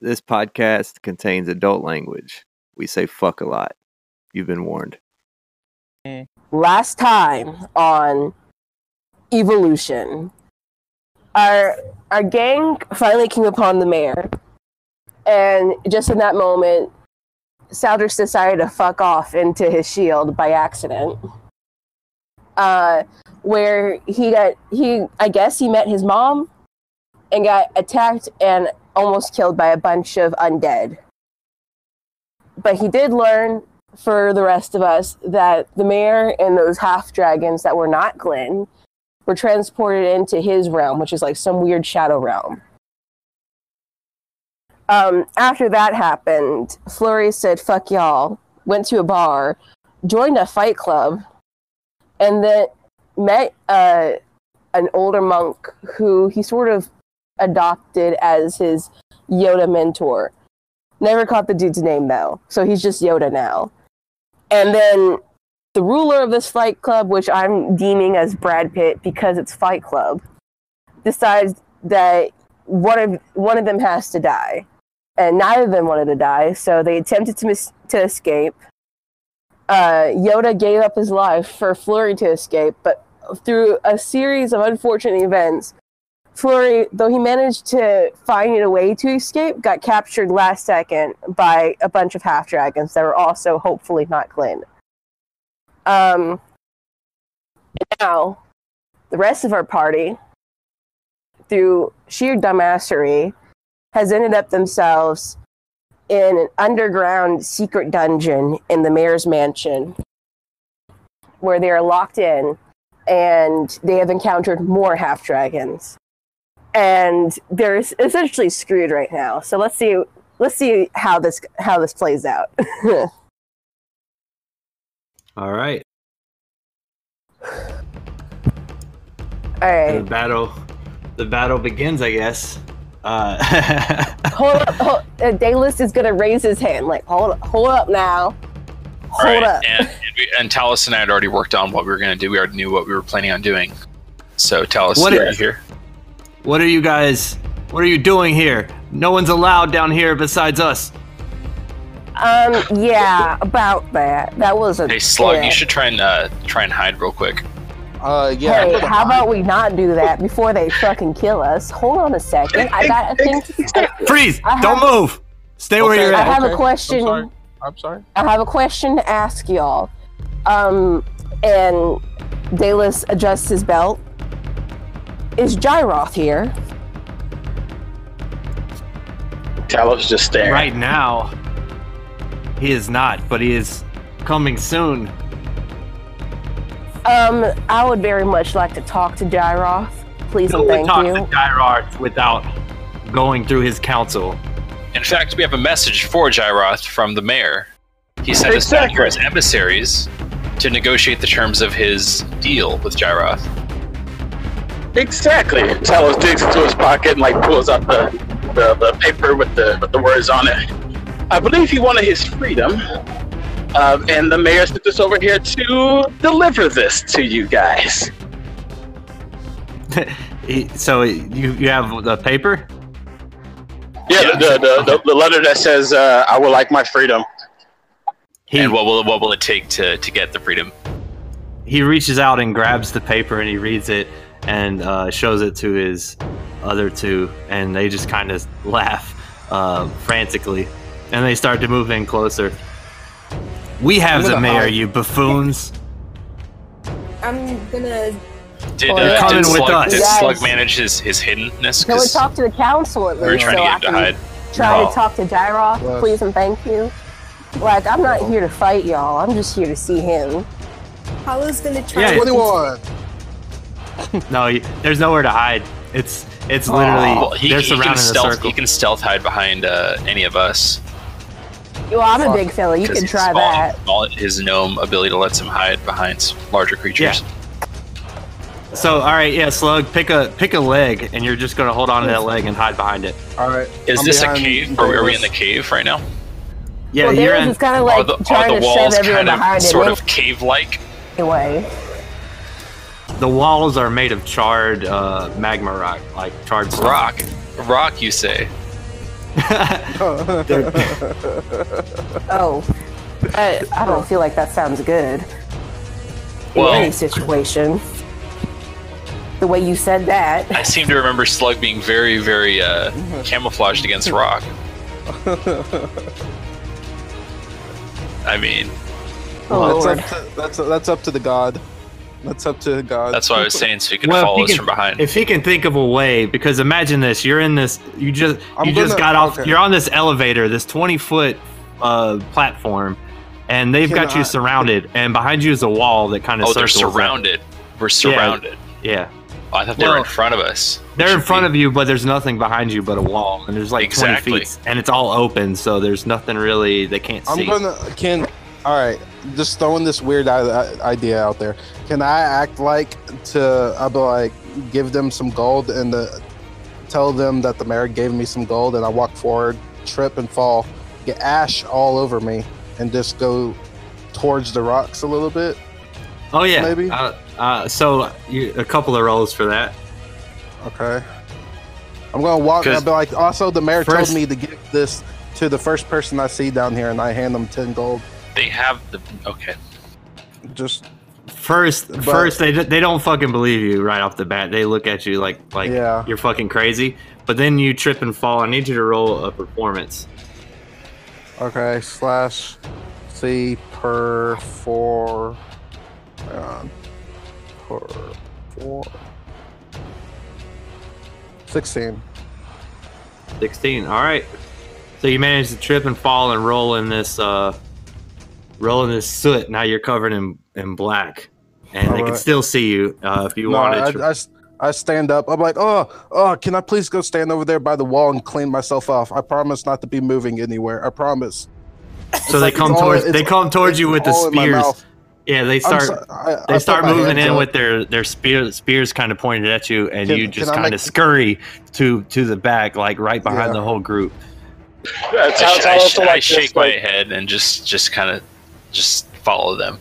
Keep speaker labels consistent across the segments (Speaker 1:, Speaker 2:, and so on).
Speaker 1: This podcast contains adult language. We say fuck a lot. You've been warned.
Speaker 2: last time on evolution our our gang finally came upon the mayor and just in that moment Saldris decided to fuck off into his shield by accident uh where he got he i guess he met his mom and got attacked and almost killed by a bunch of undead but he did learn for the rest of us that the mayor and those half dragons that were not Glenn were transported into his realm, which is like some weird shadow realm. Um, after that happened, Flurry said, fuck y'all, went to a bar, joined a fight club, and then met uh, an older monk who he sort of adopted as his Yoda mentor. Never caught the dude's name though, so he's just Yoda now. And then the ruler of this fight club, which I'm deeming as Brad Pitt because it's Fight Club, decides that one of one of them has to die, and neither of them wanted to die, so they attempted to mis- to escape. Uh, Yoda gave up his life for Flurry to escape, but through a series of unfortunate events, Flurry, though he managed to find a way to escape, got captured last second by a bunch of half dragons that were also hopefully not Glenn. Um, now, the rest of our party, through sheer dumbassery, has ended up themselves in an underground secret dungeon in the mayor's mansion where they are locked in and they have encountered more half dragons and they're es- essentially screwed right now. So let's see let's see how this how this plays out.
Speaker 3: All right.
Speaker 2: All
Speaker 3: The
Speaker 2: right,
Speaker 3: battle, the battle begins, I guess. Uh,
Speaker 4: Mm.
Speaker 2: hold up. Hold, uh, Daedalus is gonna raise his hand. Like hold up, hold up now. Hold
Speaker 5: Right,
Speaker 2: up.
Speaker 5: And, and, we, and Talos and I had already worked on what we were going to do. We already knew what we were planning on doing. So Talos,
Speaker 3: What
Speaker 5: what are you
Speaker 3: is-
Speaker 5: here?
Speaker 3: what are you guys? What are you doing here? No one's allowed down here besides us.
Speaker 2: Um, yeah, about that. That was a
Speaker 5: Hey Slug,
Speaker 2: yeah.
Speaker 5: you should try and uh, try and hide real quick.
Speaker 4: Uh, yeah. I'm
Speaker 2: Hey,
Speaker 4: gonna
Speaker 2: how
Speaker 4: hide.
Speaker 2: about we not do that before they fucking kill us? Hold on a second. I got a thing. To say.
Speaker 3: Freeze!
Speaker 2: I have-
Speaker 3: Don't move. Stay where
Speaker 4: Okay,
Speaker 3: you're
Speaker 2: I
Speaker 3: at.
Speaker 2: have a
Speaker 4: okay.
Speaker 2: question.
Speaker 4: I'm sorry. I'm sorry.
Speaker 2: I have a question to ask y'all. Um, and Dalis adjusts his belt. Is Gyroth here?
Speaker 6: Talos just staring.
Speaker 3: Right now, he is not, but he is coming soon.
Speaker 2: Um, I would very much like to talk to Gyroth. Please
Speaker 3: No
Speaker 2: and
Speaker 3: one
Speaker 2: thank
Speaker 3: talks
Speaker 2: you.
Speaker 3: to Gyararth without going through his council.
Speaker 5: In fact, we have a message for Gyroth from the mayor. He sent us down here as emissaries to negotiate the terms of his deal with Gyroth.
Speaker 6: Exactly. Talos digs into his pocket and like pulls out the the, the paper with the with the words on it. I believe he wanted his freedom. Um, and the mayor sent this over here to deliver this to you guys.
Speaker 3: He- so you you have the paper?
Speaker 6: Yeah, The, the, the, the letter that says, uh, I would like my freedom.
Speaker 3: He
Speaker 5: And what will what will it take to, to get the freedom?
Speaker 3: he reaches out and grabs the paper and he reads it and uh, shows it to his other two and they just kind of laugh uh, frantically and they start to move in closer we have
Speaker 4: I'm
Speaker 3: the
Speaker 4: gonna
Speaker 3: mayor
Speaker 4: hide.
Speaker 3: you buffoons
Speaker 7: I'm gonna.
Speaker 5: Did,
Speaker 2: Well,
Speaker 5: uh,
Speaker 3: coming
Speaker 5: did,
Speaker 3: with
Speaker 5: Slug,
Speaker 3: us.
Speaker 5: did
Speaker 2: Yes.
Speaker 5: Slug manage his, his hiddenness?
Speaker 2: Can we
Speaker 5: 'Cause
Speaker 2: talk to the council at
Speaker 5: we were
Speaker 2: least?
Speaker 5: trying to
Speaker 2: so
Speaker 5: get him to
Speaker 2: I
Speaker 5: hide.
Speaker 2: can try
Speaker 5: No.
Speaker 2: to talk to Gyroth,
Speaker 4: Yes.
Speaker 2: please and thank you. Like, I'm not here to fight y'all. I'm just here to see him.
Speaker 7: Hollow's gonna try.
Speaker 3: Yeah.
Speaker 7: to-
Speaker 4: 21.
Speaker 3: no you- there's nowhere to hide it's it's literally
Speaker 5: Well, Oh, he,
Speaker 3: they're
Speaker 5: he
Speaker 3: surrounding
Speaker 5: can
Speaker 3: Oh, the
Speaker 5: stealth,
Speaker 3: circle
Speaker 5: He can stealth hide behind uh, any of us.
Speaker 2: Well, I'm a big fella. You
Speaker 5: 'cause
Speaker 2: can
Speaker 5: he's
Speaker 2: try
Speaker 5: small.
Speaker 2: that.
Speaker 5: All his gnome ability lets him hide behind s- larger creatures.
Speaker 3: so all right yeah slug pick a pick a leg and you're just gonna hold on to that leg and hide behind it
Speaker 4: All right.
Speaker 5: Is
Speaker 4: I'm
Speaker 5: this a
Speaker 4: behind
Speaker 5: cave? Or are we in the
Speaker 4: Daedalus.
Speaker 5: cave right now?
Speaker 3: yeah
Speaker 2: well,
Speaker 3: you're
Speaker 2: Daedalus
Speaker 3: in
Speaker 2: is kind of
Speaker 5: are
Speaker 2: like
Speaker 5: the, are
Speaker 2: trying
Speaker 5: the
Speaker 2: to shove
Speaker 5: walls
Speaker 2: everyone
Speaker 5: kind of
Speaker 2: behind him
Speaker 5: sort of cave-like?
Speaker 2: anyway.
Speaker 3: the walls are made of charred uh, magma rock like charred stone.
Speaker 5: Rock. rock, you say?
Speaker 2: Oh, I, I don't feel like that sounds good.
Speaker 5: Well-
Speaker 2: in any situation. The way you said that,
Speaker 5: I seem to remember Slug being very, very uh, camouflaged against rock. I mean,
Speaker 2: oh,
Speaker 4: that's,
Speaker 2: Lord.
Speaker 4: up to, that's, that's up to the god. That's up to God.
Speaker 5: that's what I was saying, so he could
Speaker 3: Well, if
Speaker 5: follow
Speaker 3: he
Speaker 5: us
Speaker 3: can-
Speaker 5: from behind.
Speaker 3: If he can think of a way, because imagine this: you're in this, you just
Speaker 4: I'm
Speaker 3: you just
Speaker 4: gonna-
Speaker 3: got off,
Speaker 4: okay.
Speaker 3: you're on this elevator, this 20 foot uh, platform, and they've got you
Speaker 4: Cannot-
Speaker 3: surrounded, and behind you is a wall that kind of
Speaker 5: oh, they're
Speaker 3: circles that.
Speaker 5: surrounded. We're surrounded.
Speaker 3: Yeah,
Speaker 5: I thought they were
Speaker 3: Well,
Speaker 5: in front of us.
Speaker 3: they're in front of you, but there's nothing behind you but a wall, and there's like
Speaker 5: Exactly.
Speaker 3: 20 feet, and it's all open, so there's nothing really they can't
Speaker 4: I'm
Speaker 3: see.
Speaker 4: gonna can. All right, just throwing this weird i- idea out there. Can I act like to? I'll be like, give them some gold and uh tell them that the mayor gave me some gold, and I walk forward, trip and fall, get ash all over me, and just go towards the rocks a little bit.
Speaker 3: oh yeah,
Speaker 4: maybe?
Speaker 3: Uh, uh, so you, a couple of rolls for that.
Speaker 4: Okay. I'm gonna walk. I'll
Speaker 3: 'Cause
Speaker 4: be like, also the mayor
Speaker 3: first-
Speaker 4: told me to give this to the first person I see down here, and I hand them ten gold.
Speaker 5: They have the. Okay.
Speaker 4: Just
Speaker 3: First, first they they don't fucking believe you right off the bat. They look at you like like
Speaker 4: Yeah.
Speaker 3: you're fucking crazy. But then you trip and fall. I need you to roll a performance.
Speaker 4: Okay, slash C per four. Hang on. Per four. 16.
Speaker 3: Sixteen. All right. So you manage to trip and fall and roll in this uh, roll in this soot. Now you're covered in in black, and they can
Speaker 4: Alright.
Speaker 3: still see you uh, if you
Speaker 4: No,
Speaker 3: want
Speaker 4: I,
Speaker 3: to.
Speaker 4: I s- I stand up. I'm like, oh, oh, can I please go stand over there by the wall and clean myself off? I promise not to be moving anywhere. I promise.
Speaker 3: so they
Speaker 4: like
Speaker 3: come
Speaker 4: it's all-
Speaker 3: towards
Speaker 4: it's-
Speaker 3: they come towards you with the
Speaker 4: all in my
Speaker 3: spears.
Speaker 4: mouth.
Speaker 3: Yeah, they
Speaker 4: I'm
Speaker 3: start
Speaker 4: so- I- I
Speaker 3: they
Speaker 4: put
Speaker 3: start
Speaker 4: my
Speaker 3: moving
Speaker 4: hands
Speaker 3: in
Speaker 4: up.
Speaker 3: with their their spear, spears kind of pointed at you and
Speaker 4: Can-
Speaker 3: you
Speaker 4: can
Speaker 3: just
Speaker 4: I
Speaker 3: kind of
Speaker 4: make-
Speaker 3: scurry to to the back like right behind
Speaker 4: Yeah.
Speaker 3: the whole group
Speaker 6: That's
Speaker 5: I,
Speaker 6: how
Speaker 5: sh-
Speaker 6: it's
Speaker 5: I, sh-
Speaker 6: also
Speaker 5: I
Speaker 6: like this,
Speaker 5: shake my
Speaker 6: like,
Speaker 5: head and just, just kind of, just follow them.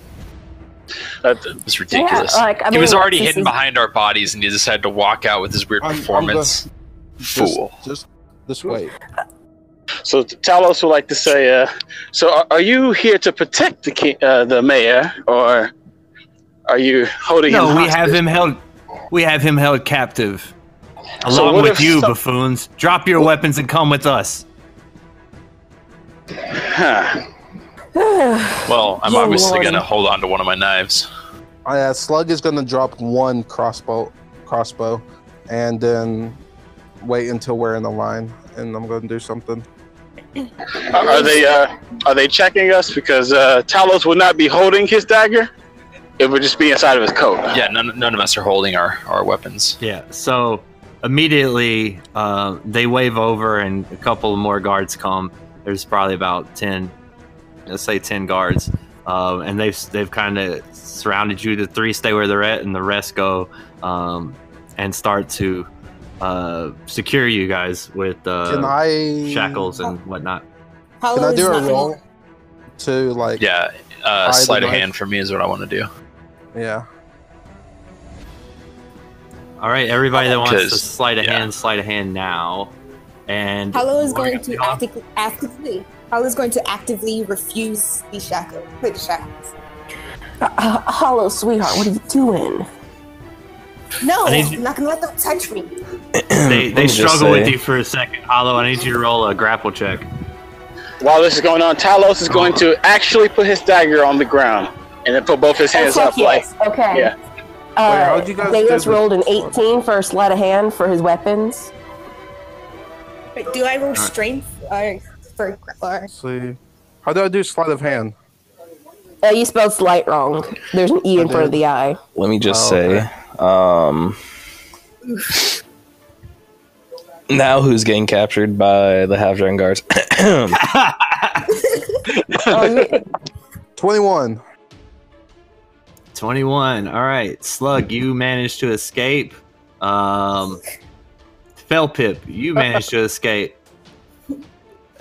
Speaker 6: that-
Speaker 5: It was ridiculous.
Speaker 2: Yeah, like, I
Speaker 5: he was
Speaker 2: mean,
Speaker 5: already
Speaker 2: this
Speaker 5: hidden
Speaker 2: is-
Speaker 5: behind our bodies, and he decided to walk out with his weird
Speaker 4: I'm- I'm
Speaker 5: performance.
Speaker 4: Just-
Speaker 5: Fool.
Speaker 4: Just this way.
Speaker 6: So Talos would like to say, uh, so are, are you here to protect the king, uh, the mayor, or are you holding him
Speaker 3: no we have
Speaker 6: hostage?
Speaker 3: him held we have him held captive along
Speaker 6: So what
Speaker 3: with
Speaker 6: if
Speaker 3: you
Speaker 6: some-
Speaker 3: buffoons drop your weapons and come with us
Speaker 6: Huh.
Speaker 5: Well, I'm
Speaker 2: Oh,
Speaker 5: obviously
Speaker 2: Lordy.
Speaker 5: going to hold on to one of my knives.
Speaker 4: I, uh, Slug is gonna drop one crossbow, crossbow, and then wait until we're in the line, and I'm gonna do something.
Speaker 6: Are, are they uh, are they checking us? Because uh, Talos would not be holding his dagger; it would just be inside of his coat.
Speaker 5: Yeah, none, none of us are holding our, our weapons.
Speaker 3: yeah so immediately uh, they wave over and a couple more guards come there's probably about 10 let's say 10 guards um, and they've they've kind of surrounded you the three stay where they're at and the rest go um, and start to uh, secure you guys with
Speaker 4: Can
Speaker 3: uh,
Speaker 4: I
Speaker 3: shackles and whatnot
Speaker 7: Hollow
Speaker 4: Can I
Speaker 7: is
Speaker 4: do
Speaker 7: Oh, not
Speaker 4: a roll to like?
Speaker 5: Yeah, uh,
Speaker 4: Either
Speaker 5: sleight of
Speaker 4: way.
Speaker 5: hand for me is what I want to do.
Speaker 4: yeah.
Speaker 3: all right everybody that wants to
Speaker 5: 'Cause-
Speaker 3: sleight of
Speaker 5: yeah.
Speaker 3: hand sleight of hand now and
Speaker 7: Hollow is
Speaker 3: we're
Speaker 7: going
Speaker 3: gonna
Speaker 7: to
Speaker 3: go-
Speaker 7: acti- actively. Hollow is going to actively refuse the shackle. Wait, the shackles.
Speaker 2: uh, hollow sweetheart, what are you doing?
Speaker 7: No,
Speaker 3: I need-
Speaker 7: I'm not gonna let them touch me.
Speaker 3: they,
Speaker 1: me
Speaker 3: they
Speaker 1: just
Speaker 3: struggle with
Speaker 1: say-
Speaker 3: you for a second hollow i need you to roll a grapple check
Speaker 6: While this is going on, Talos is going to actually put his dagger on the ground and then put both his hands
Speaker 2: oh,
Speaker 6: up,
Speaker 2: fuck yes. okay.
Speaker 6: yeah.
Speaker 4: Wait,
Speaker 2: Uh,
Speaker 4: how'd you guys
Speaker 2: they
Speaker 4: do
Speaker 2: just
Speaker 4: this?
Speaker 2: rolled an 18 for a sleight of hand for his weapons.
Speaker 7: Wait, do I roll strength or for or
Speaker 4: Let's see, how do I do sleight of hand?
Speaker 2: Uh, you spelled slight wrong. There's an E in
Speaker 4: I
Speaker 2: front of
Speaker 4: did.
Speaker 2: the I.
Speaker 8: Let me just
Speaker 4: Oh,
Speaker 8: say,
Speaker 4: okay.
Speaker 8: um, now who's getting captured by the half dragon guards?
Speaker 2: Oh, you,
Speaker 4: Twenty-one.
Speaker 3: 21. All right. Slug, you managed to escape. Um, Felpip, you managed to escape.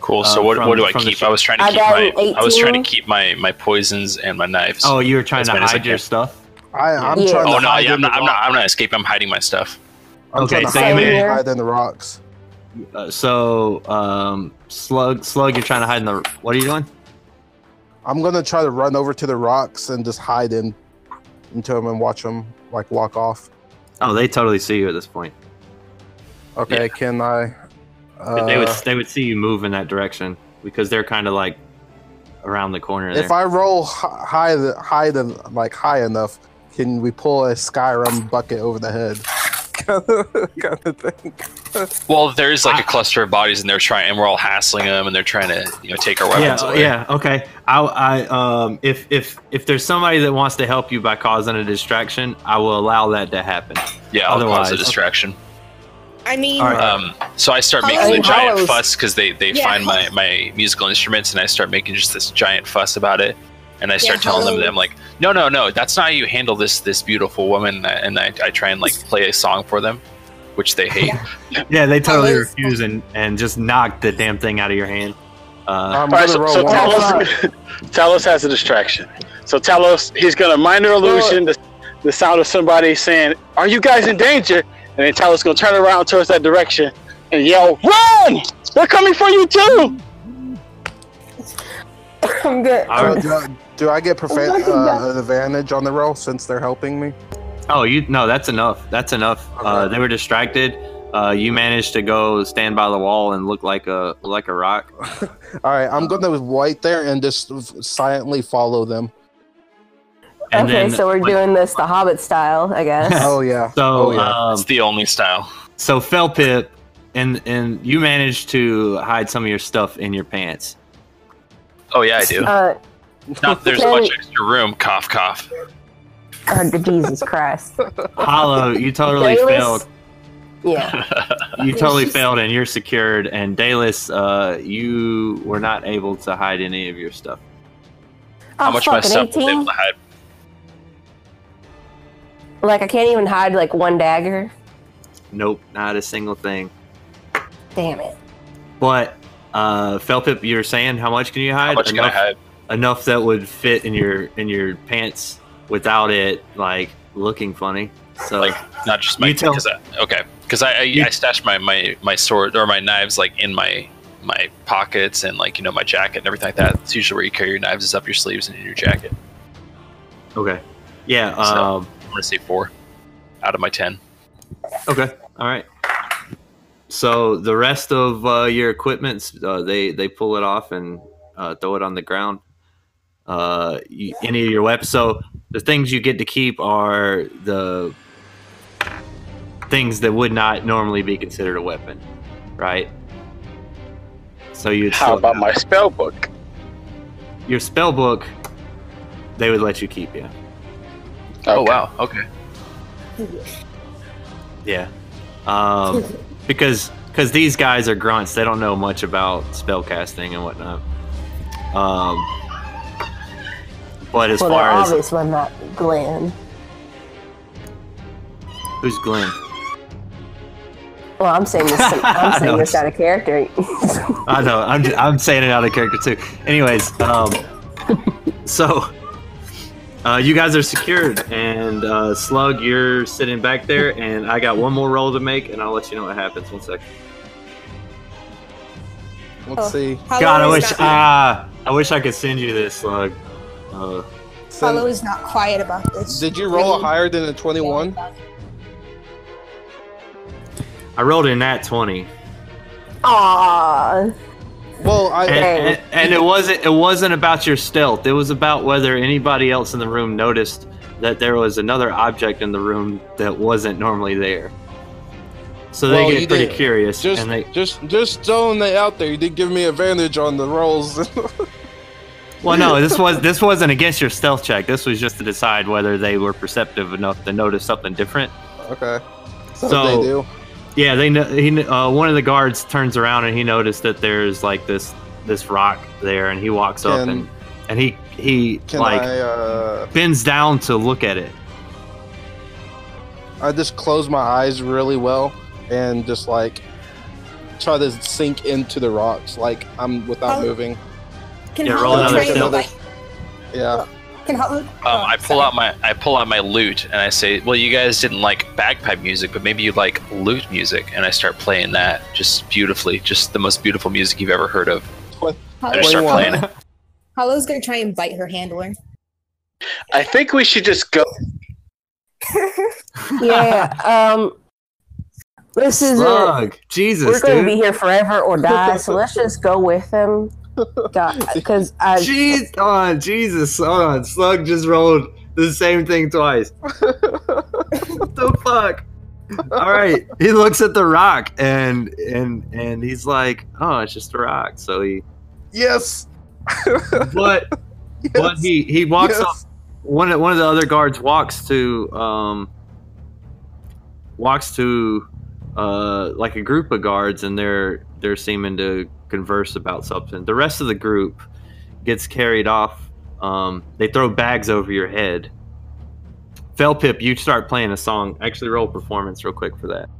Speaker 5: Cool.
Speaker 3: Uh,
Speaker 5: So what,
Speaker 3: from-
Speaker 5: what do I
Speaker 3: from the
Speaker 5: keep?
Speaker 3: sh-
Speaker 5: I was trying to
Speaker 2: I
Speaker 5: keep
Speaker 2: got
Speaker 5: my
Speaker 2: an
Speaker 5: I was trying to
Speaker 2: 18.
Speaker 5: keep my my poisons and my knives.
Speaker 3: Oh, you were trying
Speaker 5: As
Speaker 3: to
Speaker 5: many as I
Speaker 3: hide your
Speaker 5: can.
Speaker 3: stuff?
Speaker 4: I, I'm
Speaker 2: Yeah.
Speaker 4: trying to
Speaker 5: Oh no!
Speaker 4: hide
Speaker 5: Yeah, I'm
Speaker 4: in the
Speaker 5: not. I'm
Speaker 4: rock-
Speaker 5: not. I'm not escaping. I'm hiding my stuff.
Speaker 4: I'm
Speaker 3: Okay,
Speaker 4: trying to
Speaker 3: same
Speaker 4: hide,
Speaker 2: here.
Speaker 4: hide in the rocks.
Speaker 1: Uh, so, um, slug, slug, you're trying to hide in the. What are you doing?
Speaker 4: I'm gonna try to run over to the rocks and just hide in into them and watch them like walk off.
Speaker 1: Oh, they totally see you at this point.
Speaker 4: Okay, can I?
Speaker 1: 'Cause they would
Speaker 4: Uh,
Speaker 1: they would see you move in that direction because they're kind of like around the corner.
Speaker 4: if
Speaker 1: there.
Speaker 4: I roll hi- high, th- high, than like high enough, can we pull a Skyrim bucket over the head? kind of thing.
Speaker 5: Well, there's like a cluster of bodies, and they're trying, and we're all hassling them, and they're trying to, you know, take our weapons
Speaker 1: yeah,
Speaker 5: away.
Speaker 1: yeah, okay. I, I, um, if if if there's somebody that wants to help you by causing a distraction, I will allow that to happen.
Speaker 5: yeah. I'll cause
Speaker 1: Otherwise-
Speaker 5: a distraction.
Speaker 7: I mean,
Speaker 1: All right.
Speaker 5: Um, so I start
Speaker 7: Hollow-
Speaker 5: making a giant
Speaker 2: Hollows.
Speaker 5: fuss because they, they
Speaker 7: Yeah,
Speaker 5: find my,
Speaker 7: Hollows.
Speaker 5: my musical instruments, and I start making just this giant fuss about it. And I start
Speaker 7: Yeah,
Speaker 5: telling them that I'm
Speaker 7: Hollows.
Speaker 5: like, no, no, no, that's not how you handle this this beautiful woman. And I, I try and like play a song for them, which they hate.
Speaker 7: Yeah.
Speaker 1: Yeah, they totally
Speaker 7: Colors.
Speaker 1: refuse and, and just knock the damn thing out of your hand. Uh,
Speaker 4: Um, I'm
Speaker 9: All
Speaker 4: gonna
Speaker 9: right, so,
Speaker 4: roll
Speaker 9: so
Speaker 4: one.
Speaker 9: Talos, Talos has a distraction. So Talos, he's gonna minor illusion the, the sound of somebody saying, "Are you guys in danger?" And then Talos gonna turn around towards that direction and yell, "Run! They're coming for you too!"
Speaker 2: I'm good.
Speaker 1: all right.
Speaker 4: Uh, Do, I, do I get profa-
Speaker 2: Look at
Speaker 4: uh, an advantage on the roll since they're helping me?
Speaker 1: Oh, you no, that's enough. That's enough. Uh, they were distracted. Uh, you managed to go stand by the wall and look like a like a rock.
Speaker 4: All right, I'm gonna wait there and just f- silently follow them.
Speaker 1: And
Speaker 2: okay,
Speaker 1: then,
Speaker 2: so we're
Speaker 1: like-
Speaker 2: doing this the Hobbit style, I guess.
Speaker 4: Oh yeah.
Speaker 1: So
Speaker 4: Oh, yeah.
Speaker 1: um,
Speaker 5: It's the only style.
Speaker 1: so Felpip, and and you managed to hide some of your stuff in your pants.
Speaker 5: Oh yeah, I do.
Speaker 2: Uh,
Speaker 5: Not that there's
Speaker 2: Can-
Speaker 5: much extra room. Cough, cough.
Speaker 2: oh, Jesus Christ.
Speaker 1: Hollow, you totally
Speaker 2: Dayless-
Speaker 1: failed.
Speaker 2: Yeah.
Speaker 1: You totally
Speaker 7: she's-
Speaker 1: failed, and you're secured. And Dalis, uh, you were not able to hide any of your stuff.
Speaker 5: How
Speaker 2: Oh,
Speaker 5: much
Speaker 2: fuck,
Speaker 5: of my
Speaker 2: an
Speaker 5: stuff was
Speaker 2: 18?
Speaker 5: able to hide?
Speaker 2: Like I can't even hide like one dagger.
Speaker 1: Nope, not a single thing.
Speaker 2: Damn it.
Speaker 1: But uh, Felpip, you're saying how much can you hide?
Speaker 5: How much can I
Speaker 1: Enough-
Speaker 5: hide?
Speaker 1: enough that would fit in your in your pants without it like looking funny. So
Speaker 5: Like, Not just my.
Speaker 1: You tell-
Speaker 5: 'cause I, okay, because I I,
Speaker 1: You-
Speaker 5: I stashed my, my my sword or my knives like in my my pockets and like you know my jacket and everything like that. It's usually where you carry your knives is up your sleeves and in your jacket.
Speaker 1: okay, yeah,
Speaker 5: So-
Speaker 1: um,
Speaker 5: I'm gonna say four out of my ten.
Speaker 1: okay, all right. So the rest of uh, your equipment, uh, they they pull it off and uh, throw it on the ground. Uh, you, any of your weapons. So the things you get to keep are the things that would not normally be considered a weapon, right? So you
Speaker 9: How about my spell book?
Speaker 1: your spell book, they would let you keep you.
Speaker 5: Oh wow. Okay.
Speaker 1: Yeah. Um, because because these guys are grunts, they don't know much about spell casting and whatnot. Um, but as
Speaker 2: well, they're
Speaker 1: far as
Speaker 2: obvious one, not Glenn.
Speaker 1: who's Glenn?
Speaker 2: Well, I'm saying this. I'm saying this out of character.
Speaker 1: I know. I'm I'm saying it out of character too. Anyways, um, so uh, you guys are secured, and uh, Slug, you're sitting back there, and I got one more roll to make, and I'll let you know what happens. One second.
Speaker 4: Let's see.
Speaker 7: Hollow
Speaker 1: God, I
Speaker 7: is
Speaker 1: wish
Speaker 7: not-
Speaker 1: ah, I wish I could send you this slug. Uh,
Speaker 7: Hollow
Speaker 4: So,
Speaker 7: is not quiet about this.
Speaker 4: did you roll
Speaker 7: Really?
Speaker 4: higher than a 21?
Speaker 1: I rolled in that twenty,
Speaker 2: Aw.
Speaker 4: Well, I.
Speaker 1: and,
Speaker 2: Dang.
Speaker 1: and, and it wasn't it wasn't about your stealth. It was about whether anybody else in the room noticed that there was another object in the room that wasn't normally there. So they
Speaker 4: Well, you
Speaker 1: get pretty
Speaker 4: did-
Speaker 1: curious,
Speaker 4: Just,
Speaker 1: and they
Speaker 4: just, just throwing that out there. You did give me advantage on the rolls.
Speaker 1: well, no, this was this wasn't against your stealth check. This was just to decide whether they were perceptive enough to notice something different.
Speaker 4: okay. So,
Speaker 1: So-
Speaker 4: they do.
Speaker 1: Yeah, they know. He kn- uh, one of the guards turns around and he noticed that there's like this this rock there, and he walks up
Speaker 4: Can-
Speaker 1: and and he he
Speaker 4: Can
Speaker 1: like
Speaker 4: I? Uh,
Speaker 1: bends down to look at it.
Speaker 4: I just close my eyes really well and just like try to sink into the rocks, like I'm without
Speaker 7: Oh.
Speaker 4: moving.
Speaker 7: Can
Speaker 1: Yeah, roll
Speaker 7: Hollow
Speaker 4: another
Speaker 7: try and
Speaker 4: stealth.
Speaker 7: like
Speaker 4: Yeah.
Speaker 7: Can Hotloop?
Speaker 5: Um, I pull out my I pull out my lute and I say, "Well, you guys didn't like bagpipe music, but maybe you like lute music." And I start playing that just beautifully, just the most beautiful music you've ever heard of. I just start playing it.
Speaker 7: Hollow's gonna try and bite her handler.
Speaker 9: I think we should just go.
Speaker 2: yeah. Um, this is it.
Speaker 1: Slug. Jesus,
Speaker 2: We're going to
Speaker 1: dude.
Speaker 2: be here forever or die, so let's just go with him. Because I
Speaker 1: Jeez, hold on, Jesus, hold on. Slug just rolled the same thing twice. what the fuck? All right, he looks at the rock and and and he's like, "Oh, it's just a rock." So he,
Speaker 4: Yes.
Speaker 1: but but
Speaker 4: Yes.
Speaker 1: he he walks
Speaker 4: Yes.
Speaker 1: up. One of- one of the other guards walks to um walks to uh like a group of guards and they're they're seeming to converse about something. The rest of the group gets carried off. Um, they throw bags over your head. Felpip, you start playing a song. Actually, roll performance real quick for that.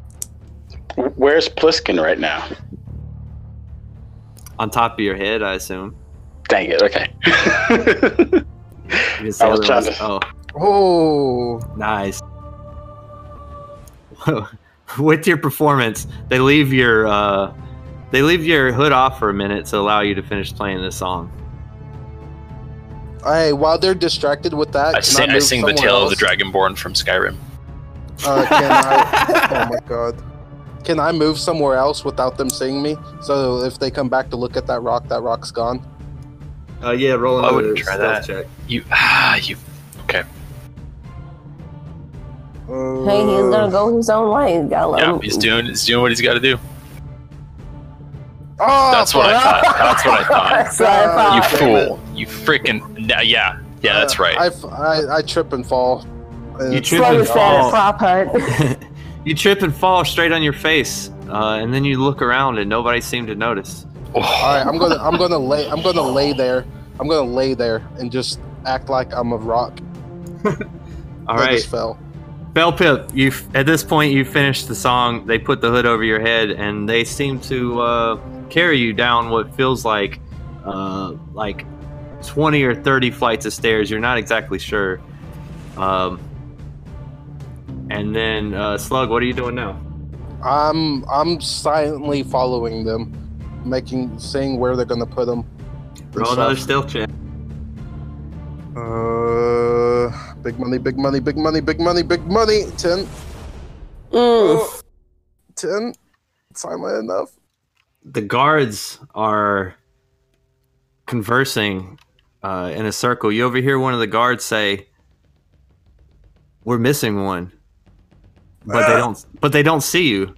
Speaker 9: Where's Pliskin right now?
Speaker 1: On top of your head, I assume.
Speaker 9: Dang it. Okay.
Speaker 1: You can say
Speaker 9: I was trying
Speaker 1: otherwise.
Speaker 9: to-
Speaker 1: Oh,
Speaker 4: Oh.
Speaker 1: Nice. With your performance, they leave your uh, they leave your hood off for a minute to allow you to finish playing this song.
Speaker 4: Hey, while they're distracted with that,
Speaker 5: I
Speaker 4: can
Speaker 5: sing, I
Speaker 4: move
Speaker 5: sing the
Speaker 4: somewhere
Speaker 5: tale
Speaker 4: else?
Speaker 5: of the Dragonborn from Skyrim.
Speaker 4: Uh, can I, oh my god. Can I move somewhere else without them seeing me? So if they come back to look at that rock, that rock's gone.
Speaker 1: Uh, yeah, roll
Speaker 5: I
Speaker 1: another
Speaker 5: wouldn't try
Speaker 1: stealth
Speaker 5: that.
Speaker 1: check.
Speaker 5: You ah you. Okay.
Speaker 2: hey, he's gonna go his own way. Gotta let
Speaker 5: Yeah,
Speaker 2: him-
Speaker 5: he's doing he's doing what he's got to do.
Speaker 4: Oh,
Speaker 5: That's what I thought. That's what I thought.
Speaker 2: That's what I
Speaker 4: Uh,
Speaker 2: thought.
Speaker 5: You
Speaker 4: damn Uh,
Speaker 5: fool. You freaking yeah yeah yeah. That's right.
Speaker 4: I, f- I- I trip and fall. And
Speaker 1: You
Speaker 4: it's
Speaker 1: trip
Speaker 2: Slow
Speaker 1: and
Speaker 2: as that
Speaker 1: fall.
Speaker 2: at prop hunt.
Speaker 1: you trip and fall straight on your face, uh, and then you look around and nobody seemed to notice.
Speaker 4: oh, All right, I'm gonna I'm gonna lay I'm gonna lay there. I'm gonna lay there and just act like I'm a rock
Speaker 1: All
Speaker 4: that
Speaker 1: right,
Speaker 4: just fell.
Speaker 1: Bellpip, you f- at this point you finished the song. They put the hood over your head, and they seem to uh, carry you down what feels like uh, like twenty or thirty flights of stairs. You're not exactly sure. Um, and then uh, Slug, what are you doing now?
Speaker 4: I'm I'm silently following them, making seeing where they're gonna put them.
Speaker 1: Roll another stealth check.
Speaker 4: Uh, big money, big money, big money, big money, big money. Ten.
Speaker 2: Mm.
Speaker 4: 10 silent enough
Speaker 1: the guards are conversing uh, in a circle. You overhear one of the guards say, "We're missing one," but they don't. But they don't see you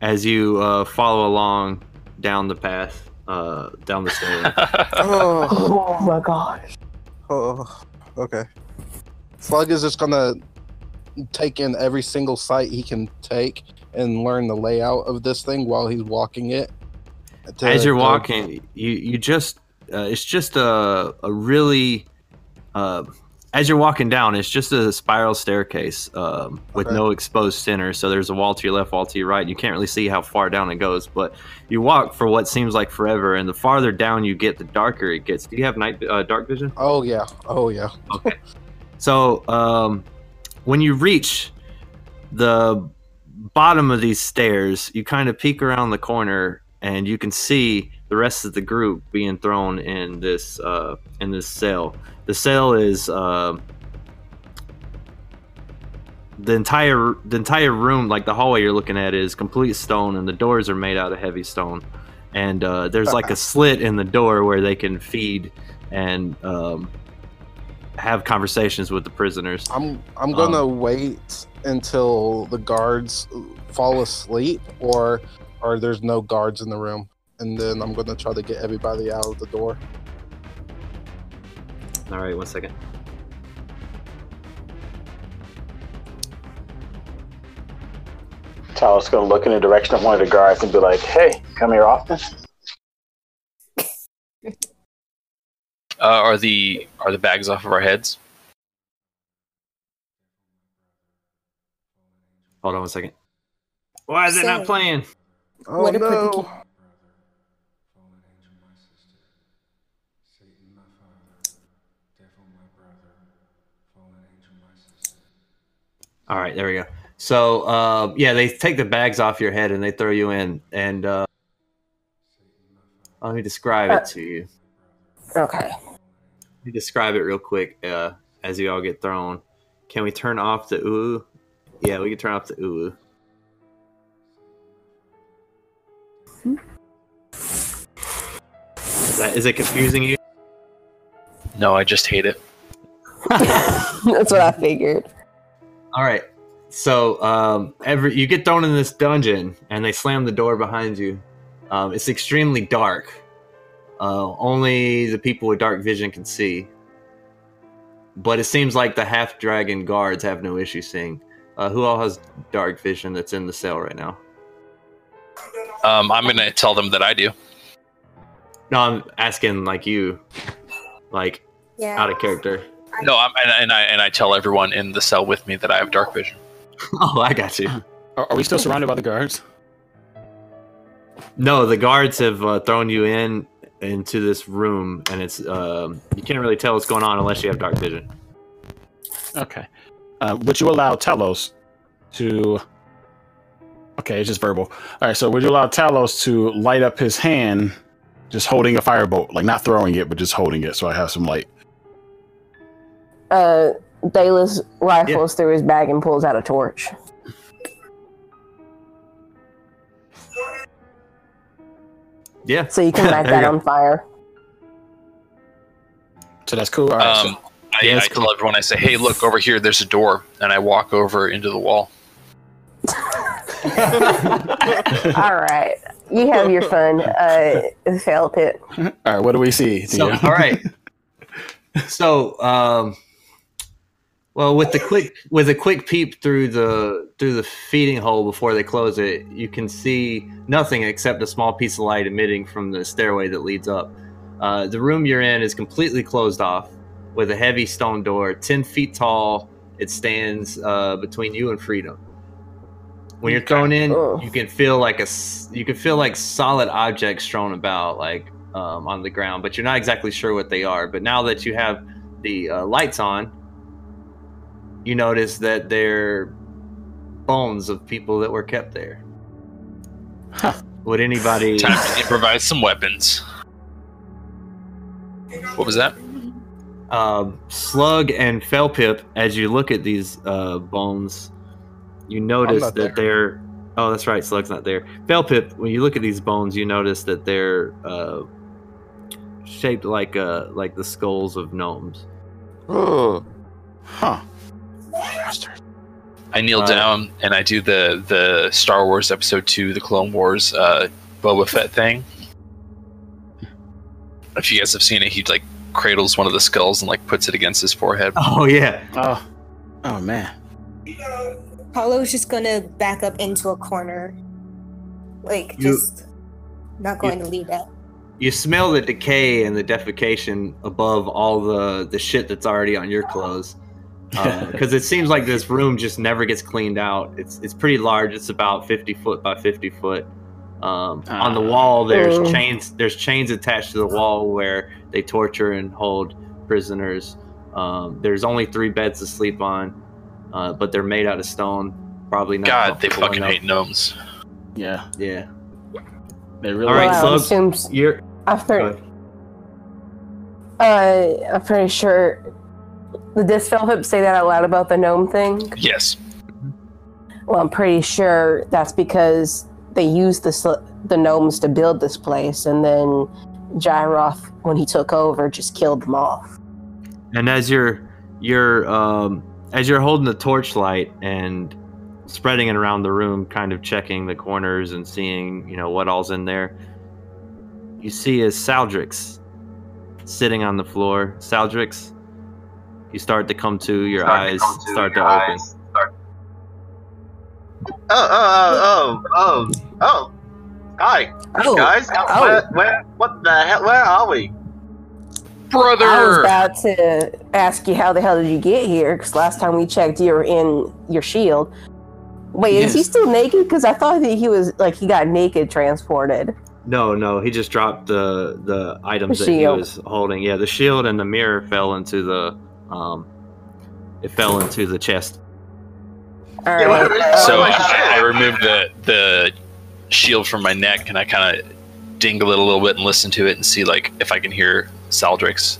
Speaker 1: as you uh, follow along down the path, uh, down the stair.
Speaker 4: oh,
Speaker 2: Oh my gosh.
Speaker 4: oh, okay slug is just gonna take in every single site he can take and learn the layout of this thing while he's walking it to-
Speaker 1: as you're
Speaker 4: to-
Speaker 1: walking you you just uh, it's just a, a really uh, as you're walking down it's just a spiral staircase um, with
Speaker 4: Okay.
Speaker 1: no exposed center so there's a wall to your left wall to your right and you can't really see how far down it goes but you walk for what seems like forever and the farther down you get the darker it gets do you have night uh, dark vision
Speaker 4: oh yeah oh yeah
Speaker 1: so um, when you reach the bottom of these stairs, you kind of peek around the corner and you can see the rest of the group being thrown in this uh, in this cell. The cell is uh, the entire the entire room, like the hallway you're looking at, is complete stone, and the doors are made out of heavy stone. And uh, there's like a slit in the door where they can feed and um, have conversations with the prisoners.
Speaker 4: i'm i'm gonna wait until the guards fall asleep or or there's no guards in the room and then i'm gonna try to get everybody out of the door
Speaker 1: All right, one second.
Speaker 10: Talos gonna look in the direction of one of the guards and be like, "Hey, come here often."
Speaker 5: uh, are the are the bags off of our heads?
Speaker 1: Hold on one second. Why is it
Speaker 7: So-
Speaker 1: not playing?
Speaker 4: oh
Speaker 7: What a
Speaker 4: no
Speaker 7: predicament.
Speaker 11: Satan, my father, devil, my brother.
Speaker 1: All right, there we go. So uh, yeah, they take the bags off your head and they throw you in. And uh, let me describe it to you.
Speaker 2: Okay.
Speaker 1: Let me describe it real quick uh, as you all get thrown. Can we turn off the ooh? Yeah, we can turn off the ooh. Is, that, is it confusing you?
Speaker 5: No, I just hate it.
Speaker 2: That's what I figured.
Speaker 1: All right. So um, every you get thrown in this dungeon, and they slam the door behind you. Um, it's extremely dark. Uh, only the people with dark vision can see. But it seems like the half dragon guards have no issue seeing. Uh, who all has dark vision that's in the cell right now?
Speaker 5: Um, I'm gonna tell them that I do.
Speaker 1: No, I'm asking like you, like
Speaker 7: Yeah.
Speaker 1: out of character.
Speaker 5: No, I'm, and, and I and I tell everyone in the cell with me that I have dark vision.
Speaker 1: Oh, I got you.
Speaker 9: Are, are we still surrounded by the guards?
Speaker 1: No, the guards have uh, thrown you in into this room, and it's um, you can't really tell what's going on unless you have dark vision.
Speaker 9: Okay. Uh, would you allow Talos to? Okay, it's just verbal. All right. So would you allow Talos to light up his hand, just holding a firebolt, like not throwing it, but just holding it, so I have some light?
Speaker 2: Uh, Dalis rifles through his bag and pulls out a torch.
Speaker 1: Yeah.
Speaker 2: So you can light
Speaker 1: There you
Speaker 2: that
Speaker 1: go.
Speaker 2: on fire.
Speaker 9: So that's cool. All right. so-
Speaker 5: Um, I,
Speaker 1: Yeah,
Speaker 5: I
Speaker 1: that's
Speaker 5: tell
Speaker 1: cool.
Speaker 5: everyone I say, "Hey, look over here. There's a door," and I walk over into the wall.
Speaker 2: All right. You have your fun, uh, fail pit.
Speaker 9: all right. What do we see?
Speaker 1: So,
Speaker 9: Theo?
Speaker 1: all right. So, um, well, with the quick with a quick peep through the through the feeding hole before they close it, you can see nothing except a small piece of light emitting from the stairway that leads up. Uh, the room you're in is completely closed off with a heavy stone door, ten feet tall. It stands uh, between you and freedom. When you're thrown in,
Speaker 2: Ugh.
Speaker 1: you can feel like a s- you can feel like solid objects thrown about, like um, on the ground, but you're not exactly sure what they are. But now that you have the uh, lights on, you notice that they're bones of people that were kept there. Would anybody?
Speaker 5: Time to improvise some weapons. What was that?
Speaker 1: um, Slug and Felpip, as you look at these uh, bones, you notice
Speaker 4: not
Speaker 1: that they're. Oh, that's right. Slug's not there. Felpip, when you look at these bones, you notice that they're uh, shaped like uh, like the skulls of gnomes.
Speaker 4: Ugh.
Speaker 9: huh.
Speaker 5: I kneel
Speaker 1: Uh,
Speaker 5: down and I do the the Star Wars Episode Two, the Clone Wars, uh, Boba Fett thing. If you guys have seen it, he like cradles one of the skulls and like puts it against his forehead.
Speaker 1: Oh yeah,
Speaker 9: Oh. Oh man.
Speaker 7: Paulo's just gonna back up into a corner. Like,
Speaker 1: You-
Speaker 7: just not going to leave that.
Speaker 1: you smell the decay and the defecation above all the the shit that's already on your clothes because it seems like this room just never gets cleaned out it's it's pretty large it's about 50 foot by 50 foot um, on
Speaker 5: Ah.
Speaker 1: the wall there's
Speaker 2: Oh.
Speaker 1: chains there's chains attached to the wall where they torture and hold prisoners um, there's only three beds to sleep on uh, but they're made out of stone probably not
Speaker 5: God, they
Speaker 1: comfortable
Speaker 5: fucking
Speaker 1: enough.
Speaker 5: hate gnomes.
Speaker 9: Yeah.
Speaker 1: yeah
Speaker 9: They really.
Speaker 1: All right,
Speaker 2: wow,
Speaker 1: so-
Speaker 2: seems
Speaker 1: you're
Speaker 2: I've
Speaker 1: go
Speaker 2: heard-
Speaker 1: ahead.
Speaker 2: Uh, I'm pretty sure. Did this Philip say that out loud about the gnome thing?
Speaker 5: Yes,
Speaker 2: Well, I'm pretty sure that's because they used the sl- the gnomes to build this place, and then Gyroth, when he took over, just killed them off.
Speaker 1: and as you're you're um, as you're holding the torchlight and spreading it around the room kind of checking the corners and seeing you know what all's in there you see is saldrix sitting on the floor saldrix you start to come to your eyes start to open
Speaker 12: Oh, oh, oh, oh, oh, oh. Hi,
Speaker 2: Oh,
Speaker 12: guys.
Speaker 2: oh.
Speaker 12: Where, where, what the hell? Where are we?
Speaker 2: I was
Speaker 5: brother.
Speaker 2: about to ask you how the hell did you get here? Because last time we checked, you were in your shield. Wait, is he
Speaker 9: Yes.
Speaker 2: still naked? Because I thought that he was like he got naked transported.
Speaker 1: no no he just dropped the the items
Speaker 2: The
Speaker 1: that he
Speaker 2: shield.
Speaker 1: was holding yeah the shield and the mirror fell into the um it fell into the chest
Speaker 2: All right.
Speaker 5: So I, I removed the the shield from my neck and I kind of dingle it a little bit and listen to it and see like if I can hear Saldrix.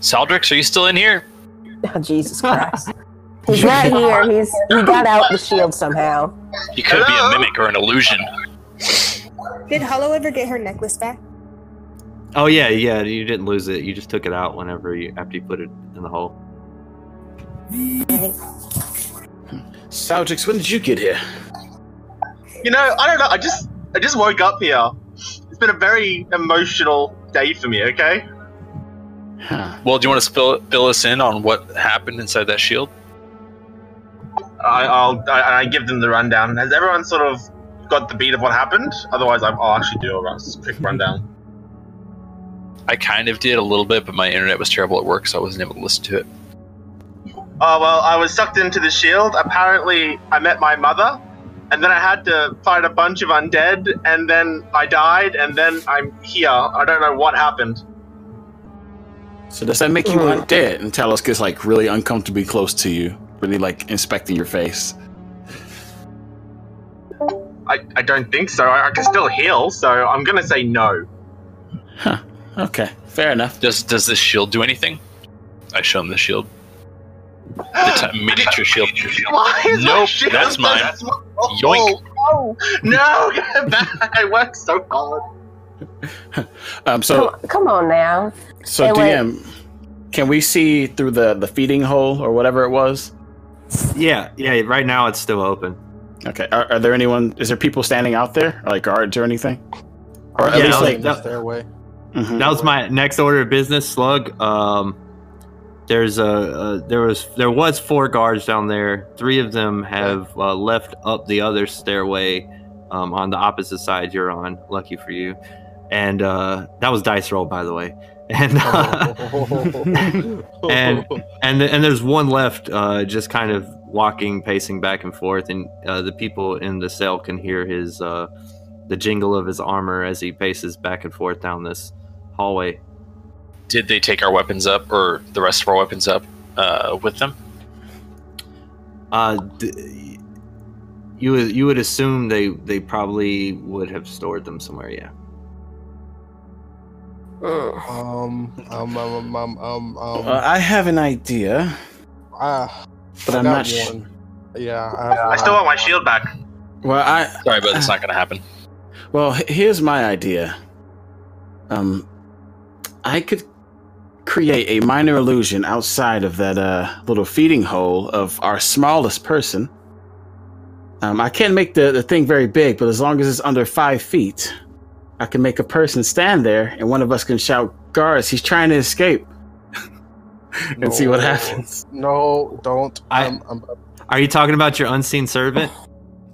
Speaker 5: Saldrix, are you still in here?
Speaker 2: Oh, Jesus Christ. He's not here. He's he got out the shield somehow.
Speaker 5: You could be a mimic or an illusion.
Speaker 7: Did Hollow ever get her necklace back?
Speaker 3: Oh yeah, yeah. You didn't lose it. You just took it out whenever you after you put it in the hole.
Speaker 9: Saltrix, when did you get here?
Speaker 12: You know, I don't know. I just I just woke up here. It's been a very emotional day for me. Okay.
Speaker 5: Well, do you want to spill, fill us in on what happened inside that shield?
Speaker 12: I, I'll I, I give them the rundown. Has everyone sort of got the beat of what happened? Otherwise, I'm, I'll actually do a run- quick rundown.
Speaker 5: I kind of did a little bit, but my internet was terrible at work, so I wasn't able to listen to it.
Speaker 12: Oh well, I was sucked into the shield. Apparently, I met my mother, and then I had to fight a bunch of undead, and then I died, and then I'm here. I don't know what happened.
Speaker 9: So does that make you undead? And Talos gets like really uncomfortably close to you, really like inspecting your face.
Speaker 12: I, I don't think so. I, I can still heal, so I'm gonna say no.
Speaker 9: Okay, fair enough.
Speaker 5: Does does this shield do anything? I show him the shield. The t- miniature shield.
Speaker 12: Why is my
Speaker 5: Nope,
Speaker 12: shield
Speaker 5: that's
Speaker 12: so
Speaker 5: mine.
Speaker 12: small?
Speaker 5: Yoink.
Speaker 12: Oh, no, get it back! I worked so hard.
Speaker 9: Um,
Speaker 2: Come,
Speaker 9: so
Speaker 2: come on now.
Speaker 9: so
Speaker 2: Hey, wait.
Speaker 9: DM, can we see through the the feeding hole or whatever it was?
Speaker 3: Yeah, yeah. Right now it's still open.
Speaker 9: Okay, are, are there anyone? Is there people standing out there, like guards or anything? Or at
Speaker 3: Yeah,
Speaker 9: least
Speaker 3: I'll-
Speaker 9: like,
Speaker 3: that-
Speaker 4: stairway.
Speaker 9: Mhm.
Speaker 3: That was my next order of business, Slug. Um, there's a, a there was there was four guards down there. Three of them have uh, left up the other stairway um, on the opposite side you're on. Lucky for you. And uh, that was dice roll, by the way. And uh, And- and th- and there's one left, uh, just kind of walking, pacing back and forth, and uh, the people in the cell can hear his uh, the jingle of his armor as he paces back and forth down this hallway.
Speaker 5: Did they take our weapons up or the rest of our weapons up uh, with them?
Speaker 3: Uh, d- you would you would assume they they probably would have stored them somewhere. Yeah.
Speaker 2: Mm.
Speaker 4: um, um, um, um, um, um, um,
Speaker 9: Uh, I have an idea,
Speaker 4: ah,
Speaker 9: but
Speaker 4: I
Speaker 9: I'm
Speaker 4: got
Speaker 9: not. Sh-
Speaker 4: one. Yeah, I,
Speaker 12: I still want my shield back.
Speaker 9: well, I
Speaker 5: Sorry, but that's not going to happen.
Speaker 9: Well, h- here's my idea. Um, I could create a minor illusion outside of that uh, little feeding hole of our smallest person. Um, I can't make the, the thing very big, but as long as it's under five feet, I can make a person stand there, and one of us can shout, "Guards, he's trying to escape," and see what
Speaker 4: No.
Speaker 9: happens.
Speaker 4: No, don't. Um,
Speaker 3: I-
Speaker 4: I'm, I'm,
Speaker 3: Are you talking about your unseen servant?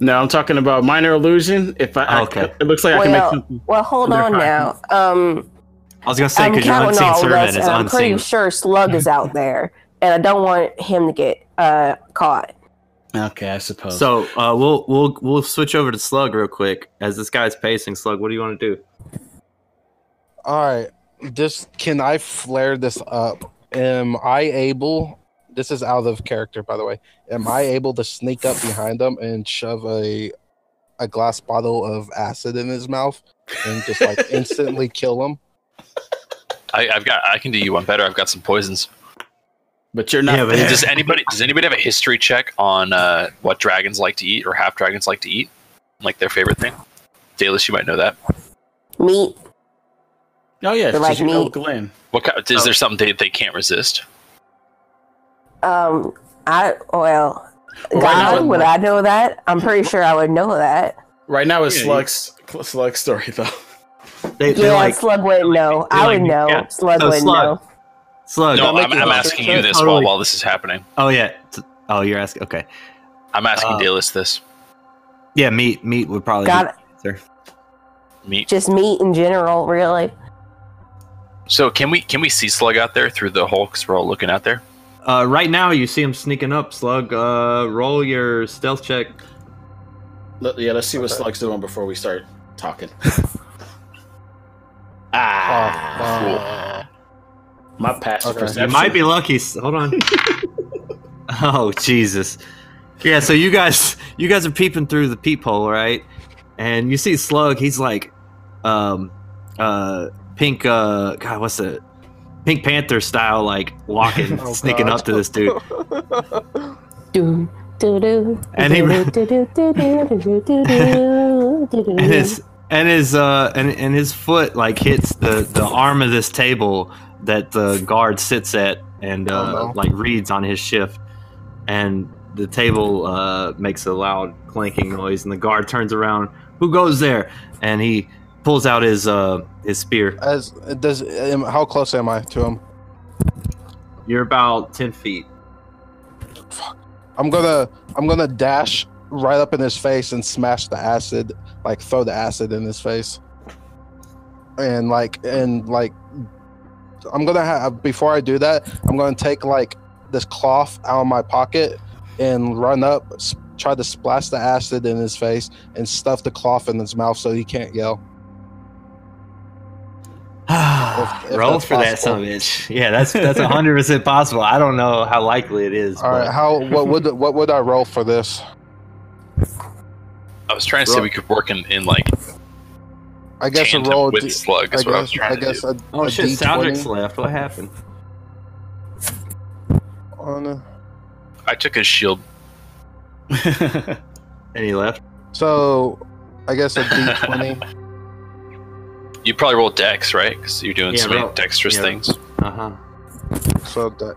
Speaker 9: No, I'm talking about minor illusion. If I, I-
Speaker 3: Okay.
Speaker 9: it looks like I can make
Speaker 2: Well-
Speaker 9: something.
Speaker 2: Well, hold
Speaker 9: They're
Speaker 2: on now. Um,
Speaker 3: I was gonna say
Speaker 2: I'm
Speaker 3: because your
Speaker 2: counting
Speaker 3: unseen
Speaker 2: all of us,
Speaker 3: servant is
Speaker 2: and I'm pretty
Speaker 3: unseen.
Speaker 2: sure Slug is out there, and I don't want him to get uh, caught.
Speaker 9: Okay, I suppose.
Speaker 3: So uh, we'll we'll we'll switch over to Slug real quick as this guy's pacing. Slug, what do you want to do?
Speaker 4: all right. This can I flare this up? Am I able? This is out of character, by the way. Am I able to sneak up behind him and shove a a glass bottle of acid in his mouth and just like instantly kill him?
Speaker 5: I, I've got. I can do you one better. I've got some poisons.
Speaker 9: but you're not.
Speaker 3: Yeah, but
Speaker 9: there.
Speaker 5: Does anybody does anybody have a history check on uh, what dragons like to eat or half dragons like to eat? Like their favorite thing? Dalis, you might know that.
Speaker 2: Meat.
Speaker 9: Oh yeah,
Speaker 2: They're
Speaker 9: it's 'cause
Speaker 2: like
Speaker 9: you know
Speaker 2: me.
Speaker 9: Glenn.
Speaker 5: What kind,
Speaker 4: Oh.
Speaker 5: is there something they, they can't resist?
Speaker 2: Um, I well,
Speaker 9: Well, right now
Speaker 2: God,
Speaker 9: it-
Speaker 2: would I know that? I'm pretty sure I would know that.
Speaker 9: Right now it's
Speaker 3: Yeah,
Speaker 9: Slug's Slug's story though.
Speaker 3: They, they
Speaker 2: Yeah,
Speaker 3: like
Speaker 2: Slug wouldn't know.
Speaker 3: they're
Speaker 2: I
Speaker 3: like-
Speaker 2: would know.
Speaker 3: yeah.
Speaker 2: Slug
Speaker 3: So
Speaker 2: wouldn't
Speaker 3: Slug-
Speaker 2: know.
Speaker 3: Slug.
Speaker 5: No,
Speaker 4: make
Speaker 5: I'm,
Speaker 4: Oh, it
Speaker 5: I'm
Speaker 4: a
Speaker 5: asking you this
Speaker 3: Totally.
Speaker 5: while while this is happening.
Speaker 3: Oh yeah. T- Oh, you're asking. Okay.
Speaker 5: I'm asking
Speaker 3: Uh,
Speaker 5: Dalis this.
Speaker 3: Yeah, meat meat would probably. be
Speaker 2: Got
Speaker 3: the answer.
Speaker 5: Meat.
Speaker 2: just meat in general, really.
Speaker 5: So can we can we see Slug out there through the hole? Because we're all looking out there.
Speaker 3: Uh, right now, you see him sneaking up. Slug, uh, roll your stealth check.
Speaker 9: Let- yeah, let's see what Slug's doing before we start talking.
Speaker 4: Ah.
Speaker 9: my passive
Speaker 4: Okay.
Speaker 9: perception.
Speaker 3: You might be lucky. S- Hold on. oh Jesus!
Speaker 1: Yeah, so you guys you guys are peeping through the peephole, right? And you see Slug, he's like um uh pink uh god, what's it? Pink Panther style like walking,
Speaker 7: Oh,
Speaker 1: sneaking
Speaker 7: God.
Speaker 1: up to this dude.
Speaker 7: Doom. Do, do,
Speaker 1: And he-
Speaker 7: do, do, do, do, do, do, do, do, do, do.
Speaker 1: and his and his uh and, and his foot like hits the the arm of this table that the guard sits at
Speaker 7: Oh,
Speaker 1: and uh like reads on his shift and the table uh makes a loud clanking noise and the guard turns around who goes there and he pulls out his uh his spear
Speaker 4: As does um, how close am I to him?
Speaker 1: you're about 10 feet
Speaker 4: I'm gonna I'm gonna dash right up in his face and smash the acid, like throw the acid in his face, and like and like I'm gonna have before I do that I'm gonna take like this cloth out of my pocket and run up, s- try to splash the acid in his face and stuff the cloth in his mouth so he can't yell. if
Speaker 1: roll
Speaker 4: that's
Speaker 1: for that son of
Speaker 4: possible.
Speaker 1: a bitch yeah that's that's 100% possible i don't know how likely it is
Speaker 4: All right,
Speaker 1: but-
Speaker 4: how what would what would I roll for this?
Speaker 5: I was trying to say
Speaker 4: Right.
Speaker 5: we could work in, in like
Speaker 4: I guess a
Speaker 5: tandem
Speaker 4: roll
Speaker 5: with
Speaker 4: d-
Speaker 5: slug. That's
Speaker 4: I
Speaker 5: what I was
Speaker 4: guess-
Speaker 5: trying
Speaker 4: I
Speaker 5: to
Speaker 4: guess
Speaker 5: do.
Speaker 4: a-
Speaker 1: oh
Speaker 4: a
Speaker 1: shit
Speaker 4: D20.
Speaker 1: Saldrick's left what happened
Speaker 4: on a- uh,
Speaker 5: I took his shield.
Speaker 1: and he left
Speaker 4: So, I guess a D20.
Speaker 5: You probably roll dex, right? Because you're doing
Speaker 1: Yeah,
Speaker 5: so many
Speaker 1: roll-
Speaker 5: dexterous
Speaker 1: yeah.
Speaker 5: things.
Speaker 1: uh-huh
Speaker 4: so that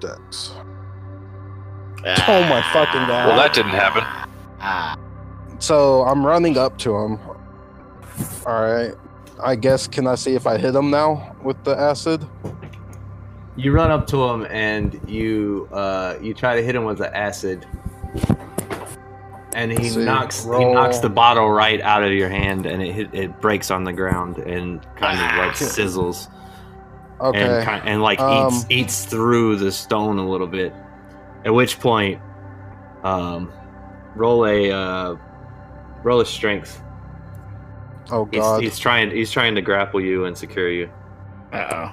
Speaker 4: Dex.
Speaker 5: Ah.
Speaker 4: Oh my fucking god!
Speaker 5: Well, that didn't happen.
Speaker 4: so I'm running up to him. All right. I guess can I see if I hit him now with the acid?
Speaker 1: You run up to him and you uh, you try to hit him with the acid, and he
Speaker 4: Let's see.
Speaker 1: knocks he
Speaker 4: Roll.
Speaker 1: knocks the bottle right out of your hand, and it hit, it breaks on the ground and kind of like sizzles
Speaker 4: Ah, Okay.
Speaker 1: and kind, and like eats
Speaker 4: Um,
Speaker 1: eats through the stone a little bit. At which point, um, roll a uh, roll a strength.
Speaker 4: oh
Speaker 1: He's,
Speaker 4: god.
Speaker 1: he's trying he's trying to grapple you and secure you.
Speaker 9: Uh oh.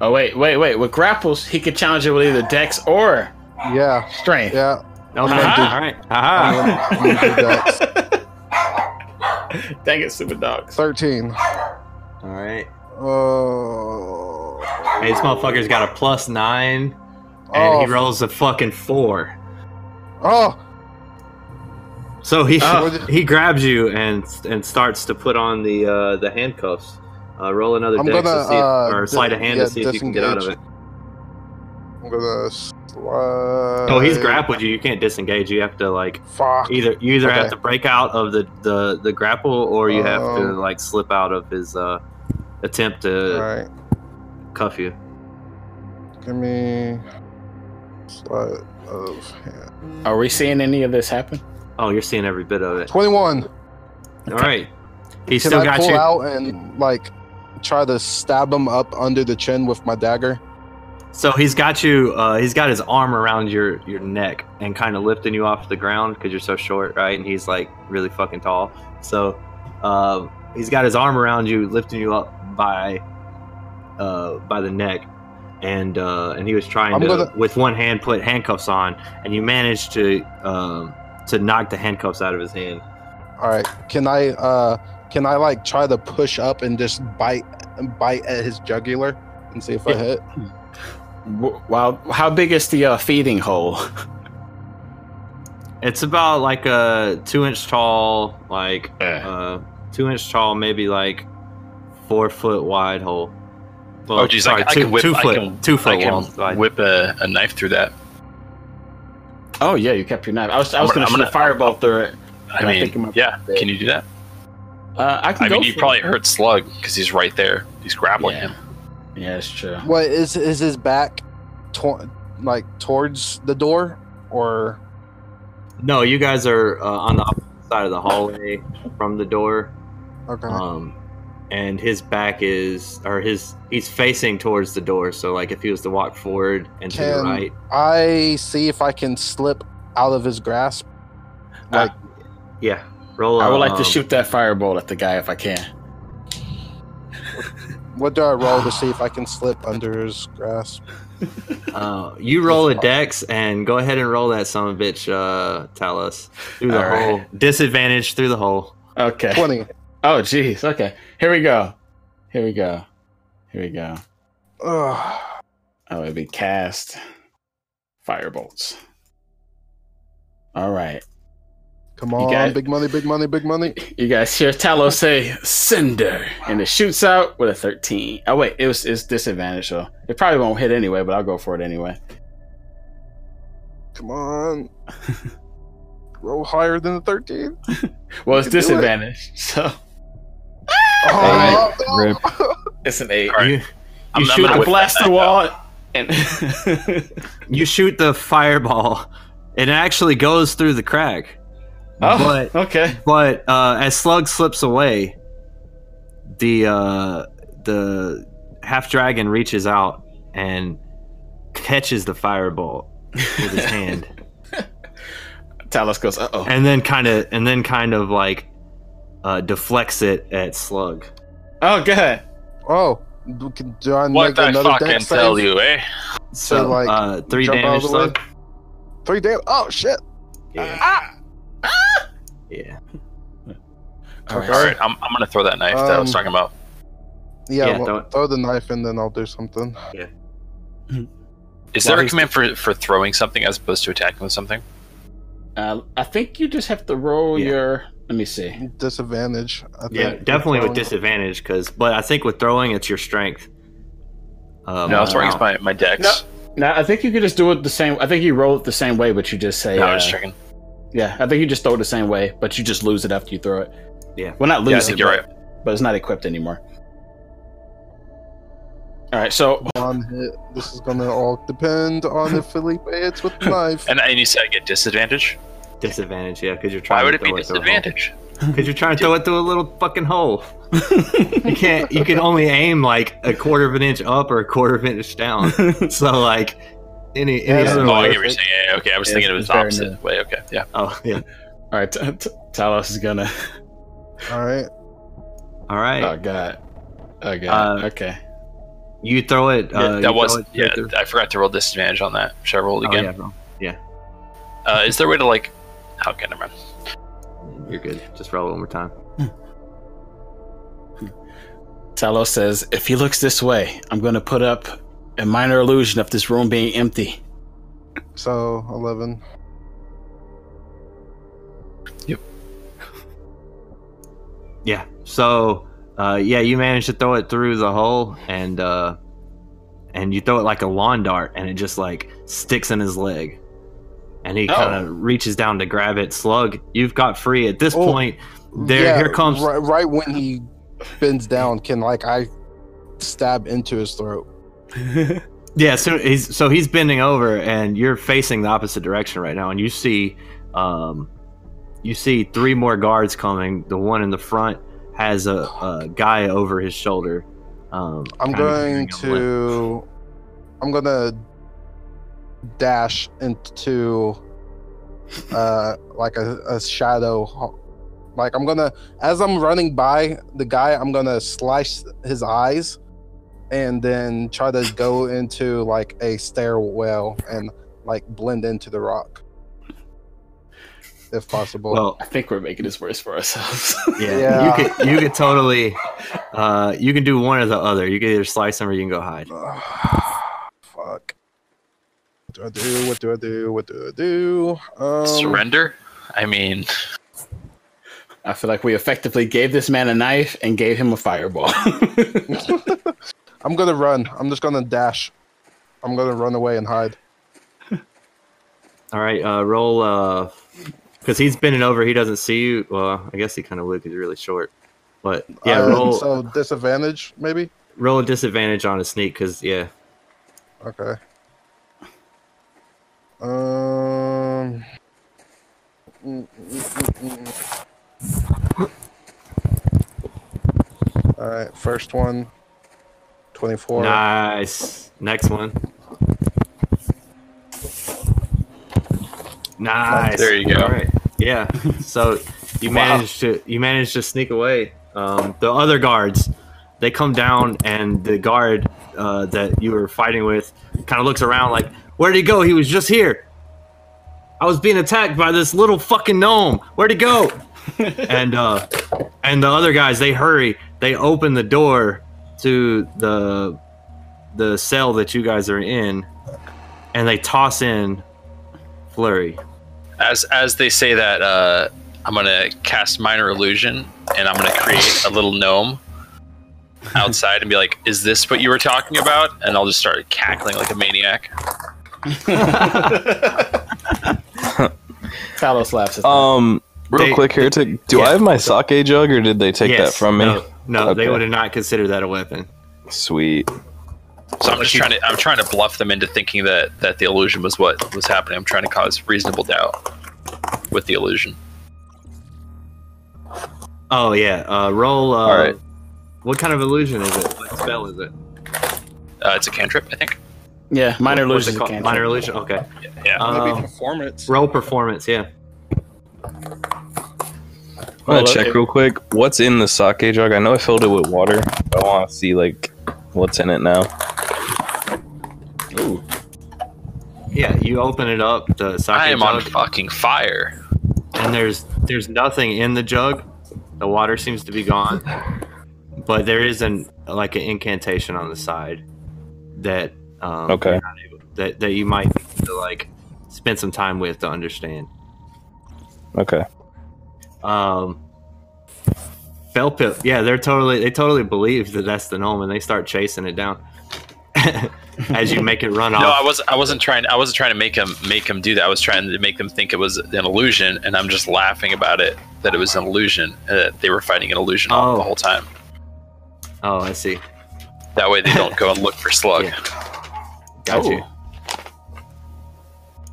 Speaker 9: Oh wait, wait, wait. With grapples, he could challenge it with either Dex or
Speaker 4: yeah.
Speaker 9: Strength.
Speaker 4: Yeah.
Speaker 1: Okay, all right,
Speaker 4: I'm
Speaker 1: haha.
Speaker 4: gonna- I'm gonna do Dex.
Speaker 9: Dang it, super dogs.
Speaker 4: Thirteen.
Speaker 1: All right.
Speaker 4: Oh.
Speaker 1: Hey, this motherfucker's got a plus nine, and
Speaker 4: Oh.
Speaker 1: he rolls a fucking four.
Speaker 4: Oh.
Speaker 1: So he
Speaker 4: Oh. What-
Speaker 1: he grabs you and and starts to put on the uh, the handcuffs. Uh, roll another
Speaker 4: I'm
Speaker 1: dex
Speaker 4: gonna,
Speaker 1: to see if,
Speaker 4: uh,
Speaker 1: or
Speaker 4: di-
Speaker 1: sleight of hand
Speaker 4: yeah,
Speaker 1: to see if you can get out of it.
Speaker 4: disengage. I'm gonna slide.
Speaker 1: Oh, he's grappled you. You can't disengage. You have to like
Speaker 4: Fuck.
Speaker 1: either you either have
Speaker 4: Okay.
Speaker 1: to break out of the the, the grapple or you have to
Speaker 4: Oh.
Speaker 1: like slip out of his uh, attempt
Speaker 4: All
Speaker 1: to
Speaker 4: right.
Speaker 1: cuff you.
Speaker 4: Give me sleight of hand.
Speaker 9: Are we seeing any of this happen?
Speaker 1: Oh, you're seeing every bit of it.
Speaker 4: Twenty-one.
Speaker 1: All right, he's
Speaker 4: Can
Speaker 1: still
Speaker 4: I
Speaker 1: got
Speaker 4: pull
Speaker 1: you.
Speaker 4: out and like try to stab him up under the chin with my dagger?
Speaker 1: So he's got you. Uh, he's got his arm around your your neck and kind of lifting you off the ground because you're so short, right? And he's like really fucking tall. So uh, he's got his arm around you, lifting you up by uh, by the neck, and uh, and he was trying
Speaker 4: I'm
Speaker 1: to
Speaker 4: gonna-
Speaker 1: with one hand put handcuffs on, and you managed to um, to knock the handcuffs out of his hand.
Speaker 4: All right. Can I uh can I like try to push up and just bite bite at his jugular and see if I
Speaker 9: Yeah.
Speaker 4: hit?
Speaker 9: W- Wow. How big is the uh, feeding hole?
Speaker 1: It's about like a two inch tall, like
Speaker 9: Eh.
Speaker 1: uh, two inch tall, maybe like four foot wide hole. Well,
Speaker 5: oh, geez, I, can- I can whip.
Speaker 1: two foot,
Speaker 5: I can,
Speaker 1: two foot
Speaker 5: I can
Speaker 1: wall wide.
Speaker 5: whip a, a knife through that.
Speaker 9: Oh yeah, you kept your knife. I was, I was
Speaker 5: I'm
Speaker 9: gonna,
Speaker 5: gonna-
Speaker 9: shoot a fireball through it.
Speaker 5: I
Speaker 9: And I think it
Speaker 5: mean,
Speaker 9: might-
Speaker 5: yeah. Can you do that?
Speaker 9: Uh, I can
Speaker 5: I
Speaker 9: go.
Speaker 5: mean, you
Speaker 9: for
Speaker 5: probably
Speaker 9: it.
Speaker 5: hurt Slug because he's right there. He's grappling
Speaker 9: Yeah.
Speaker 5: him.
Speaker 9: Yeah, it's true.
Speaker 4: What is is his back to- like towards the door or
Speaker 1: No, you guys are uh, on the opposite side of the hallway from the door,
Speaker 4: okay.
Speaker 1: um, and his back is, or his, he's facing towards the door. So, like, if he was to walk forward and to the
Speaker 4: Can-
Speaker 1: right,
Speaker 4: I see if I can slip out of his grasp. Like
Speaker 1: yeah, roll.
Speaker 9: I would like
Speaker 1: um,
Speaker 9: to shoot that fireball at the guy if I can.
Speaker 4: What do I roll to see if I can slip under his grasp?
Speaker 1: Uh, you roll a dex and go ahead and roll that son of a bitch, uh, Talos. Through the
Speaker 9: All right.
Speaker 1: hole. Disadvantage through the hole.
Speaker 9: Okay.
Speaker 4: 20.
Speaker 9: Oh, jeez. Okay. Here we go. Here we go. Here we go.
Speaker 4: Ugh.
Speaker 9: I would Oh, be cast firebolts. All right.
Speaker 4: Come
Speaker 9: You
Speaker 4: on,
Speaker 9: got it.
Speaker 4: big money, big money, big money.
Speaker 9: You guys hear Talos say "Cinder," and it shoots out with a thirteen. Oh wait, it was it's disadvantage, so it probably won't hit anyway. But I'll go for it anyway.
Speaker 4: Come on. Roll higher than the 13.
Speaker 9: Well, it's
Speaker 4: can do it.
Speaker 9: disadvantage, so
Speaker 4: Oh,
Speaker 13: Rip.
Speaker 9: it's an eight.
Speaker 5: Alright.
Speaker 9: You,
Speaker 5: I'm-
Speaker 9: you
Speaker 5: I'm
Speaker 9: shoot
Speaker 5: gonna
Speaker 9: a
Speaker 5: whip
Speaker 9: blast
Speaker 5: that
Speaker 9: the
Speaker 5: back
Speaker 9: wall, and
Speaker 1: You shoot the fireball. It actually goes through the crack.
Speaker 9: oh,
Speaker 1: But-
Speaker 9: okay.
Speaker 1: But uh, as Slug slips away, the uh, the half dragon reaches out and catches the fireball with his hand,
Speaker 9: Talos goes, "Uh oh."
Speaker 1: and then kind of and then kind of like uh, deflects it at Slug.
Speaker 9: Oh, good.
Speaker 4: oh. do- Can John
Speaker 5: What
Speaker 4: make
Speaker 5: I
Speaker 4: another
Speaker 5: fucking
Speaker 4: dex
Speaker 5: tell
Speaker 4: save?
Speaker 5: you, eh?
Speaker 1: So,
Speaker 4: like,
Speaker 1: uh, three
Speaker 4: jump out
Speaker 1: damage.
Speaker 4: of the way?
Speaker 1: Slug.
Speaker 4: Three damn. Oh, shit.
Speaker 1: Yeah. Yeah.
Speaker 9: All right.
Speaker 5: All right, I'm, I'm gonna throw that knife that I was
Speaker 4: Um,
Speaker 5: talking about.
Speaker 4: Yeah,
Speaker 1: Yeah,
Speaker 4: well,
Speaker 1: throw
Speaker 4: throw,
Speaker 1: it.
Speaker 4: the knife and then I'll do something.
Speaker 5: Is there
Speaker 9: while
Speaker 5: a
Speaker 9: he's-
Speaker 5: command for, for throwing something as opposed to attacking with something?
Speaker 9: Uh, I think you just have to roll
Speaker 1: Yeah.
Speaker 9: your. Let me see.
Speaker 4: Disadvantage. I think.
Speaker 1: Yeah, definitely with
Speaker 4: Throwing-
Speaker 1: disadvantage because, but I think with throwing, it's your strength. Um,
Speaker 5: no, I was throwing against my, my dex.
Speaker 9: No. No, I think you could just do it the same. I think you roll it the same way, but you just say.
Speaker 5: No, I
Speaker 9: uh,
Speaker 5: was just checking.
Speaker 9: Yeah, I think you just throw it the same way, but you just lose it after you throw it.
Speaker 1: Yeah.
Speaker 9: Well, not lose
Speaker 5: Yeah, I
Speaker 9: it,
Speaker 5: think you're
Speaker 9: but, but it's not equipped anymore. All right, so
Speaker 4: One hit. This is gonna all depend on if Felipe hits with the knife.
Speaker 5: And, and you said I get disadvantage?
Speaker 1: disadvantage, yeah, because you're trying.
Speaker 5: Why would
Speaker 1: to
Speaker 5: it be
Speaker 1: throw through a hole.
Speaker 5: disadvantage?
Speaker 1: Because you're trying to throw it through a little fucking hole. you can't. You can only aim like a quarter of an inch up or a quarter of an inch down. so like any any
Speaker 4: Yeah,
Speaker 5: Oh,
Speaker 1: other
Speaker 5: I
Speaker 1: way.
Speaker 5: get what you're saying. Yeah, yeah, okay, I was
Speaker 9: Yeah,
Speaker 5: thinking it
Speaker 9: it's
Speaker 5: was the
Speaker 9: very
Speaker 5: opposite
Speaker 9: new.
Speaker 5: way. Okay, yeah.
Speaker 1: Oh yeah.
Speaker 9: all right, t- t- Talos is gonna.
Speaker 4: all right.
Speaker 1: All right.
Speaker 5: Uh,
Speaker 9: Oh god. Oh god.
Speaker 1: Uh,
Speaker 9: okay.
Speaker 1: you throw it.
Speaker 5: Yeah,
Speaker 1: Uh, you throw
Speaker 5: that was
Speaker 1: it
Speaker 5: yeah.
Speaker 1: through-
Speaker 5: I forgot to roll disadvantage on that. Should I roll it
Speaker 1: Oh,
Speaker 5: again?
Speaker 1: yeah, bro.
Speaker 5: Uh, is there a way to like? Okay, never mind.
Speaker 1: You're good. Just roll it one more time.
Speaker 9: Talos says, "If he looks this way, I'm gonna put up a minor illusion of this room being empty."
Speaker 4: So, 11.
Speaker 1: Yeah. So, uh, yeah, you manage to throw it through the hole, and uh, and you throw it like a lawn dart, and it just like sticks in his leg, and he
Speaker 9: Oh.
Speaker 1: kind of reaches down to grab it. Slug, you've got free at this
Speaker 4: Oh,
Speaker 1: point. There,
Speaker 4: Yeah,
Speaker 1: here comes.
Speaker 4: Right, right when he bends down, can, like, I stab into his throat?
Speaker 1: Yeah, so he's so he's bending over, and you're facing the opposite direction right now, and you see, um, you see three more guards coming. The one in the front has a, a guy over his shoulder. Um,
Speaker 4: I'm
Speaker 1: kinda
Speaker 4: going
Speaker 1: carrying a limp.
Speaker 4: to. I'm gonna dash into uh like a, a shadow ho- like i'm gonna as i'm running by the guy i'm gonna slice his eyes and then try to go into like a stairwell and like blend into the rock if possible
Speaker 1: Well,
Speaker 9: I think we're making this worse for ourselves.
Speaker 1: Yeah,
Speaker 4: Yeah.
Speaker 1: you could you could totally uh, you can do one or the other. You can either slice him or you can go hide.
Speaker 4: fuck what do i do what do i do what do i do um,
Speaker 5: Surrender. I mean,
Speaker 9: I feel like we effectively gave this man a knife and gave him a fireball.
Speaker 4: I'm gonna run. I'm just gonna dash. I'm gonna run away and hide.
Speaker 1: All right, uh, roll because he's bending over. He doesn't see you. Well, I guess he kind of would because you're really short. But yeah,
Speaker 4: Uh,
Speaker 1: roll
Speaker 4: So disadvantage, maybe.
Speaker 1: roll a disadvantage on a sneak because yeah,
Speaker 4: Okay. Um. mm, mm, mm, mm. All right, first one. 24.
Speaker 1: nice. Next one. Nice.
Speaker 5: There you go.
Speaker 1: All right. Yeah. So you managed to you managed to sneak away. Um, the other guards, they come down and the guard uh, that you were fighting with kind of looks around like, "Where'd he go? He was just here. I was being attacked by this little fucking gnome. Where'd he go?" and uh, and the other guys they hurry. They open the door to the the cell that you guys are in, and they toss in Flurry.
Speaker 5: As as they say that, uh, I'm gonna cast minor illusion, and I'm gonna create a little gnome outside and be like, "Is this what you were talking about?" And I'll just start cackling like a maniac.
Speaker 9: Talos laughs. At
Speaker 3: Um, real
Speaker 1: They-
Speaker 3: quick here, to, do I have my sake jug or did they take that
Speaker 1: Yes,
Speaker 3: from me?
Speaker 1: No, no they
Speaker 3: Okay.
Speaker 1: would have not considered that a weapon.
Speaker 3: Sweet.
Speaker 5: So I'm just trying to I'm trying to bluff them into thinking that that the illusion was what was happening. I'm trying to cause reasonable doubt with the illusion.
Speaker 1: Oh yeah, uh, roll. Uh,
Speaker 5: All right.
Speaker 1: What kind of illusion is it? What spell is it?
Speaker 5: Uh, it's a cantrip, I think.
Speaker 9: Yeah, minor
Speaker 1: What's
Speaker 9: illusion.
Speaker 1: it called? Minor illusion. Okay.
Speaker 5: Yeah.
Speaker 1: Um,
Speaker 4: performance.
Speaker 1: roll performance. Yeah.
Speaker 3: I'm gonna
Speaker 9: Well,
Speaker 3: check
Speaker 9: it-
Speaker 3: real quick. What's in the sake jug? I know I filled it with water. I want to see like what's in it now.
Speaker 9: Ooh,
Speaker 1: Yeah. You open it up. The sake
Speaker 5: I am on
Speaker 1: jug,
Speaker 5: fucking fire.
Speaker 1: and there's there's nothing in the jug. The water seems to be gone, but there is an like an incantation on the side that um,
Speaker 3: Okay.
Speaker 1: you're not able- that that you might need to like spend some time with to understand.
Speaker 3: Okay.
Speaker 1: um Felpip, yeah, they're totally they totally believe that that's the gnome, and they start chasing it down as you make it run off.
Speaker 5: No, I wasn't. I wasn't trying. I wasn't trying to make him make him do that. I was trying to make them think it was an illusion, and I'm just laughing about it that it was an illusion. and That they were fighting an illusion all
Speaker 1: Oh.
Speaker 5: the whole time.
Speaker 1: oh, I see.
Speaker 5: That way they don't go and look for slug.
Speaker 1: Yeah. Got you.
Speaker 9: Ooh.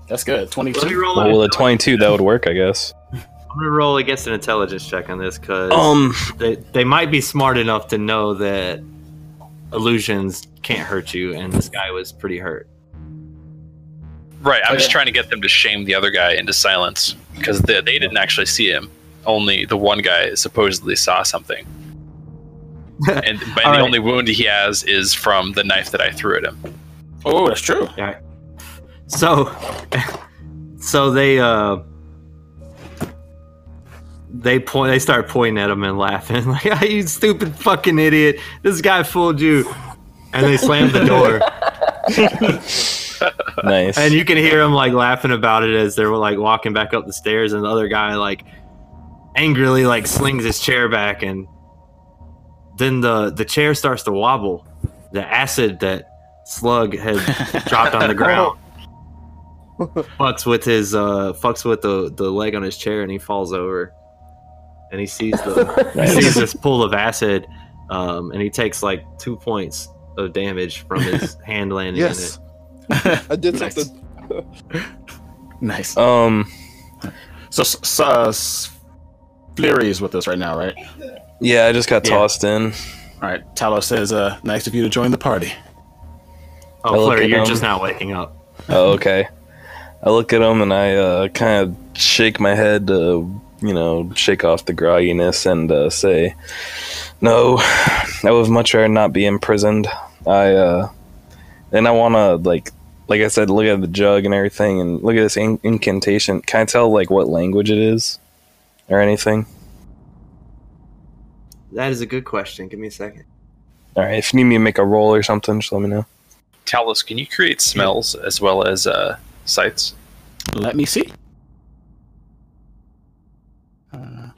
Speaker 9: that's good.
Speaker 1: Let me
Speaker 9: Twenty-two.
Speaker 1: roll.
Speaker 3: Well,
Speaker 1: an
Speaker 3: with a
Speaker 1: intelli-
Speaker 3: 22, that would work, I guess.
Speaker 1: I'm gonna roll against an intelligence check on this because
Speaker 3: Um,
Speaker 1: they they might be smart enough to know that illusions can't hurt you, and this guy was pretty hurt.
Speaker 5: Right. I'm just
Speaker 9: Okay.
Speaker 5: trying to get them to shame the other guy into silence because they, they didn't actually see him. Only the one guy supposedly saw something. And, and the
Speaker 1: All right.
Speaker 5: only wound he has is from the knife that I threw at him.
Speaker 9: Oh, that's true.
Speaker 1: So, so they uh, they point. They start pointing at him and laughing, like, "Ah, "You stupid fucking idiot! This guy fooled you." And they slam the door,
Speaker 3: nice.
Speaker 1: and you can hear him like laughing about it as they're like walking back up the stairs, and the other guy like angrily like slings his chair back, and then the the chair starts to wobble. The acid that Slug had dropped on the ground. fucks with his uh fucks with the the leg on his chair and he falls over and he sees the he sees this pool of acid um and he takes like two points of damage from his hand landing
Speaker 4: Yes. I did something.
Speaker 9: Nice.
Speaker 3: um,
Speaker 9: So, s- s- uh, s- Fleury is with us right now, right?
Speaker 3: yeah, I just got
Speaker 1: Yeah.
Speaker 3: tossed in.
Speaker 9: All right. Talos says, uh, "Nice of you to join the party."
Speaker 1: in it. Oh
Speaker 3: I look
Speaker 1: Flurry,
Speaker 3: at
Speaker 1: you're
Speaker 3: him.
Speaker 1: just not waking up.
Speaker 3: Oh, okay. I look at him and I uh, kind of shake my head to, you know, shake off the grogginess and uh, say, "No, I would much rather not be imprisoned." I uh, and I want to like, like I said, look at the jug and everything, and look at this in- incantation. Can I tell like what language it is, or anything?
Speaker 1: That is a good question. Give me a second.
Speaker 3: All right, if you need me to make a roll or something, just let me know.
Speaker 5: Talos, can you create smells as well as uh, sights?
Speaker 9: Let me see. Uh,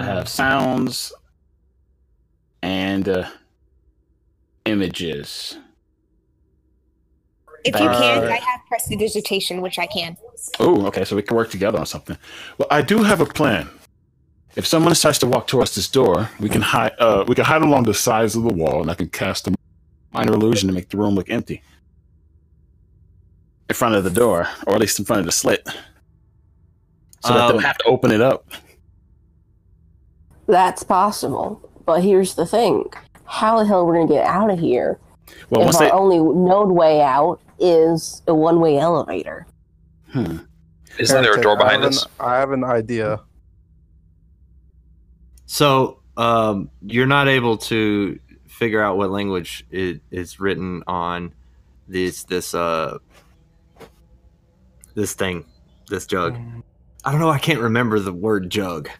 Speaker 9: I have sounds and uh, images.
Speaker 7: If you can,
Speaker 9: Uh,
Speaker 7: I have prestidigitation, which I can.
Speaker 9: Oh, okay. So we can work together on something. Well, I do have a plan. If someone starts to walk towards this door, we can hide. Uh, we can hide along the sides of the wall, and I can cast a minor illusion to make the room look empty in front of the door, or at least in front of the slit, so that
Speaker 1: Um,
Speaker 9: they'll have to open it up.
Speaker 2: That's possible. But here's the thing how the hell we're going to get out of here
Speaker 9: Well,
Speaker 2: if
Speaker 9: once
Speaker 2: our
Speaker 9: they,
Speaker 2: only known way out is a one way elevator?
Speaker 9: hmm.
Speaker 5: Isn't there a
Speaker 4: Heretic,
Speaker 5: door
Speaker 4: I
Speaker 5: behind
Speaker 4: have
Speaker 5: us?
Speaker 4: An, I have an idea.
Speaker 1: So um you're not able to
Speaker 3: figure out what language it is written on this this uh this thing, this jug. I don't know. I can't remember the word jug.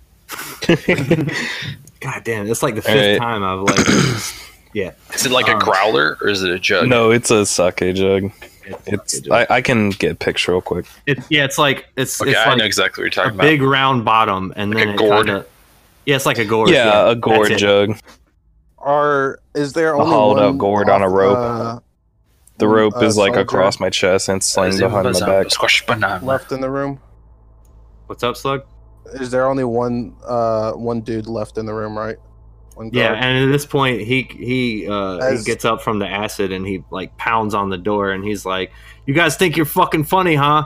Speaker 3: God damn! It's like the fifth
Speaker 12: Alright.
Speaker 3: time I've like, yeah.
Speaker 5: Is it like a
Speaker 3: Um,
Speaker 5: growler or is it a jug?
Speaker 12: No, it's a sake jug. It's I, I can get a picture real quick.
Speaker 3: It, yeah, it's like it's.
Speaker 5: Okay,
Speaker 3: it's
Speaker 5: I
Speaker 3: like
Speaker 5: know exactly what you're talking
Speaker 3: a
Speaker 5: about.
Speaker 3: Big round bottom and
Speaker 5: Like
Speaker 3: then
Speaker 5: a
Speaker 3: it
Speaker 5: gourd.
Speaker 3: kinda- yeah, it's like a gourd.
Speaker 12: yeah, a gourd
Speaker 3: that's it.
Speaker 12: jug.
Speaker 4: Are is there
Speaker 12: A
Speaker 4: only
Speaker 12: hollowed out
Speaker 4: one
Speaker 12: gourd on a
Speaker 4: off-
Speaker 12: rope.
Speaker 4: uh,
Speaker 12: The rope
Speaker 4: uh,
Speaker 12: is like
Speaker 4: soldier?
Speaker 12: across my chest and it's slung behind my back.
Speaker 4: left in the room?
Speaker 3: What's up, Slug?
Speaker 4: Is there only one uh one dude left in the room, right? One
Speaker 3: Yeah,
Speaker 4: guard.
Speaker 3: and at this point, he he uh,
Speaker 4: As-
Speaker 3: he gets up from the acid and he like pounds on the door and he's like, "You guys think you're fucking funny, huh?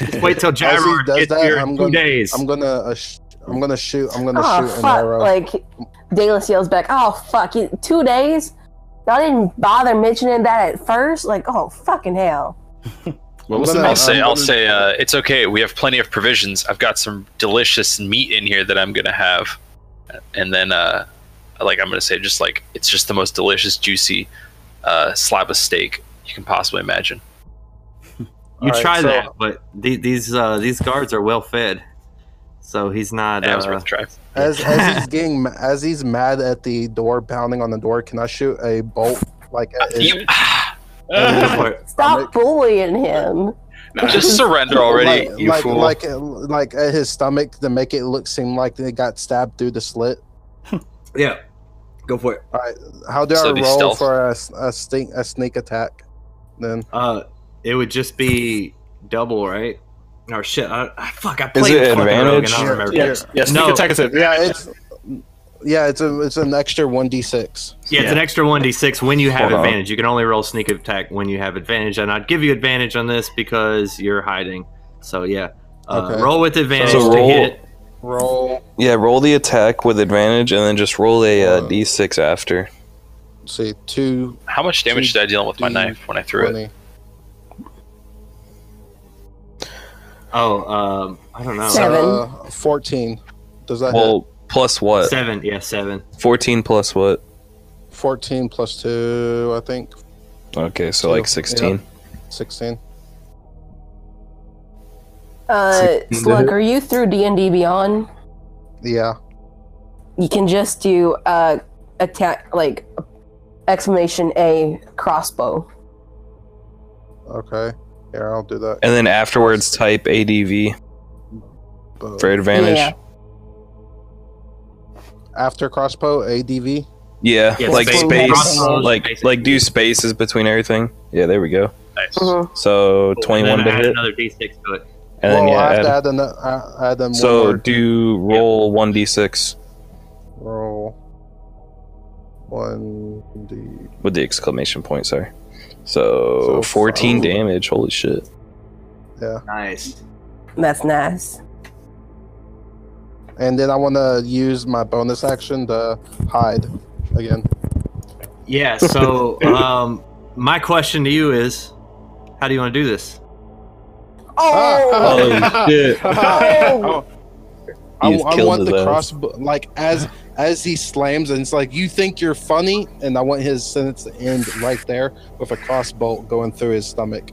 Speaker 3: Just wait till
Speaker 4: As he
Speaker 3: Jaguar
Speaker 4: does
Speaker 3: gets
Speaker 4: that,
Speaker 3: here in
Speaker 4: I'm
Speaker 3: two
Speaker 4: gonna,
Speaker 3: days."
Speaker 4: I'm gonna uh, sh- I'm gonna shoot I'm gonna
Speaker 2: Oh
Speaker 4: shoot an
Speaker 2: fuck!
Speaker 4: arrow.
Speaker 2: Like Dalis yells back, "Oh fuck! You, two days? Y'all didn't bother mentioning that at first? Like, oh fucking hell!"
Speaker 8: What
Speaker 4: was the
Speaker 5: I'll
Speaker 4: next-
Speaker 5: say,
Speaker 4: I'm
Speaker 5: I'll
Speaker 4: gonna-
Speaker 5: say, uh, it's okay. We have plenty of provisions. I've got some delicious meat in here that I'm gonna have, and then, uh, like I'm gonna say, just like it's just the most delicious, juicy uh, slab of steak you can possibly imagine.
Speaker 3: you
Speaker 4: Alright,
Speaker 3: try
Speaker 4: so-
Speaker 3: that, but the, these uh, these guards are well fed, so he's not.
Speaker 5: That
Speaker 3: uh,
Speaker 5: was worth a try.
Speaker 4: As as he's getting ma- as he's mad at the door pounding on the door, can I shoot a bolt like at his
Speaker 5: You
Speaker 3: go for it.
Speaker 2: Stop bullying him.
Speaker 5: just surrender already,
Speaker 4: like
Speaker 5: you
Speaker 4: like,
Speaker 5: fool.
Speaker 4: like like at his stomach to make it look seem like they got stabbed through the slit?
Speaker 3: Yeah, go for it.
Speaker 4: All right, how do
Speaker 5: So
Speaker 4: I
Speaker 5: be
Speaker 4: roll
Speaker 5: stealth.
Speaker 4: for a, s- a sneak a sneak attack? Then
Speaker 3: Uh, it would just be double, right? Or shit, I, I fuck. I
Speaker 12: Is
Speaker 3: played
Speaker 12: it
Speaker 3: fucking Rogue
Speaker 12: advantage?
Speaker 3: and I don't remember.
Speaker 4: Yeah.
Speaker 8: Yes, sneak
Speaker 3: No.
Speaker 8: attack is it.
Speaker 4: yeah, it's yeah, it's a, it's an extra one d six.
Speaker 3: Yeah, it's an extra one d six when you have
Speaker 12: Hold on.
Speaker 3: advantage. You can only roll sneak attack when you have advantage, and I'd give you advantage on this because you're hiding. So yeah, uh,
Speaker 4: Okay.
Speaker 3: roll with advantage
Speaker 12: So
Speaker 3: to
Speaker 12: roll-
Speaker 3: hit.
Speaker 4: Oh, Roll.
Speaker 12: Yeah, roll the attack with advantage and then just roll a uh, d6 after.
Speaker 4: let's see two
Speaker 5: How much damage did I deal with my knife when I threw it?
Speaker 4: twenty.
Speaker 3: Oh, um, I don't know.
Speaker 2: Seven.
Speaker 4: Uh, Fourteen. Does that hit?
Speaker 12: Well, plus what?
Speaker 3: Seven, yeah, seven.
Speaker 12: 14 plus what?
Speaker 4: Fourteen plus two, I think.
Speaker 12: Okay, so
Speaker 4: Two.
Speaker 12: like 16.
Speaker 4: Sixteen.
Speaker 2: Uh,
Speaker 12: Sixteen to
Speaker 2: Slug,
Speaker 12: hit.
Speaker 2: are you through D and D Beyond?
Speaker 4: Yeah.
Speaker 2: You can just do uh attack like exclamation A crossbow.
Speaker 4: Okay. Here, I'll do that.
Speaker 12: And then afterwards type ADV
Speaker 4: Boom.
Speaker 12: for advantage.
Speaker 2: Yeah.
Speaker 12: Yeah,
Speaker 4: After crossbow, ADV.
Speaker 3: Yeah,
Speaker 12: like
Speaker 3: space-
Speaker 12: space,
Speaker 3: crossbows,
Speaker 12: like
Speaker 3: space.
Speaker 12: like do spaces between everything. Yeah, there we go.
Speaker 5: Nice.
Speaker 2: Mhm.
Speaker 12: So
Speaker 3: Cool.
Speaker 12: 21
Speaker 3: And
Speaker 12: to
Speaker 3: then add
Speaker 12: hit.
Speaker 3: another d six to it.
Speaker 12: And then
Speaker 4: well,
Speaker 12: yeah,
Speaker 4: I have
Speaker 12: add-
Speaker 4: to add an uh, add them.
Speaker 12: so
Speaker 4: one
Speaker 12: do roll 1d6
Speaker 4: more roll. One D.
Speaker 12: with the exclamation point, sorry. So,
Speaker 4: So
Speaker 12: 14
Speaker 4: five.
Speaker 12: damage. Holy shit.
Speaker 4: Yeah.
Speaker 3: Nice.
Speaker 2: That's nice.
Speaker 4: And then I want to use my bonus action to hide again.
Speaker 3: Yeah. So, um, my question to you is, how do you want to do this?
Speaker 4: Ah!
Speaker 2: Oh,
Speaker 12: Oh shit.
Speaker 2: Oh.
Speaker 4: I,
Speaker 12: He's
Speaker 4: I
Speaker 12: killed
Speaker 4: want
Speaker 12: his
Speaker 4: the
Speaker 12: ass.
Speaker 4: crossbow, like as as he slams, and it's like you think you're funny, and I want his sentence to end right there with a crossbow going through his stomach,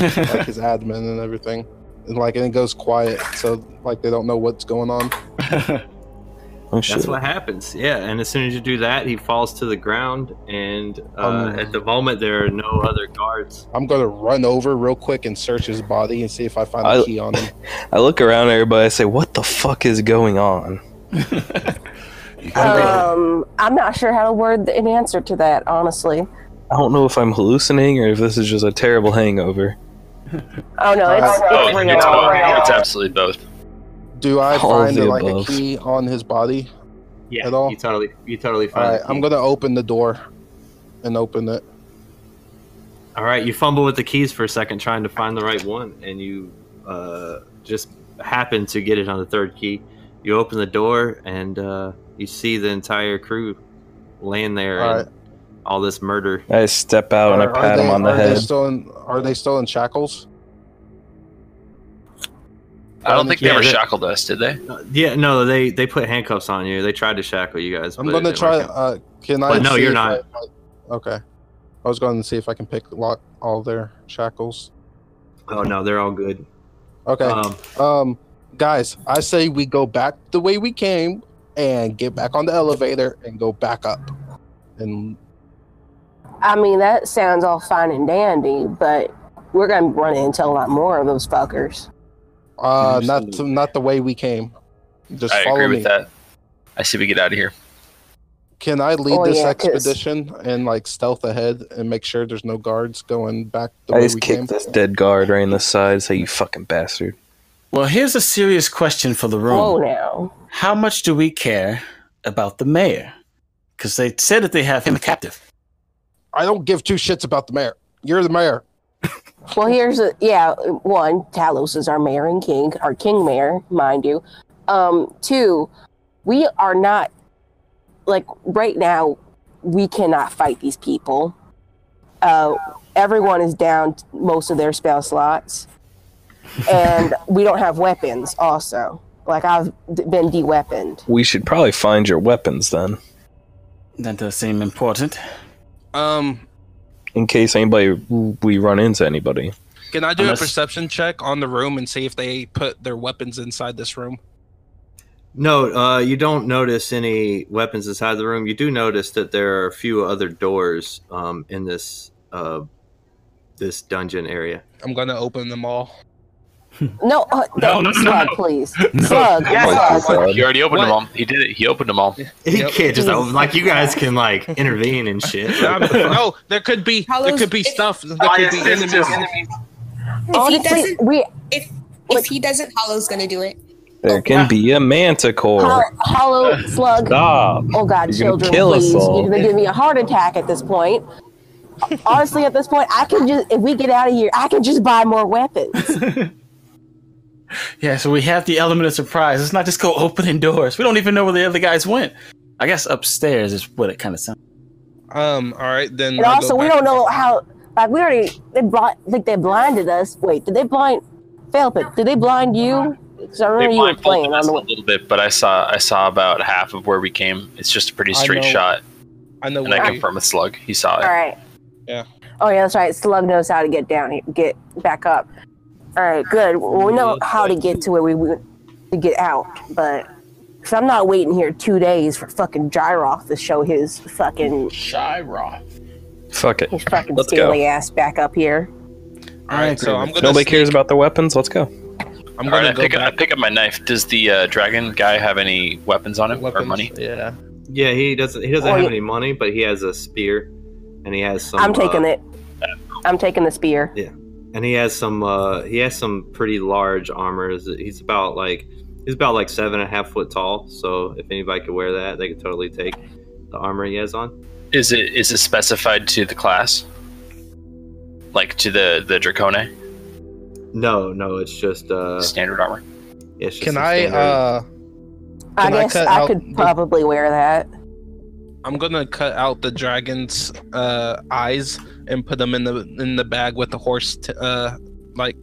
Speaker 4: like his abdomen and everything, and like and it goes quiet, so like they don't know what's going on.
Speaker 12: Oh shit.
Speaker 3: That's what happens. Yeah, and as soon as you do that, he falls to the ground, and uh,
Speaker 4: Um,
Speaker 3: at the moment there are no other guards.
Speaker 4: I'm gonna run over real quick and search his body and see if I find a
Speaker 12: I-
Speaker 4: key on him.
Speaker 12: I look around at everybody I say, What the fuck is going on?
Speaker 2: um, I'm not sure how to word an answer to that, honestly.
Speaker 12: I don't know if I'm hallucinating or if this is just a terrible hangover.
Speaker 2: Oh no, it's, it's
Speaker 5: Both. It's,
Speaker 2: real.
Speaker 5: both. It's absolutely both.
Speaker 4: Do I
Speaker 12: All of
Speaker 4: find
Speaker 12: the
Speaker 4: like
Speaker 12: above.
Speaker 4: a key on his body?
Speaker 3: Yeah,
Speaker 4: At all?
Speaker 3: you totally, you totally fine.
Speaker 4: All right, I'm gonna open the door and open it.
Speaker 3: All right, you fumble with the keys for a second trying to find the right one, and you uh, just happen to get it on the third key. You open the door, and uh, you see the entire crew laying there
Speaker 4: All
Speaker 3: and all this murder.
Speaker 12: I step out Oh, and I pat
Speaker 4: they,
Speaker 12: him on the
Speaker 4: are They
Speaker 12: head.
Speaker 4: still in, are they still in shackles?
Speaker 5: I don't think they
Speaker 3: Yeah,
Speaker 5: ever
Speaker 3: that-
Speaker 5: shackled us, did they?
Speaker 3: Yeah, no, they they put handcuffs on you. They tried to shackle you guys.
Speaker 4: I'm
Speaker 3: but it
Speaker 4: gonna
Speaker 3: didn't
Speaker 4: try.
Speaker 3: work out.
Speaker 4: Uh, can I?
Speaker 3: But no,
Speaker 4: see
Speaker 3: you're
Speaker 4: if
Speaker 3: not.
Speaker 4: I- okay. I was going to see if I can pick lock all their shackles.
Speaker 3: Oh no, they're all good.
Speaker 4: Okay.
Speaker 3: Um,
Speaker 4: Um, guys, I say we go back the way we came and get back on the elevator and go back up. And
Speaker 2: I mean, that sounds all fine and dandy, but we're gonna run into a lot more of those fuckers.
Speaker 4: uh, not not the way we came. Just
Speaker 5: I
Speaker 4: follow
Speaker 5: agree
Speaker 4: me.
Speaker 5: with that. I say we get out of here.
Speaker 4: Can I lead
Speaker 2: Oh,
Speaker 4: this
Speaker 2: yeah, 'cause-
Speaker 4: expedition and like stealth ahead and make sure there's no guards going back the
Speaker 12: I
Speaker 4: way
Speaker 12: just
Speaker 4: we
Speaker 12: kicked
Speaker 4: came?
Speaker 12: this dead guard right in the side. Say you fucking bastard.
Speaker 9: Well, here's a serious question for the room.
Speaker 2: Oh, no.
Speaker 9: How much do we care about the mayor? Because they said that they have him captive.
Speaker 4: I don't give two shits about the mayor. You're the mayor.
Speaker 2: Well, here's a yeah. One, Talos is our mayor and king, our king mayor, mind you. Um, two, we are not like right now. We cannot fight these people. Uh, everyone is down t- most of their spell slots, and we don't have weapons. Also, like I've d- been de-weaponed.
Speaker 12: We should probably find your weapons then,
Speaker 9: That does seem important.
Speaker 4: Um,
Speaker 12: in case anybody we run into anybody.
Speaker 4: can I do
Speaker 12: Unless-
Speaker 4: a perception check on the room and see if they put their weapons inside this room?
Speaker 3: No, uh, you don't notice any weapons inside the room. You do notice that there are a few other doors um, in this uh, this dungeon area.
Speaker 4: I'm gonna open them all.
Speaker 2: No, uh,
Speaker 3: No, no, no,
Speaker 2: slug,
Speaker 3: no.
Speaker 2: please,
Speaker 3: No.
Speaker 2: slug.
Speaker 3: Yes.
Speaker 2: slug.
Speaker 5: He already opened
Speaker 3: What?
Speaker 5: them all. He did it. He opened them all.
Speaker 3: He can't just open, like you guys can like intervene and shit.
Speaker 4: no, there could be there could be stuff. There could be enemies.
Speaker 7: If
Speaker 2: Honestly,
Speaker 7: he doesn't,
Speaker 2: we
Speaker 7: if if he doesn't, Hollow's gonna do it.
Speaker 12: There can be a manticore.
Speaker 2: Hol- Hollow slug.
Speaker 12: Stop.
Speaker 2: Oh God,
Speaker 12: You're gonna
Speaker 2: children,
Speaker 12: kill us
Speaker 2: please!
Speaker 12: all.
Speaker 2: You're gonna give me a heart attack at this point. Honestly, at this point, I can just—if we get out of here, I can just buy more weapons.
Speaker 9: Yeah, so we have the element of surprise. Let's not just go opening doors. We don't even know where the other guys went. I guess upstairs is what it kind of sounds.
Speaker 4: Um. All right, then.
Speaker 2: And
Speaker 4: I'll
Speaker 2: also,
Speaker 4: go
Speaker 2: we
Speaker 4: back-
Speaker 2: don't know how. Like, we already—they blind. Like, they blinded us. Wait, did they blind? Felpin, did they blind you? Because I remember you were playing.
Speaker 5: us a little bit, but I saw I saw about half of where we came. It's just a pretty
Speaker 2: I
Speaker 5: straight
Speaker 2: know-
Speaker 5: shot.
Speaker 4: I know.
Speaker 5: And
Speaker 2: where
Speaker 5: I
Speaker 2: we-
Speaker 5: confirm with Slug. He saw
Speaker 2: All
Speaker 5: it.
Speaker 2: right.
Speaker 4: Yeah.
Speaker 2: Oh yeah, that's right. Slug knows how to get down here, get back up. All right, good. Well, we know how to get to where we want to get out, but because I'm not waiting here two days for fucking Gyroth to show his fucking
Speaker 9: Gyroth,
Speaker 12: Fuck it.
Speaker 2: his fucking
Speaker 12: Let's
Speaker 2: scaly
Speaker 12: go.
Speaker 2: ass back up here.
Speaker 4: All right, so I'm gonna.
Speaker 12: Nobody cares about their weapons. Let's go.
Speaker 4: I'm
Speaker 5: All right, I pick, up, I pick up my knife. Does the uh, dragon guy have any weapons on him or money?
Speaker 4: Yeah.
Speaker 3: Yeah, he doesn't. He doesn't
Speaker 2: Oh,
Speaker 3: have
Speaker 2: yeah.
Speaker 3: any money, but he has a spear, and he has some.
Speaker 2: I'm taking
Speaker 3: uh,
Speaker 2: it. I'm taking the spear.
Speaker 3: Yeah, and he has some. Uh, he has some pretty large armors. He's about like he's about like seven and a half foot tall. So if anybody could wear that, they could totally take the armor he has on.
Speaker 5: Is it is it specified to the class? Like to the the dracone
Speaker 3: No, no, it's just uh,
Speaker 5: standard armor.
Speaker 3: It's just
Speaker 4: Can
Speaker 3: a
Speaker 4: I?
Speaker 3: standard-
Speaker 4: Uh,
Speaker 2: I
Speaker 4: Can I
Speaker 2: guess
Speaker 4: cut
Speaker 2: I,
Speaker 4: out
Speaker 2: could
Speaker 4: the-
Speaker 2: probably wear that.
Speaker 4: I'm gonna cut out the dragon's uh, eyes and put them in the in the bag with the horse, t- uh, like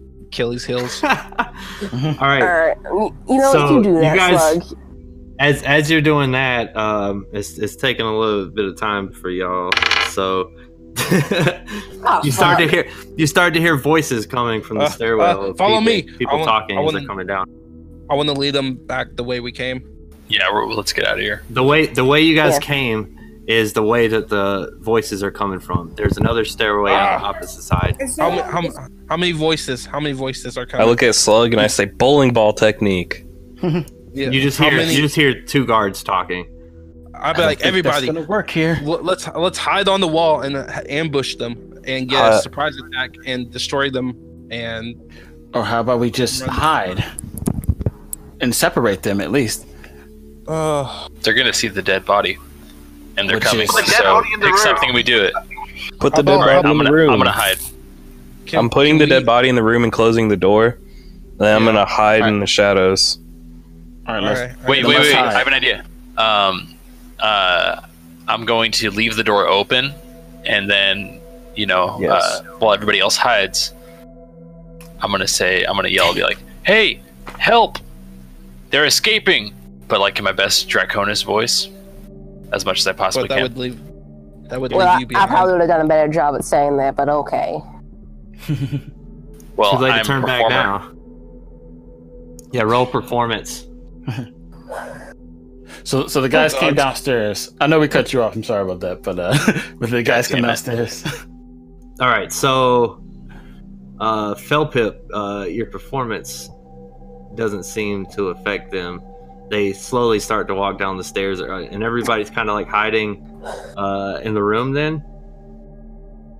Speaker 4: Achilles' heels.
Speaker 5: Mm-hmm.
Speaker 3: all right.
Speaker 2: All right. You you know, if
Speaker 3: So,
Speaker 2: you do
Speaker 3: you
Speaker 2: that,
Speaker 3: guys-
Speaker 2: Slug.
Speaker 3: as as you're doing that, um, it's it's taking a little bit of time for y'all. So
Speaker 2: Oh,
Speaker 3: you start to
Speaker 2: fuck.
Speaker 3: hear you start to hear voices coming from the
Speaker 4: Uh,
Speaker 3: stairwell.
Speaker 4: uh,
Speaker 3: of
Speaker 4: follow
Speaker 3: people,
Speaker 4: me. I
Speaker 3: People
Speaker 4: want-
Speaker 3: talking
Speaker 4: I
Speaker 3: as they're
Speaker 4: want-
Speaker 3: coming down.
Speaker 4: I want to lead them back the way we came.
Speaker 5: Yeah, we're, let's get out of here.
Speaker 3: The way the way you guys
Speaker 4: Yeah.
Speaker 3: came is the way that the voices are coming from. There's another stairway
Speaker 4: Ah.
Speaker 3: on the opposite side.
Speaker 4: How, ma- how, ma- how many voices? How many voices are coming?
Speaker 12: I look at Slug and I say bowling ball technique.
Speaker 4: Yeah,
Speaker 3: You just
Speaker 4: how
Speaker 3: hear
Speaker 4: many-
Speaker 3: you just hear two guards talking.
Speaker 4: I'd be like, everybody,
Speaker 9: gonna work here.
Speaker 4: l- let's let's hide on the wall and uh, ambush them and get
Speaker 9: Uh,
Speaker 4: a surprise attack and destroy them. And
Speaker 9: Or how about we just hide and separate them at least?
Speaker 4: uh,
Speaker 5: They're gonna see the dead body, and they're
Speaker 9: Which
Speaker 5: coming.
Speaker 9: is- Put the dead
Speaker 5: So
Speaker 9: body in the
Speaker 5: pick
Speaker 9: room.
Speaker 5: something. We do it.
Speaker 12: Put the dead
Speaker 5: All
Speaker 12: body
Speaker 5: I'm
Speaker 12: in the
Speaker 5: gonna,
Speaker 12: room.
Speaker 5: I'm gonna hide.
Speaker 12: I'm putting the dead body in the room and closing the door. Then I'm gonna hide in the shadows.
Speaker 9: All right,
Speaker 4: let's,
Speaker 5: Wait, wait, wait! I have an idea. Um, uh, I'm going to leave the door open, and then you know,
Speaker 12: Yes.
Speaker 5: uh, while everybody else hides, I'm gonna say, I'm gonna yell, be like, "Hey,
Speaker 1: Help! They're escaping! But like in my best Draconis voice, as much as I possibly
Speaker 4: But that
Speaker 1: can.
Speaker 4: would leave. That would
Speaker 2: Well,
Speaker 4: leave
Speaker 2: I, I
Speaker 4: you behind.
Speaker 2: probably would have done a better job at saying that, but okay.
Speaker 1: well,
Speaker 3: Too late to
Speaker 1: I'm
Speaker 3: turn back
Speaker 1: performer.
Speaker 3: now. Yeah, roll performance.
Speaker 9: So, so the guys
Speaker 3: Oh,
Speaker 9: came
Speaker 3: God.
Speaker 9: downstairs. I know we cut you off. I'm sorry about that, but uh, but the guys came downstairs.
Speaker 3: All right, so uh, Felpip, uh, your performance doesn't seem to affect them. They slowly start to walk down the stairs, uh, and everybody's kind of like hiding uh, in the room. Then,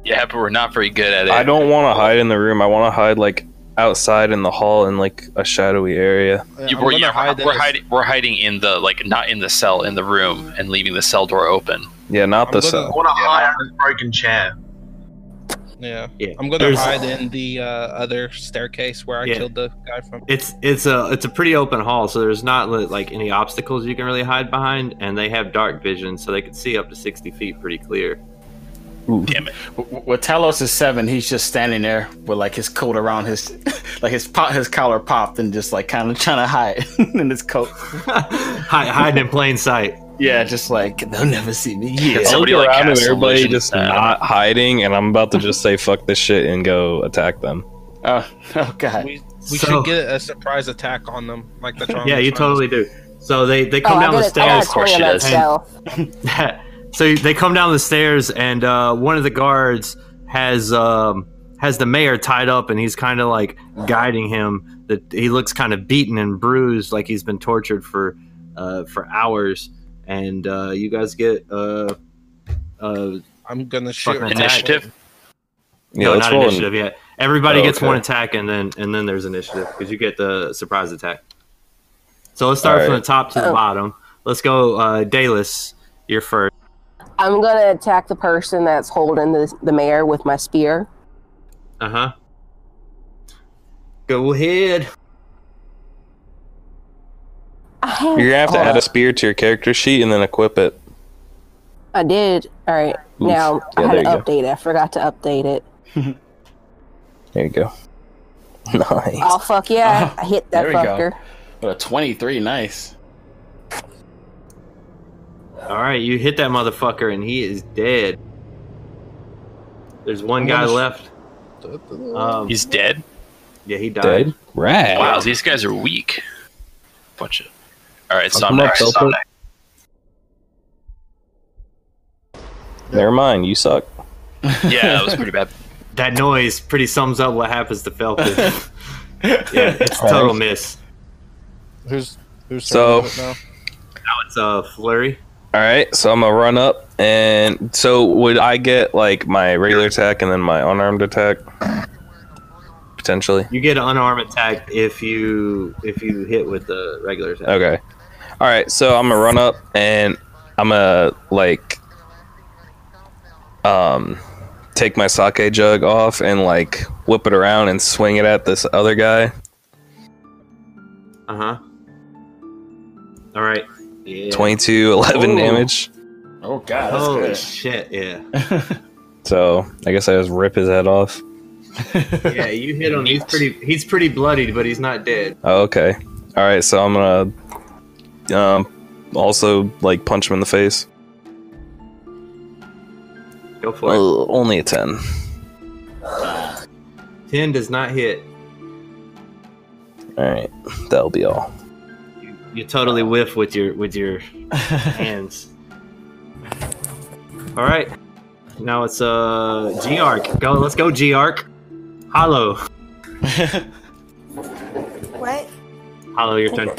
Speaker 1: Yeah, but we're not very good at it.
Speaker 5: I don't want to hide in the room. I want to hide like outside in the hall in like a shadowy area.
Speaker 1: You- we're, yeah, we're, we're hiding. We're hiding in the like not in the cell, in the room, and leaving the cell door open.
Speaker 5: Yeah, not the
Speaker 12: I
Speaker 5: cell.
Speaker 12: want to hire a broken chair.
Speaker 4: Yeah.
Speaker 3: yeah,
Speaker 4: I'm gonna
Speaker 3: there's-
Speaker 4: hide in the uh, other staircase where I
Speaker 3: Yeah.
Speaker 4: killed the guy from.
Speaker 3: It's it's a it's a pretty open hall, so there's not li- like any obstacles you can really hide behind, and they have dark vision, so they can see up to sixty feet pretty clear.
Speaker 1: Damn it!
Speaker 9: Well, Talos is seven. He's just standing there with like his coat around his, like his pop, his collar popped, and just like kind of trying to hide in his coat.
Speaker 3: Hide, hide in plain sight.
Speaker 9: Yeah, just like they'll never see me.
Speaker 5: I
Speaker 9: Yeah,
Speaker 5: look around and everybody just not hiding, and I'm about to just say fuck this shit and go attack them.
Speaker 9: Oh, oh god.
Speaker 4: We, we
Speaker 5: So-
Speaker 4: should get a surprise attack on them, like the
Speaker 3: Yeah, you
Speaker 4: Tyrannosaurus.
Speaker 3: totally do. So they they
Speaker 4: Oh,
Speaker 3: come
Speaker 4: I
Speaker 3: down the
Speaker 4: did it. I got
Speaker 3: stairs.
Speaker 4: a 20 on that
Speaker 3: And- so they come down the stairs, and uh, one of the guards has um, has the mayor tied up, and he's kind of like guiding him. That he looks kind of beaten and bruised, like he's been tortured for uh, for hours. And uh, you guys get uh, uh,
Speaker 4: I'm gonna shoot
Speaker 3: fucking
Speaker 4: him.
Speaker 3: attack.
Speaker 4: Initiative?
Speaker 5: Yeah,
Speaker 3: no,
Speaker 5: let's
Speaker 3: not
Speaker 5: roll an-
Speaker 3: initiative yet. Everybody
Speaker 5: Oh,
Speaker 3: gets
Speaker 5: okay.
Speaker 3: one attack, and then and then there's initiative because you get the surprise attack. So let's start from
Speaker 5: Alright.
Speaker 3: the top to the
Speaker 2: Oh.
Speaker 3: bottom. Let's go, uh, Dalus. You're first.
Speaker 2: I'm gonna attack the person that's holding the, the mayor with my spear.
Speaker 3: Uh huh. Go ahead.
Speaker 5: You're gonna have to add a spear to your character sheet and then equip it.
Speaker 2: I did. All right.
Speaker 5: Oof.
Speaker 2: Now
Speaker 5: Yeah,
Speaker 2: I
Speaker 5: there
Speaker 2: had
Speaker 5: you
Speaker 2: to
Speaker 5: go.
Speaker 2: update it. I forgot to update it.
Speaker 5: There you go. Nice.
Speaker 2: Oh fuck yeah! I hit that
Speaker 9: Uh-huh. there we go.
Speaker 2: fucker.
Speaker 9: But a twenty-three, nice.
Speaker 3: All right, you hit that motherfucker, and he is dead. There's one
Speaker 1: I'm
Speaker 3: guy
Speaker 1: gonna sh-
Speaker 3: left. Um,
Speaker 1: He's dead.
Speaker 3: Yeah, he died.
Speaker 5: Right.
Speaker 1: Wow, these guys are weak. Bunch of. All right,
Speaker 5: Fuck 'em up,
Speaker 1: Somnic.
Speaker 5: Felper. Never mind, you suck.
Speaker 1: Yeah, that was pretty bad.
Speaker 3: That noise pretty sums up what happens to Falcon. yeah, it's a total miss.
Speaker 14: Who's who's
Speaker 5: So-
Speaker 14: now?
Speaker 3: Now it's uh, flurry.
Speaker 5: All right, so I'm gonna run up, and so would I get like my regular attack and then my unarmed attack potentially?
Speaker 3: You get an unarmed attack if you if you hit with the regular attack.
Speaker 5: Okay. All right, so I'm gonna run up, and I'm gonna like um take my sake jug off and like whip it around and swing it at this other guy.
Speaker 3: Uh huh. All right. Yeah.
Speaker 5: 22, 11
Speaker 3: Ooh.
Speaker 5: damage.
Speaker 9: Oh god, that's
Speaker 3: Holy
Speaker 9: good.
Speaker 3: shit! Yeah.
Speaker 5: So I guess I just rip his head off.
Speaker 3: yeah, you hit him. He's pretty. He's pretty bloodied, but he's not dead.
Speaker 5: Oh, okay. All right, so I'm gonna um also like punch him in the face.
Speaker 3: Go for it.
Speaker 5: Oh, only a ten.
Speaker 3: Ten does not hit.
Speaker 5: All right, that'll be all.
Speaker 3: You totally whiff with your with your hands. All right. Now it's uh G arc. Go. Let's go G arc. Hollow.
Speaker 7: What?
Speaker 3: Hollow. Your turn.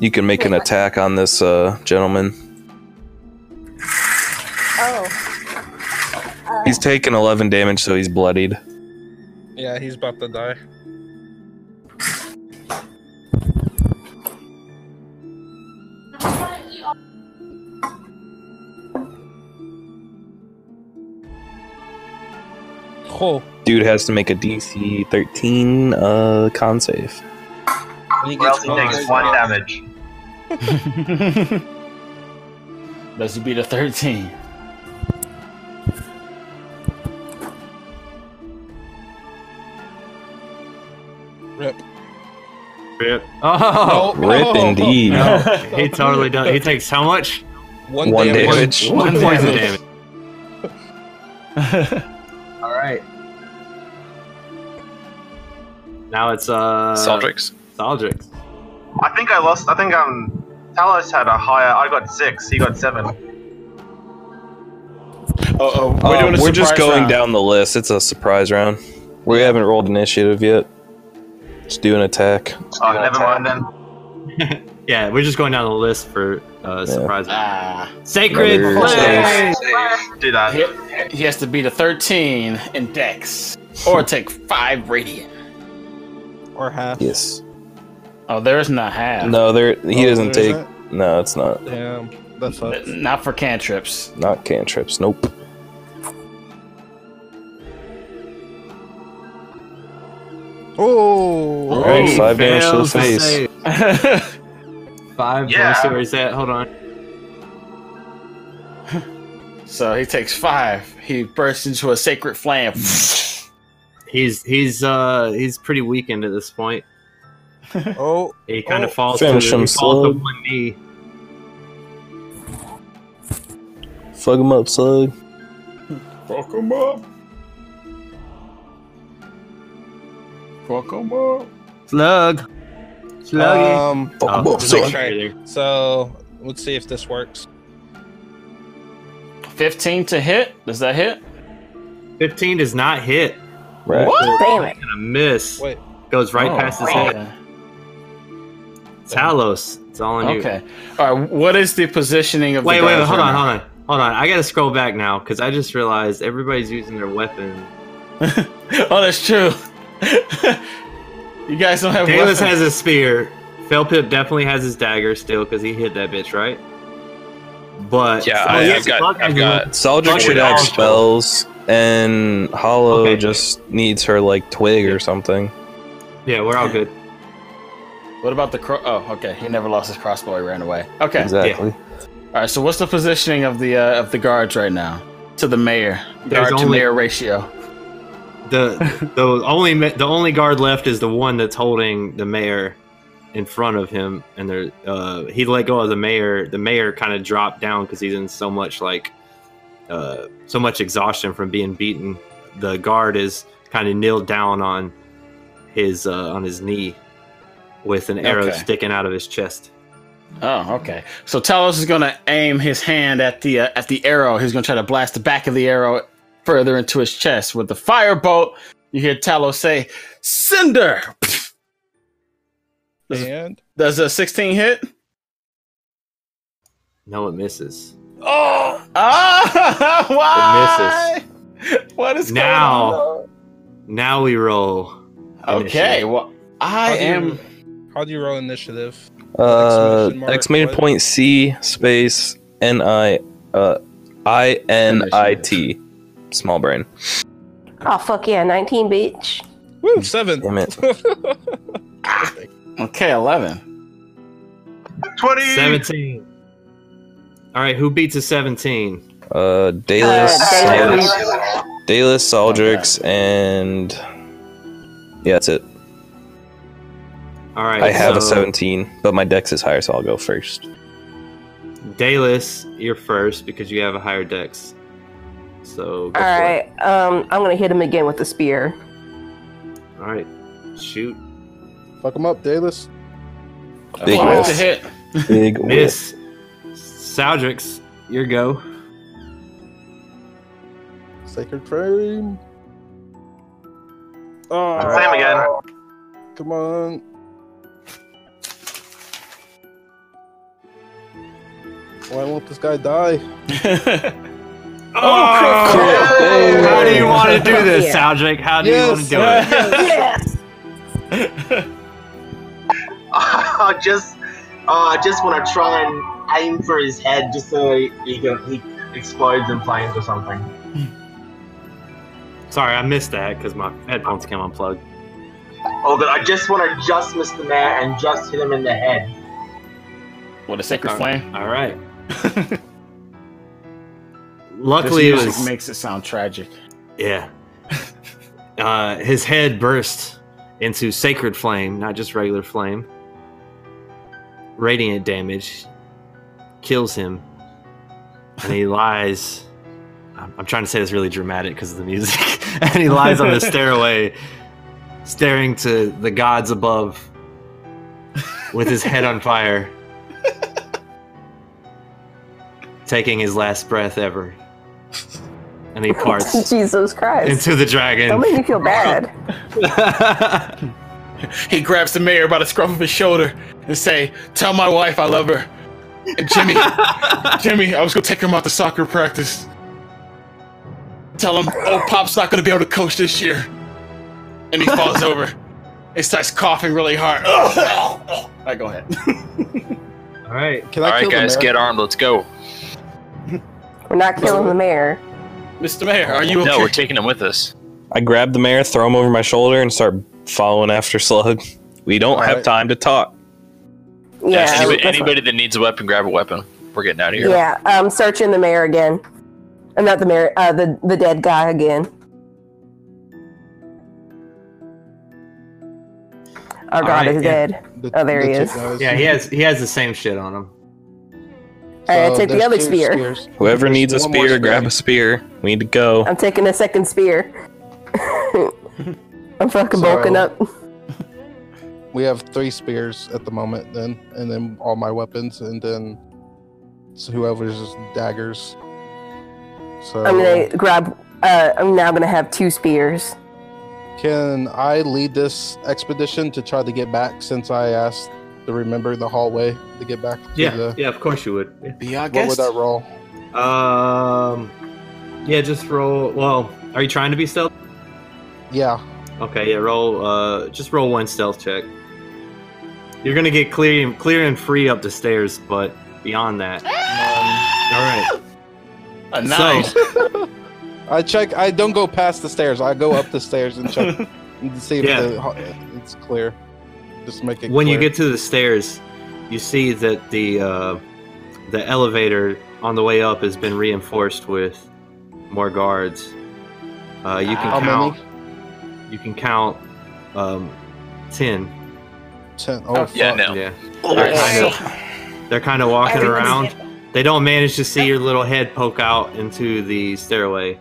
Speaker 5: You can make an attack on this uh, gentleman.
Speaker 7: Oh.
Speaker 5: He's taken eleven damage, so he's bloodied.
Speaker 4: Yeah, he's about to die. Oh,
Speaker 5: Dude has to make a DC 13 uh, con save.
Speaker 4: he
Speaker 12: Or else he takes one damage.
Speaker 9: Does he beat a thirteen?
Speaker 4: Rip.
Speaker 3: Rip. Oh,
Speaker 5: Nope. Rip indeed.
Speaker 3: No, he totally does. He takes how much?
Speaker 5: One One damage. damage.
Speaker 3: One,
Speaker 5: One
Speaker 3: point of
Speaker 5: damage.
Speaker 3: damage.
Speaker 12: All right.
Speaker 3: Now it's uh.
Speaker 15: Saldrix.
Speaker 3: Saldrix.
Speaker 12: I think I lost. I think um, Talos had a higher. I got six. He got seven. Oh,
Speaker 16: Oh,
Speaker 5: Uh, We're, just going down the list. It's a surprise round. We haven't rolled initiative yet. Let's do an attack.
Speaker 12: Oh, never mind then.
Speaker 3: Yeah, we're just going down the list for uh, surprise. Sacred
Speaker 9: Another
Speaker 3: flame.
Speaker 12: Do that.
Speaker 9: He, he has to beat a 13 in Dex, or take five radiant,
Speaker 4: or half.
Speaker 5: Yes.
Speaker 9: Oh, there's not half.
Speaker 5: No, there. He
Speaker 9: Oh,
Speaker 5: doesn't
Speaker 9: there
Speaker 5: take.
Speaker 9: isn't?
Speaker 5: No, it's not.
Speaker 4: Damn, that sucks.
Speaker 9: Not for cantrips.
Speaker 5: Not cantrips. Nope.
Speaker 4: Oh,
Speaker 5: All right, five damage to the face.
Speaker 3: Five.
Speaker 9: Yeah.
Speaker 3: Where is that? Hold on.
Speaker 9: So he takes five. He bursts into a sacred flame.
Speaker 3: He's he's uh he's pretty weakened at this point.
Speaker 4: Oh,
Speaker 3: He kind
Speaker 4: oh.
Speaker 3: of falls, to, he
Speaker 5: Finish him
Speaker 3: falls to
Speaker 5: slow.
Speaker 3: one knee.
Speaker 5: Fuck him up, slug.
Speaker 16: Fuck him up. Fuck him up.
Speaker 3: Slug.
Speaker 9: Sluggy.
Speaker 4: Um,
Speaker 9: Fuck
Speaker 4: oh,
Speaker 9: both sides.
Speaker 4: okay. So let's see if this works.
Speaker 9: 15 to hit. Does that hit?
Speaker 3: 15 does not hit.
Speaker 5: Right.
Speaker 9: What? Damn it.
Speaker 3: And a miss.
Speaker 4: Wait.
Speaker 3: Goes right
Speaker 9: Oh,
Speaker 3: past his
Speaker 9: okay.
Speaker 3: head. Talos. It's all on you.
Speaker 9: Okay. All right. What is the positioning of
Speaker 3: Wait,
Speaker 9: the
Speaker 3: wait, wait,
Speaker 9: guys
Speaker 3: hold
Speaker 9: right
Speaker 3: on,
Speaker 9: now?
Speaker 3: hold on. Hold on. I gotta scroll back now because I just realized everybody's using their weapon.
Speaker 9: oh, that's true. you guys don't have
Speaker 3: Dalis
Speaker 9: weapons.
Speaker 3: has his spear. Felpip definitely has his dagger still because he hit that bitch, right? But
Speaker 15: Yeah,
Speaker 3: Oh,
Speaker 15: I,
Speaker 3: yes,
Speaker 15: I've got.
Speaker 3: Buck has
Speaker 15: I've
Speaker 3: a
Speaker 15: got.
Speaker 3: weapon.
Speaker 5: Saldrick
Speaker 3: Fuck
Speaker 5: should
Speaker 3: it,
Speaker 5: have
Speaker 3: I'll-
Speaker 5: spells, and Hollow
Speaker 3: Okay.
Speaker 5: just needs her like twig or something.
Speaker 3: Yeah, we're all good.
Speaker 9: What about the crow? Oh, okay. He never lost his crossbow. He ran away. Okay.
Speaker 5: Exactly.
Speaker 9: All right. So what's the positioning of the uh, of the guards right now to the mayor?
Speaker 3: There's
Speaker 9: Guard to
Speaker 3: only-
Speaker 9: mayor ratio.
Speaker 3: the the only ma- the only guard left is the one that's holding the mayor in front of him, and there uh, he let go of the mayor. The mayor kind of dropped down because he's in so much like uh, so much exhaustion from being beaten. The guard is kind of kneeled down on his uh, on his knee with an arrow
Speaker 9: Okay.
Speaker 3: sticking out of his chest.
Speaker 9: Oh, okay. So Talos is gonna aim his hand at the uh, at the arrow. He's gonna try to blast the back of the arrow further into his chest with the firebolt. You hear Talos say, "Cinder." Does,
Speaker 4: And
Speaker 9: does a sixteen hit?
Speaker 3: No, it misses.
Speaker 9: Oh, ah! Why? What is
Speaker 3: Now.
Speaker 9: Going on?
Speaker 3: Now we roll.
Speaker 9: Okay.
Speaker 3: initiative.
Speaker 9: Well, I
Speaker 4: How do you-
Speaker 9: am.
Speaker 4: How do you roll initiative?
Speaker 5: Uh,
Speaker 4: Exclamation mark,
Speaker 5: exclamation
Speaker 4: what?
Speaker 5: point C space N I uh I N I T. Small brain.
Speaker 2: Oh fuck yeah, nineteen bitch.
Speaker 4: Woo, seven.
Speaker 5: Damn it.
Speaker 9: Okay, eleven.
Speaker 12: Twenty.
Speaker 3: Seventeen. All right, who beats a seventeen?
Speaker 5: Uh, Dalis, Dalis, Dalis, Saldrix, and yeah, that's it.
Speaker 3: All right,
Speaker 5: I have a
Speaker 3: so-
Speaker 5: 17, but my dex is higher, so I'll go first.
Speaker 3: Dalis, you're first because you have a higher dex. So go
Speaker 2: All
Speaker 3: for
Speaker 2: right, um, I'm gonna hit him again with the spear.
Speaker 3: it. All right. Shoot.
Speaker 17: Fuck him up, Dalis.
Speaker 5: Big
Speaker 9: Wow.
Speaker 5: whiff.
Speaker 9: To hit.
Speaker 5: Big whiff.
Speaker 3: Miss. Saldrix, your go.
Speaker 17: Sacred frame.
Speaker 4: Oh,
Speaker 12: Same again.
Speaker 17: Come on. Why won't this guy die?
Speaker 3: Oh, How do you want to do
Speaker 2: Fuck
Speaker 3: this,
Speaker 2: yeah.
Speaker 3: Saldrix? How do you want to do it?
Speaker 2: yes.
Speaker 12: I just, oh, I just want to try and aim for his head, just so he, he, can, he explodes in flames or something.
Speaker 3: Sorry, I missed that because my headphones came unplugged.
Speaker 12: Oh, but I just want to just miss the man and just hit him in the head.
Speaker 9: What a sacred
Speaker 3: All right.
Speaker 9: flame.
Speaker 3: All right. Luckily, it
Speaker 9: this music
Speaker 3: was
Speaker 9: makes it sound tragic.
Speaker 3: Yeah. Uh, his head burst into sacred flame, not just regular flame. Radiant damage kills him, and he lies. I'm I'm trying to say this really dramatic because of the music, and he lies on the stairway, staring to the gods above, with his head on fire, taking his last breath ever, and he parts
Speaker 2: Jesus Christ.
Speaker 3: into the dragon.
Speaker 2: Don't make me feel bad.
Speaker 9: he grabs the mayor by the scruff of his shoulder and say, "Tell my wife I love her." And Jimmy, Jimmy, I was gonna take him out to soccer practice. Tell him, "Oh, Pop's not gonna be able to coach this year." And he falls over. He starts coughing really hard. All right, go ahead.
Speaker 3: All right,
Speaker 5: All right, guys, get
Speaker 9: on,
Speaker 5: armed. Let's go.
Speaker 2: We're not killing the mayor.
Speaker 9: Mr. Mayor, are you okay?
Speaker 5: No, we're taking him with us.
Speaker 12: I grab the mayor, throw him over my shoulder, and start following after Slug. We don't have
Speaker 5: right.
Speaker 12: time to talk.
Speaker 5: Yeah.
Speaker 2: Yeah,
Speaker 5: anybody,
Speaker 2: that's-
Speaker 5: anybody that needs a weapon, grab a weapon. We're getting out of here.
Speaker 2: Yeah, I'm searching the mayor again. I'm not the mayor, uh, the the dead guy again. Oh god,
Speaker 3: Alright,
Speaker 2: he's
Speaker 3: yeah.
Speaker 2: dead. oh, there he is.
Speaker 3: Yeah, he has he has the same shit on him.
Speaker 2: Alright, I
Speaker 3: So
Speaker 2: take the
Speaker 3: there's
Speaker 2: other
Speaker 3: two
Speaker 2: spear.
Speaker 3: spears.
Speaker 12: Whoever
Speaker 3: There's
Speaker 12: needs a
Speaker 3: one more
Speaker 12: spear, grab a spear. We need to go.
Speaker 2: I'm taking a second spear. I'm fucking bulking
Speaker 4: So-
Speaker 2: up.
Speaker 4: We have three spears at the moment, then, and then all my weapons, and then so whoever's daggers. So
Speaker 2: I'm gonna grab. Uh, I'm now gonna have two spears.
Speaker 4: Can I lead this expedition to try to get back since I asked to remember the hallway to get back? To
Speaker 3: Yeah,
Speaker 4: The,
Speaker 3: yeah, of course you would. Yeah.
Speaker 9: Be our
Speaker 4: What would that roll?
Speaker 3: Um, yeah, just roll. Well, are you trying to be stealth?
Speaker 4: Yeah.
Speaker 3: Okay, yeah, roll. Uh, just roll one stealth check. You're gonna get clear, clear and free up the stairs, but beyond that, um, all right. So,
Speaker 4: I check. I don't go past the stairs. I go up the stairs and check and see if
Speaker 3: Yeah.
Speaker 4: the ho- it's clear. Just make it.
Speaker 3: when you
Speaker 4: clear.
Speaker 3: get to the stairs, you see that the uh, the elevator on the way up has been reinforced with more guards. Uh, you can
Speaker 4: How
Speaker 3: count.
Speaker 5: Oh,
Speaker 3: You can count um, ten.
Speaker 4: Ten. Oh,
Speaker 5: yeah,
Speaker 4: fuck.
Speaker 5: no.
Speaker 3: Yeah. They're kind of, they're kind of walking around.
Speaker 5: Everybody's
Speaker 3: They don't manage to see your little head poke out into the stairway.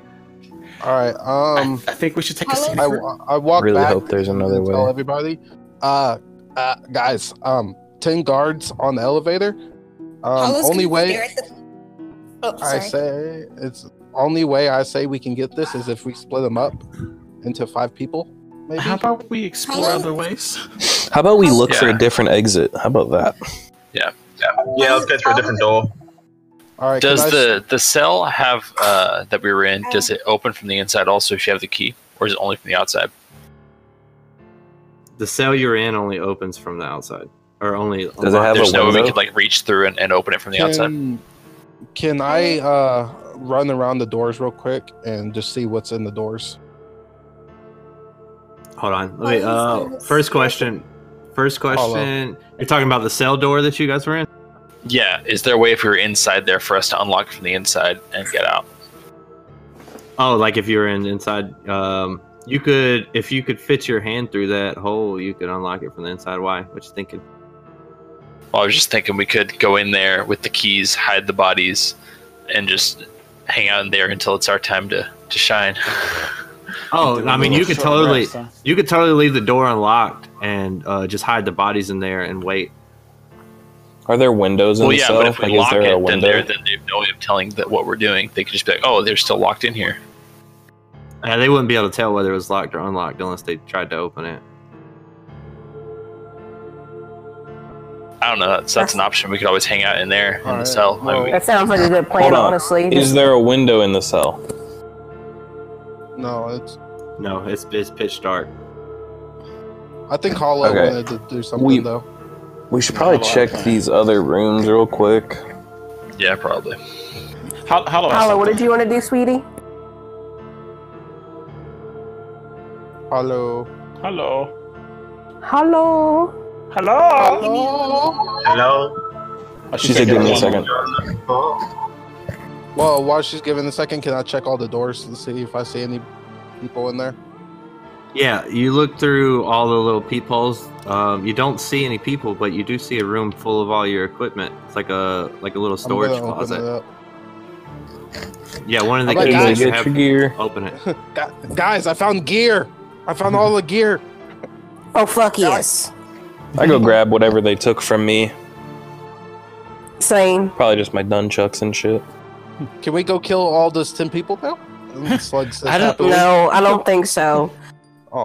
Speaker 4: All right. Um,
Speaker 9: I, think we should take
Speaker 4: a seat. I, I walk
Speaker 12: Really
Speaker 4: back
Speaker 12: hope there's another
Speaker 4: and tell
Speaker 12: way.
Speaker 4: everybody, uh, uh, guys, um, ten guards on the elevator. Um,
Speaker 7: Paulo's
Speaker 4: only
Speaker 7: gonna
Speaker 4: way
Speaker 7: stare at the- Oh,
Speaker 4: I
Speaker 7: sorry.
Speaker 4: say it's only way I say we can get this is if we split them up into five people. Maybe.
Speaker 9: How about we explore other ways?
Speaker 12: How about we look
Speaker 9: Yeah.
Speaker 12: for a different exit? How about that?
Speaker 5: Yeah.
Speaker 18: Yeah, let's go through a different door.
Speaker 4: All right.
Speaker 5: Does
Speaker 4: can I-
Speaker 5: the the cell have uh, that we were in? Does it open from the inside also if you have the key, or is it only from the outside?
Speaker 3: The cell you're in only opens from the outside, or only.
Speaker 12: Does it have
Speaker 5: There's
Speaker 12: a
Speaker 5: no way we
Speaker 12: window?
Speaker 5: could like reach through and, and open it from the outside.
Speaker 4: Can, can I uh, run around the doors real quick and just see what's in the doors?
Speaker 3: Hold on. Let me. Uh, first question. First question. You're talking about the cell door that you guys were in.
Speaker 5: Yeah, is there a way if we were inside there for us to unlock it from the inside and get out?
Speaker 3: Oh, like if you were in inside. Um, you could, if you could fit your hand through that hole, you could unlock it from the inside. Why? What you thinking?
Speaker 5: Well, I was just thinking we could go in there with the keys, hide the bodies, and just hang out in there until it's our time to, to shine.
Speaker 3: Oh, I mean,
Speaker 5: little
Speaker 3: you could
Speaker 5: short
Speaker 3: totally,
Speaker 5: rest, huh?
Speaker 3: you could totally leave the door unlocked and uh, just hide the bodies in there and wait.
Speaker 12: Are there windows in
Speaker 5: Well,
Speaker 12: the
Speaker 5: yeah,
Speaker 12: cell?
Speaker 5: but if we
Speaker 12: like, is
Speaker 5: lock
Speaker 12: there a
Speaker 5: it, then,
Speaker 12: window?
Speaker 5: they're, then they have no way of telling that what we're doing. They could just be like, oh, they're still locked in here.
Speaker 3: Yeah, they wouldn't be able to tell whether it was locked or unlocked unless they tried to open it.
Speaker 5: I don't know. That's, that's an option. We could always hang out in there in the cell. I mean, we-
Speaker 2: That sounds like a good plan,
Speaker 12: Hold on.
Speaker 2: honestly.
Speaker 12: Is there a window in the cell?
Speaker 4: No, it's.
Speaker 3: No, it's it's pitch dark.
Speaker 4: I think Hollow
Speaker 12: Okay.
Speaker 4: wanted to do something
Speaker 12: We-
Speaker 4: though.
Speaker 12: We should probably
Speaker 4: Hold on.
Speaker 12: check these other rooms real quick.
Speaker 5: yeah, probably.
Speaker 9: How, how
Speaker 2: Paula, what did you want to do, sweetie?
Speaker 4: Hollow.
Speaker 9: Hello.
Speaker 2: Hello.
Speaker 9: Hello.
Speaker 18: Hello.
Speaker 12: She said, "Give me a second.
Speaker 4: Well, while she's giving a second, can I check all the doors and see if I see any people in there?
Speaker 1: Yeah, you look through all the little peepholes. Um, you don't see any people, but you do see a room full of all your equipment. It's like a like a little
Speaker 4: I'm gonna
Speaker 1: storage
Speaker 4: open it
Speaker 1: closet.
Speaker 4: up.
Speaker 1: Yeah, one of the
Speaker 4: I'm like,
Speaker 1: keys
Speaker 4: guys,
Speaker 1: you
Speaker 4: get
Speaker 1: have.
Speaker 4: your gear.
Speaker 1: Open it.
Speaker 4: Gu- Guys, I found gear. I found all the gear.
Speaker 7: Oh fuck yes.
Speaker 5: I go grab whatever they took from me.
Speaker 7: Same.
Speaker 5: Probably just my nunchucks and shit.
Speaker 4: Can we go kill all those ten people now? Sludge says
Speaker 7: I don't
Speaker 4: happily.
Speaker 7: know. I don't think so.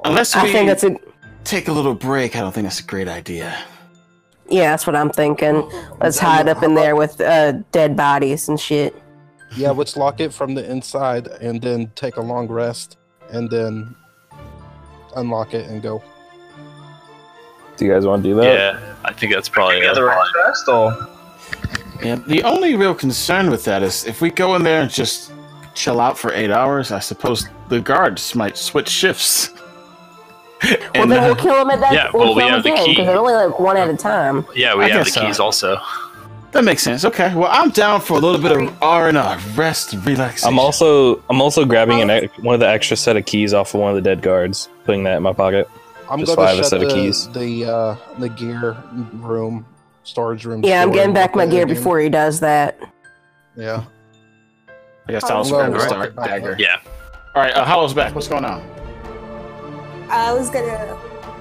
Speaker 9: Unless we
Speaker 7: I think that's a
Speaker 9: take a little break, I don't think that's a great idea.
Speaker 7: yeah. That's what I'm thinking. Let's hide up in there with uh, dead bodies and shit.
Speaker 4: Yeah, let's lock it from the inside and then take a long rest and then unlock it and go.
Speaker 5: Do you guys want to do that?
Speaker 19: Yeah, I think that's probably
Speaker 5: Yeah, the
Speaker 3: right first, or
Speaker 9: Yeah, the only real concern with that is if we go in there and just chill out for eight hours, I suppose the guards might switch shifts.
Speaker 2: Well,
Speaker 9: And,
Speaker 2: then we'll
Speaker 9: uh,
Speaker 2: kill him at that.
Speaker 9: yeah,
Speaker 2: we'll
Speaker 9: well, we
Speaker 2: kill him
Speaker 9: have the
Speaker 2: again
Speaker 9: key.
Speaker 2: because they're only like one at a time.
Speaker 19: Yeah, we
Speaker 9: I
Speaker 19: have the
Speaker 9: guess so.
Speaker 19: keys also.
Speaker 9: That makes sense. Okay. Well, I'm down for a little bit of R and R, rest, relaxation.
Speaker 5: I'm also I'm also grabbing an ex- one of the extra set of keys off of one of the dead guards, putting that in my pocket.
Speaker 4: I'm
Speaker 5: just so I
Speaker 4: gonna
Speaker 5: have a
Speaker 4: shut
Speaker 5: set
Speaker 4: the
Speaker 5: of keys.
Speaker 4: the uh, the gear room, storage room.
Speaker 7: Yeah, I'm
Speaker 4: door
Speaker 7: getting
Speaker 4: and
Speaker 7: back
Speaker 4: lock
Speaker 7: my
Speaker 4: it
Speaker 7: gear
Speaker 4: again.
Speaker 7: before he does that.
Speaker 4: Yeah.
Speaker 9: I guess
Speaker 7: Oh,
Speaker 9: Talos
Speaker 7: well,
Speaker 9: grabbed
Speaker 7: well.
Speaker 9: his dar- dagger.
Speaker 19: Yeah.
Speaker 9: All right, uh, Hollow's back. What's going on?
Speaker 7: I was gonna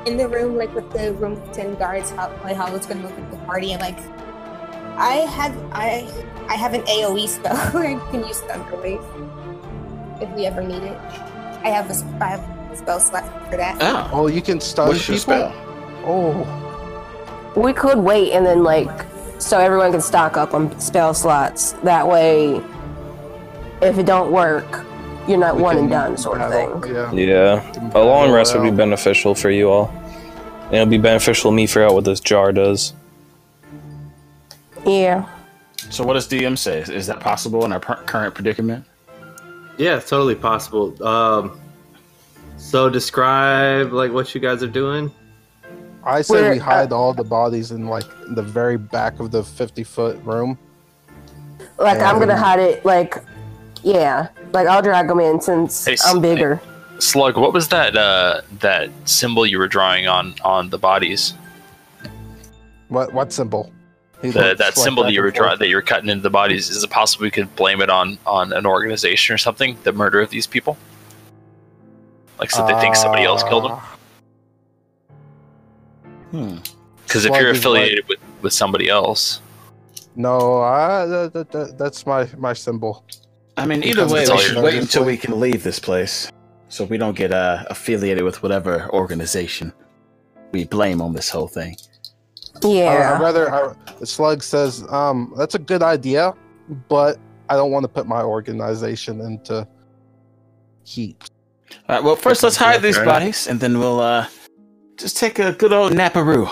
Speaker 7: in the room like with the room with ten guards. How like how I was gonna look at the party and like I have I I have an AOE spell where I can use thunder wave if we ever need it. I have a s- I have spells left for that.
Speaker 9: Oh,
Speaker 4: you can stun
Speaker 9: What's
Speaker 4: people.
Speaker 9: your spell?
Speaker 4: Oh,
Speaker 2: We could wait and then like so everyone can stock up on spell slots. That way, if it don't work, you're not one and done sort of thing.
Speaker 5: Yeah, a long rest would be beneficial for you all. And it'll be beneficial to me figure out what this jar does.
Speaker 2: Yeah.
Speaker 9: So, what does DM say? Is- Is that possible in our per- current predicament?
Speaker 1: Yeah, it's totally possible. Um, so describe like what you guys are doing.
Speaker 4: I say
Speaker 1: Where-
Speaker 4: we hide all the bodies in like the very back of the fifty foot room.
Speaker 2: Like I'm gonna
Speaker 4: Um,
Speaker 2: hide it. Like yeah. Like I'll drag him in since
Speaker 19: Hey, s-
Speaker 2: I'm bigger.
Speaker 19: Slug, what was that uh, that symbol you were drawing on on the bodies?
Speaker 4: What what symbol? He
Speaker 19: The,
Speaker 4: looks
Speaker 19: that
Speaker 4: like
Speaker 19: symbol
Speaker 4: back
Speaker 19: that you were
Speaker 4: and forth.
Speaker 19: drawing that you were cutting into the bodies. Is it possible we could blame it on on an organization or something? The murder of these people. Like, so they think somebody else killed
Speaker 4: Uh,
Speaker 19: them.
Speaker 9: Hmm.
Speaker 19: Because if
Speaker 4: Slug
Speaker 19: you're
Speaker 4: is like-
Speaker 19: affiliated with, with somebody else,
Speaker 4: No, I, that, that, that, that's my my symbol.
Speaker 9: I mean, either way, we
Speaker 4: Because
Speaker 9: should wait until we can leave this place, so we don't get uh, affiliated with whatever organization we blame on this whole thing.
Speaker 4: I, I'd rather. I, Slug says, um, that's a good idea, but I don't want to put my organization into heat.
Speaker 9: All right. Well, first let's hide these
Speaker 4: Alright.
Speaker 9: bodies, and then we'll uh, just take a good old naparoo.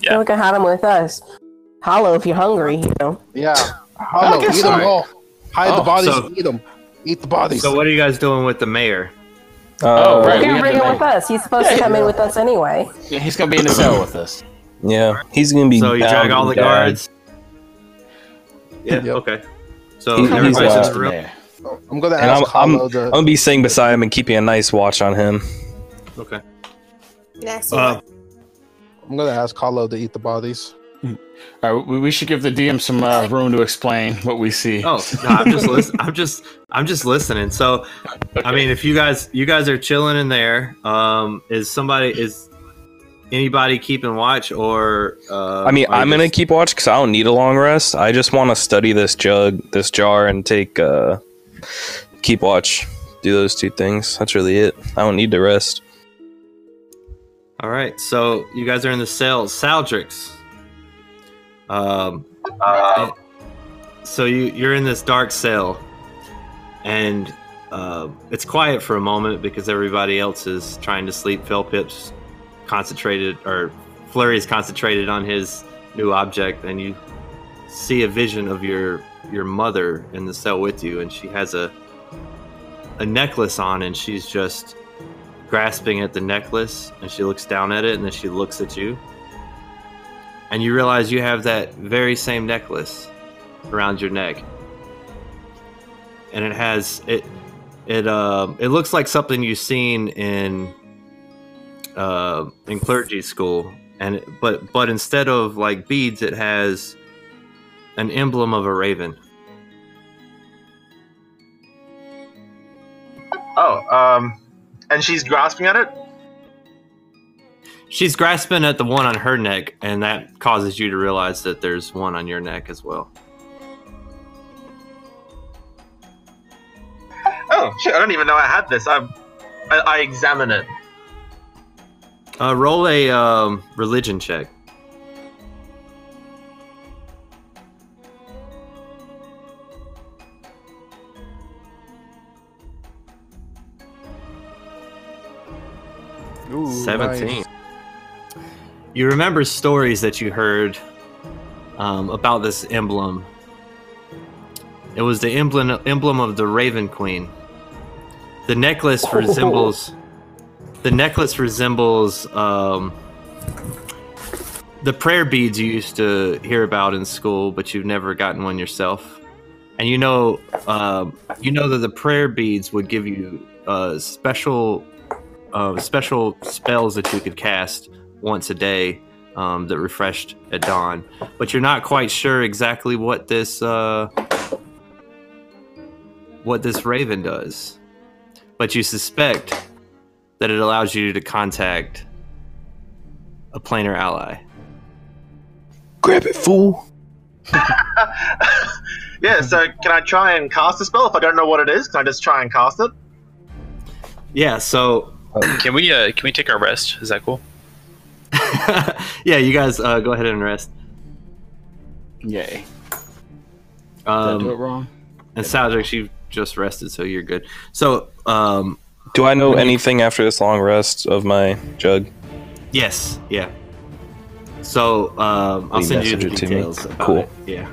Speaker 2: Yeah. We can hide him with us. Hollow if you're hungry, you know.
Speaker 4: Yeah. Hollow,
Speaker 2: guess
Speaker 4: Oh, eat them
Speaker 2: so.
Speaker 4: all. Hide the
Speaker 1: Oh,
Speaker 4: bodies,
Speaker 1: so-
Speaker 4: eat them. Eat the bodies.
Speaker 1: So what are you guys doing with the mayor?
Speaker 5: Oh,
Speaker 2: We're gonna bring him with us. He's supposed to come in with us anyway.
Speaker 9: Yeah, he's gonna be in the cell with us.
Speaker 5: Yeah, he's gonna be.
Speaker 1: So you drag
Speaker 5: bound
Speaker 1: all the
Speaker 5: and gagged.
Speaker 1: guards. Yeah. Okay. So
Speaker 5: He- he's,
Speaker 1: everybody's
Speaker 5: uh,
Speaker 1: in the room.
Speaker 4: Oh, I'm gonna
Speaker 5: And
Speaker 4: ask
Speaker 5: I'm, I'm,
Speaker 4: Hollow
Speaker 5: I'm
Speaker 4: the.
Speaker 5: gonna be sitting beside him and keeping a nice watch on him.
Speaker 1: Okay.
Speaker 7: Next
Speaker 1: Uh,
Speaker 4: I'm gonna ask Hollow to eat the bodies.
Speaker 9: All right. We, we should give the DM some uh, room to explain what we see.
Speaker 1: Oh no, I'm just listen- I'm just I'm just listening. So, I mean, if you guys you guys are chilling in there, um, is somebody is anybody keeping watch or? Uh,
Speaker 5: I mean,
Speaker 1: are you
Speaker 5: I'm gonna keep watch because I don't need a long rest. I just want to study this jug, this jar, and take uh, keep watch. Do those two things. That's really it. I don't need to rest.
Speaker 1: All right, so you guys are in the cell, Saldrix. Um, so you you're in this dark cell, and uh, it's quiet for a moment because everybody else is trying to sleep. Philpip's concentrated, or Flurry's concentrated on his new object, and you see a vision of your your mother in the cell with you, and she has a a necklace on, and she's just grasping at the necklace and she looks down at it and then she looks at you. And you realize you have that very same necklace around your neck. And it has it it um it looks like something you've seen in uh, in clergy school, and it- but but instead of like beads, it has an emblem of a raven.
Speaker 12: Oh, um, and she's grasping at it.
Speaker 1: She's grasping at the one on her neck, and that causes you to realize that there's one on your neck as well.
Speaker 12: Oh shit! I don't even know I had this. I, I, I examine it.
Speaker 1: Uh, roll a um, religion check.
Speaker 4: Ooh,
Speaker 1: 17.
Speaker 4: nice.
Speaker 1: You remember stories that you heard um, about this emblem. It was the emblem, emblem of the Raven Queen. The necklace resembles. The necklace resembles um, the prayer beads you used to hear about in school, but you've never gotten one yourself. And you know, um you know that the prayer beads would give you uh, special, uh, special spells that you could cast once a day um, that refreshed at dawn. But you're not quite sure exactly what this uh, what this raven does. But you suspect that it allows you to contact a planar ally.
Speaker 3: Grab it, fool.
Speaker 5: Mm-hmm.
Speaker 12: Yeah. So can I try and cast a spell if I don't know what it is? Can I just try and cast it?
Speaker 1: Yeah. So
Speaker 5: can we uh, can we take our rest? Is that cool?
Speaker 1: Yeah, you guys uh, go ahead and rest.
Speaker 9: Yay.
Speaker 1: Um,
Speaker 9: do it wrong?
Speaker 1: And Saldrix, you just rested, so you're good. So, um,
Speaker 3: do I know anything after this long rest of my jug?
Speaker 1: Yes. Yeah. So um, I'll
Speaker 3: You
Speaker 1: send you the
Speaker 3: message it to me?
Speaker 1: details. About
Speaker 3: Cool.
Speaker 1: It. Yeah.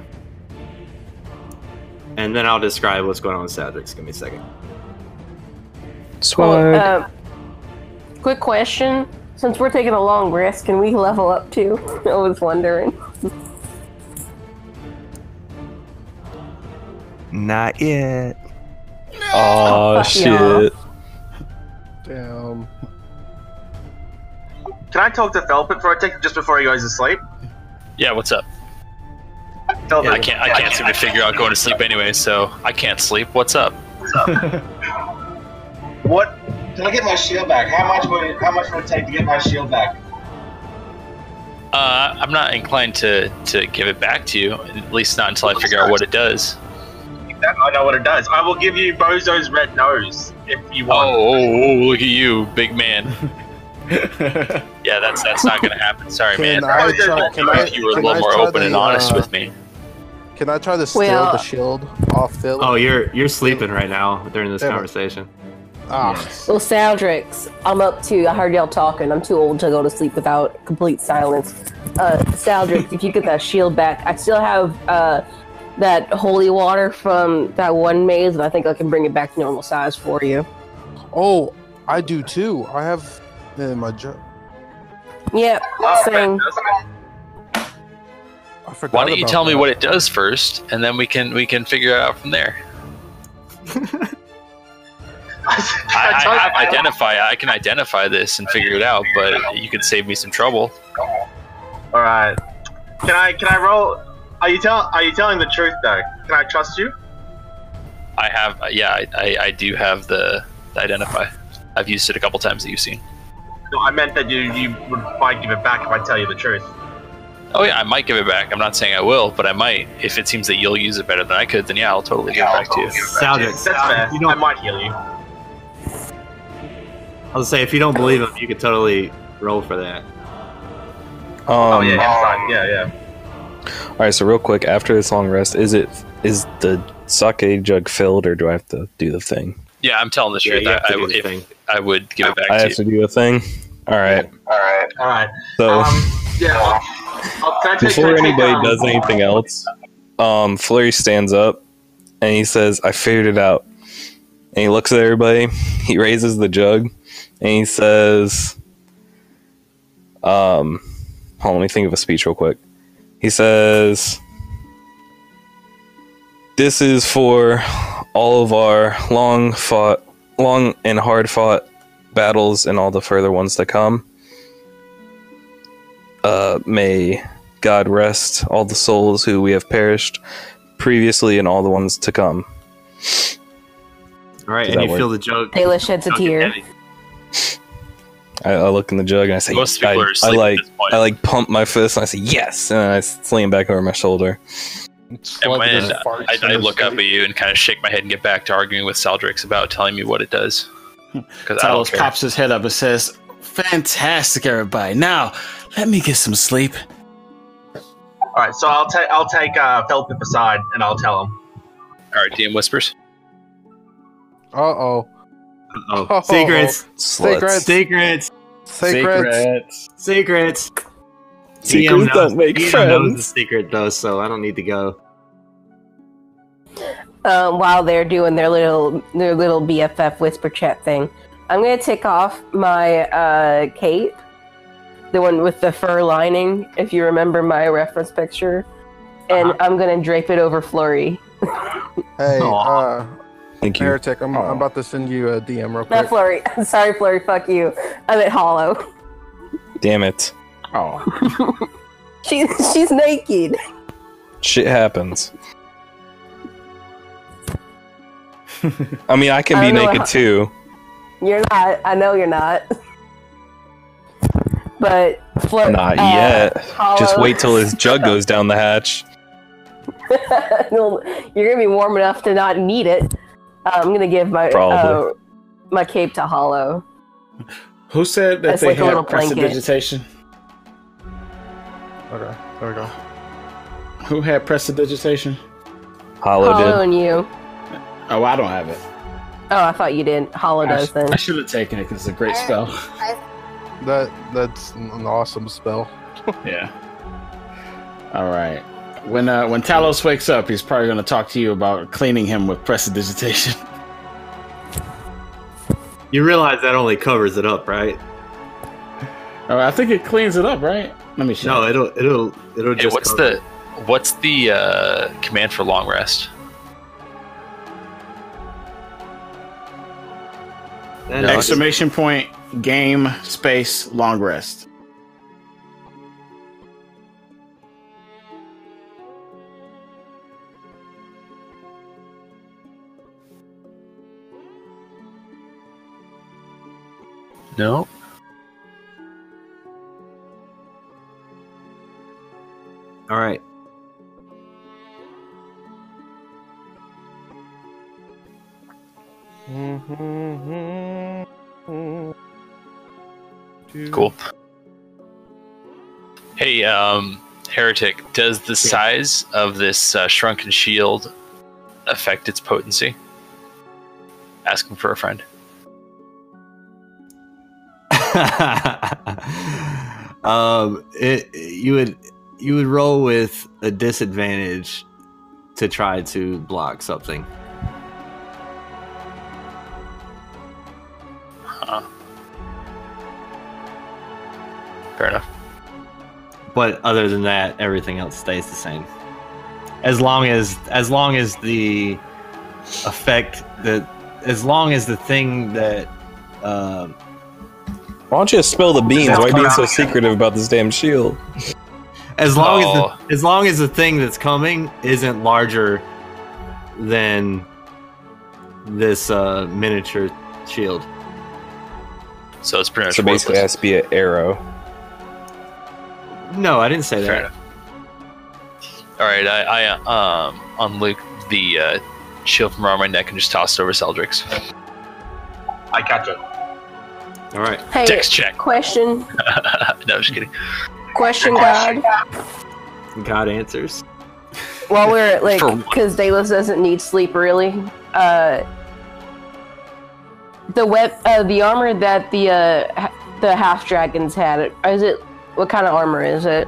Speaker 1: And then I'll describe what's going on with Sadrix. Give me a second.
Speaker 2: Well, um, quick question. Since we're taking a long rest, can we level up too? I was wondering.
Speaker 20: Not yet.
Speaker 3: Oh
Speaker 2: Fuck y'all.
Speaker 3: shit.
Speaker 4: Damn.
Speaker 12: Can I talk to Felpit for a tick just before he goes to sleep?
Speaker 5: Yeah. What's up?
Speaker 12: Felpit.
Speaker 5: I can't. I can't seem to figure out going to sleep anyway. So I can't sleep. What's up?
Speaker 12: What? Can I get my shield back? How much would it? How much would it take to get my shield back?
Speaker 5: Uh, I'm not inclined to to give it back to you. At least not until I figure out what it does.
Speaker 12: I know what it does. I will give you Bozo's red nose if you
Speaker 5: Oh,
Speaker 12: want.
Speaker 5: oh, oh, look at you, big man. yeah, that's that's not gonna happen. Sorry,
Speaker 4: Can
Speaker 5: man.
Speaker 4: I
Speaker 5: If
Speaker 4: try- can I-
Speaker 5: you were a
Speaker 4: can I
Speaker 5: little more
Speaker 4: try
Speaker 5: open
Speaker 4: the,
Speaker 5: and honest
Speaker 4: uh,
Speaker 5: with me.
Speaker 4: Can I try to steal
Speaker 2: Well-
Speaker 4: the shield off Phil?
Speaker 1: Oh, you're you're sleeping right now during this
Speaker 4: Yeah.
Speaker 1: conversation.
Speaker 4: Ah,
Speaker 2: Well, Saldrix, I'm up too. I heard y'all talking. I'm too old to go to sleep without complete silence. Uh, Saldrix, if you get that shield back, I still have uh, that holy water from that one maze, and I think I can bring it back to normal size for you.
Speaker 4: Oh, I do too. I have in my jug.
Speaker 2: Yep,
Speaker 3: Oh.
Speaker 12: Ah,
Speaker 2: same.
Speaker 4: I forgot.
Speaker 5: Why don't you
Speaker 4: about
Speaker 5: tell me
Speaker 4: that.
Speaker 5: what it does first, and then we can we can figure it out from there. I, I have identify. I can identify this and figure it out, but you could save me some trouble.
Speaker 12: All right. Can I? Can I roll? Are you tell? Are you telling the truth though? Can I trust you?
Speaker 5: I have. Yeah, I, I, I do have the, the identify. I've used it a couple times that you've seen.
Speaker 12: No, I meant that you you would might give it back if I tell you the truth.
Speaker 5: Oh yeah, I might give it back. I'm not saying I will, but I might. If it seems that you'll use it better than I could, then yeah, I'll totally give it back to you.
Speaker 1: Saldrix,
Speaker 12: That's fair. I might heal you.
Speaker 1: I'll say if you don't believe him, you could totally roll for that.
Speaker 3: Um,
Speaker 12: oh yeah, him sign. Yeah, yeah.
Speaker 3: All right, so real quick, after this long rest, is it is the sake jug filled, or do I have to do the thing?
Speaker 5: Yeah, I'm telling the
Speaker 3: Yeah,
Speaker 5: truth.
Speaker 3: you have
Speaker 5: I,
Speaker 3: to
Speaker 5: I,
Speaker 3: do the
Speaker 5: if- I would give it back
Speaker 3: I
Speaker 5: to
Speaker 3: have
Speaker 5: you.
Speaker 3: to do a thing. All right.
Speaker 12: All right. All right. Um,
Speaker 3: So
Speaker 12: Yeah. I'll, I'll, can I take-
Speaker 3: before
Speaker 12: can I take,
Speaker 3: anybody
Speaker 12: um,
Speaker 3: does anything else, um, Flurry stands up and he says, "I figured it out." And he looks at everybody. He raises the jug and he says, "Um, hold on, let me think of a speech real quick." He says, "This is for all of our long fought, long and hard fought battles, and all the further ones to come."
Speaker 12: Uh, may God rest all the souls who we have perished previously and all the ones to come.
Speaker 1: All right,
Speaker 12: Does
Speaker 1: and
Speaker 12: that
Speaker 1: you
Speaker 12: work?
Speaker 1: feel the joke.
Speaker 2: Ayla sheds a tear.
Speaker 12: I, I look in the jug and I say,
Speaker 5: Most people
Speaker 12: I,
Speaker 5: are
Speaker 12: I
Speaker 5: asleep at
Speaker 12: like,
Speaker 5: this point.
Speaker 12: I like pump my fist and I say yes, and then I slam back over my shoulder.
Speaker 5: And when
Speaker 12: just
Speaker 5: I, I look up at you and kind of shake my head and get back to arguing with Saldrix about telling me what it does. Because I don't
Speaker 21: Talos
Speaker 5: care.
Speaker 21: pops his head up and says, Fantastic, everybody. Now, let me get some sleep.
Speaker 3: All right, so I'll take I'll take uh, Felpip aside and I'll tell him.
Speaker 5: All right, DM whispers.
Speaker 4: Uh oh.
Speaker 1: Oh, secrets.
Speaker 4: Secrets.
Speaker 1: Secrets.
Speaker 4: Secrets.
Speaker 1: Secrets.
Speaker 4: Secrets
Speaker 1: DM knows-
Speaker 4: don't make
Speaker 1: DM knows
Speaker 4: friends.
Speaker 1: the secret though, so I don't need to go.
Speaker 2: um, while they're doing their little their little BFF whisper chat thing. I'm gonna take off my uh, cape, the one with the fur lining, if you remember my reference picture, and I'm gonna drape it over Flurry.
Speaker 4: Hey, uh,
Speaker 12: Thank
Speaker 4: you. Heretic, I'm, I'm about to send you a DM real quick.
Speaker 2: Not Flurry. Sorry, Flurry. Fuck you. I'm at Hollow.
Speaker 12: Damn it!
Speaker 9: Oh,
Speaker 2: She she's naked.
Speaker 12: shit happens. I mean, I can
Speaker 2: I
Speaker 12: be
Speaker 2: don't know
Speaker 12: naked
Speaker 2: how-
Speaker 12: too.
Speaker 2: You're not. I know you're not. But Flurry.
Speaker 12: Not
Speaker 2: uh,
Speaker 12: yet. Just
Speaker 2: Hollow-
Speaker 12: wait till his jug goes down the hatch.
Speaker 2: Well, you're gonna be warm enough to not need it. Uh, I'm gonna give my uh,
Speaker 9: Probably.
Speaker 2: my cape to Hollow.
Speaker 9: who said that
Speaker 2: That's
Speaker 9: they
Speaker 2: like a
Speaker 9: had
Speaker 2: little blanket.
Speaker 9: prestidigitation? Okay, there we go. Who had prestidigitation?
Speaker 12: Hollow
Speaker 2: and you.
Speaker 9: Oh, I don't have it.
Speaker 2: Oh, I thought you did. Hollow
Speaker 9: I,
Speaker 2: does then.
Speaker 9: should have taken it because it's a great spell.
Speaker 4: That that's an awesome spell.
Speaker 9: yeah. All right. When uh, when Talos wakes up, he's probably going to talk to you about cleaning him with prestidigitation.
Speaker 1: You realize that only covers it up, right?
Speaker 9: All right, Oh, I think it cleans it up, right? Let me check.
Speaker 1: No, it'll it'll it'll
Speaker 5: Hey,
Speaker 1: just.
Speaker 5: what's
Speaker 1: cover
Speaker 5: the what's the uh, command for long rest?
Speaker 1: it.
Speaker 5: No, it's-
Speaker 9: Exclamation point, game, space, long rest.
Speaker 5: No.
Speaker 1: All right.
Speaker 5: Cool. Hey, um, heretic, does the size of this uh, shrunken shield affect its potency? Asking for a friend.
Speaker 1: um, it you would you would roll with a disadvantage to try to block something.
Speaker 5: Huh. Fair enough.
Speaker 1: But other than that, everything else stays the same. As long as as long as the effect that as long as the thing that um,
Speaker 12: Why don't you just spill the beans?
Speaker 1: That's
Speaker 12: Why are you being so
Speaker 1: correct.
Speaker 12: secretive about this damn shield?
Speaker 1: as long
Speaker 12: Oh.
Speaker 1: as the, as long as the thing that's coming isn't larger than this uh, miniature shield.
Speaker 5: So it's pretty much
Speaker 12: So basically, it has to be an arrow.
Speaker 1: No, I didn't say that.
Speaker 5: All right, I, I uh, um unloop the uh, shield from around my neck and just toss it over Celdrix.
Speaker 3: I catch it.
Speaker 1: All right.
Speaker 2: Hey,
Speaker 5: Dex check.
Speaker 2: question.
Speaker 5: no, just kidding.
Speaker 2: Question, God.
Speaker 1: God answers.
Speaker 2: While we're like,
Speaker 1: For what?
Speaker 2: because Dalos doesn't need sleep really. Uh, the web, uh, the armor that the uh, ha- the half dragons had. Is it what kind of armor is it?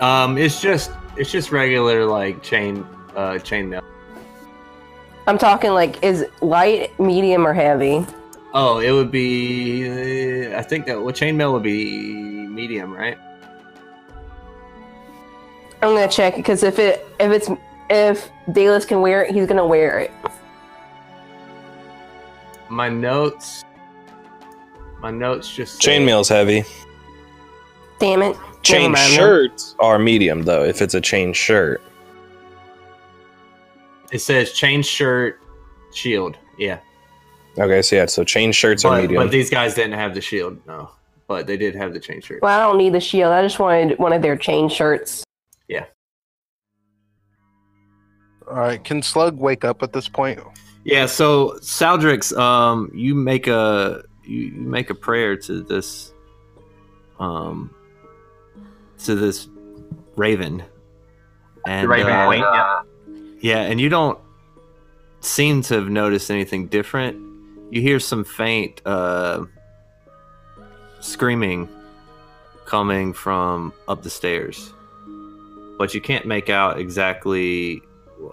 Speaker 1: Um, it's just it's just regular like chain uh chain mail.
Speaker 2: I'm talking like, is it light, medium, or heavy?
Speaker 1: Oh, it would be uh, I think that well chain mail would be medium, right?
Speaker 2: I'm gonna check because if it if it's if Dalis can wear it, he's gonna wear it.
Speaker 1: My notes my notes just say-
Speaker 12: Chainmail's heavy.
Speaker 22: Damn it.
Speaker 5: Chain shirts are medium though. If it's a chain shirt,
Speaker 1: It says chain shirt, shield. Yeah,
Speaker 5: okay. So yeah, so chain shirts are
Speaker 1: but,
Speaker 5: medium.
Speaker 1: but these guys didn't have the shield. No, but they did have the chain shirt.
Speaker 2: Well, I don't need the shield. I just wanted one of their chain shirts.
Speaker 1: Yeah.
Speaker 4: All right. Can Slug wake up at this point?
Speaker 1: Yeah. So Saldrix, um, you make a you you make a prayer to this, um, to this raven, and
Speaker 12: The Raven
Speaker 1: uh,
Speaker 12: Queen, yeah.
Speaker 1: yeah, and you don't seem to have noticed anything different. You hear some faint uh, screaming coming from up the stairs, but you can't make out exactly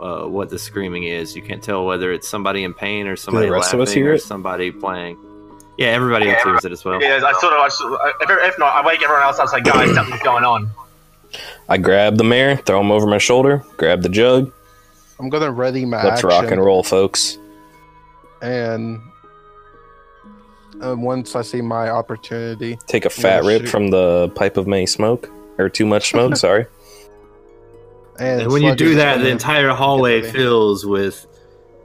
Speaker 1: uh, what the screaming is. You can't tell whether it's somebody in pain or somebody
Speaker 5: rest
Speaker 1: laughing
Speaker 5: of us hear
Speaker 1: or
Speaker 5: it?
Speaker 1: somebody playing. Yeah, everybody else hears it as well.
Speaker 12: Yeah, I sort of. I sort of- if, if not, I wake everyone else up. Like, guys, something's going on.
Speaker 5: I grab the mare, throw him over my shoulder, grab the jug.
Speaker 4: I'm gonna ready my
Speaker 5: Let's
Speaker 4: action.
Speaker 5: rock and roll, folks.
Speaker 4: And uh, once I see my opportunity,
Speaker 5: Take a fat
Speaker 9: Oh,
Speaker 4: Yeah,
Speaker 5: rip
Speaker 4: shoot.
Speaker 5: from the pipe of many smoke or too much smoke. sorry.
Speaker 4: and,
Speaker 1: And when you
Speaker 4: Slug
Speaker 1: do
Speaker 4: is
Speaker 1: that, the
Speaker 4: gonna-
Speaker 1: entire hallway fills with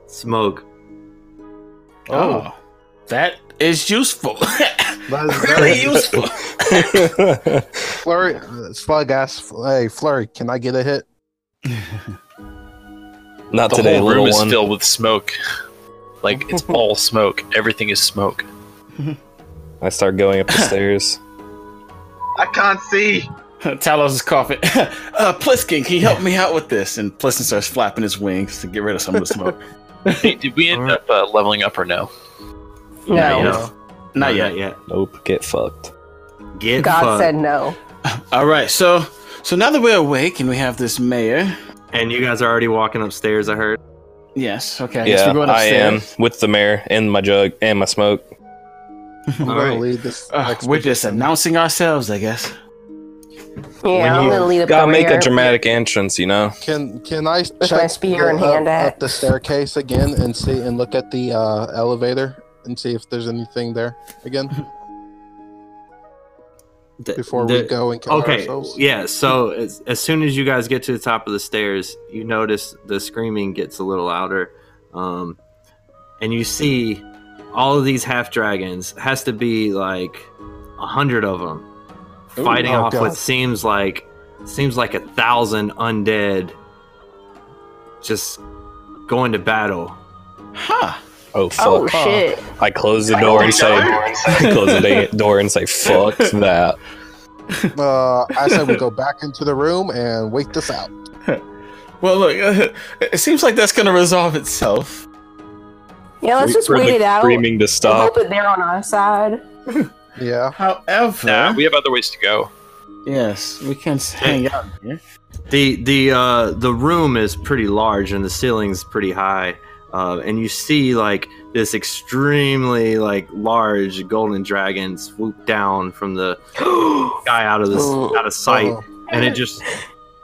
Speaker 1: smoke.
Speaker 9: Oh, that is useful.
Speaker 4: That is
Speaker 9: really useful.
Speaker 4: Flurry, uh, Slug asks, "Hey, Flurry, can I get a hit?"
Speaker 5: Not
Speaker 23: the
Speaker 5: today,
Speaker 23: whole
Speaker 5: little
Speaker 23: room is
Speaker 5: one.
Speaker 23: filled with smoke. Like it's all smoke. Everything is smoke.
Speaker 5: I start going up the stairs.
Speaker 12: I can't see.
Speaker 9: Talos is coughing. uh, Pliskin, can you help me out with this? And Pliskin starts flapping his wings to get rid of some of the smoke.
Speaker 23: Hey, Did we end up uh, leveling up or no?
Speaker 2: No.
Speaker 9: Not yet.
Speaker 1: yet.
Speaker 5: Nope. Get fucked.
Speaker 1: Get
Speaker 2: God
Speaker 9: fucked.
Speaker 2: said no.
Speaker 9: All right, so so now that we're awake and we have this mayor.
Speaker 1: And you guys are already walking upstairs, I heard.
Speaker 9: Yes. Okay. I guess
Speaker 5: Yeah,
Speaker 9: we're going
Speaker 5: I
Speaker 9: upstairs.
Speaker 5: am with the mare and my jug and my smoke.
Speaker 4: I'm
Speaker 9: All
Speaker 4: gonna
Speaker 9: right.
Speaker 4: lead this.
Speaker 9: Uh, we're just announcing ourselves, I guess.
Speaker 2: Yeah, I'm gonna lead up
Speaker 5: Gotta
Speaker 2: the
Speaker 5: make
Speaker 2: rear
Speaker 5: a dramatic entrance, you know.
Speaker 4: Can can I
Speaker 2: my
Speaker 4: check
Speaker 2: spear
Speaker 4: the-
Speaker 2: in
Speaker 4: up,
Speaker 2: hand at-
Speaker 4: up the staircase again and see and look at the uh, elevator and see if there's anything there again
Speaker 1: The-
Speaker 4: before
Speaker 1: the-
Speaker 4: we go and kill
Speaker 1: Okay,
Speaker 4: ourselves?
Speaker 1: yeah. So as, as soon as you guys get to the top of the stairs, you notice the screaming gets a little louder, um, and you see all of these half dragons. Has to be like a hundred of them
Speaker 9: Ooh,
Speaker 1: fighting
Speaker 9: oh
Speaker 1: off
Speaker 9: God.
Speaker 1: what seems like seems like a thousand undead, just going to battle.
Speaker 9: Huh.
Speaker 5: Oh fuck!
Speaker 2: Oh, shit.
Speaker 5: I close the door and say, close the da- door and say, fuck that.
Speaker 4: Uh, I said we go back into the room and wait this out.
Speaker 9: Well, look, it seems like that's going to resolve itself.
Speaker 2: Yeah, let's
Speaker 5: Wait
Speaker 2: just
Speaker 5: for
Speaker 2: wait
Speaker 5: the
Speaker 2: it out.
Speaker 5: screaming to stop.
Speaker 2: Hope it there on our side.
Speaker 4: Yeah.
Speaker 9: However,
Speaker 23: Nah, we have other ways to go.
Speaker 9: yes, we can hang out here.
Speaker 1: The the uh, the room is pretty large and the ceiling's pretty high, uh, and you see like this extremely like large golden dragon swoop down from the sky out of this out of sight,
Speaker 4: Oh.
Speaker 1: and it just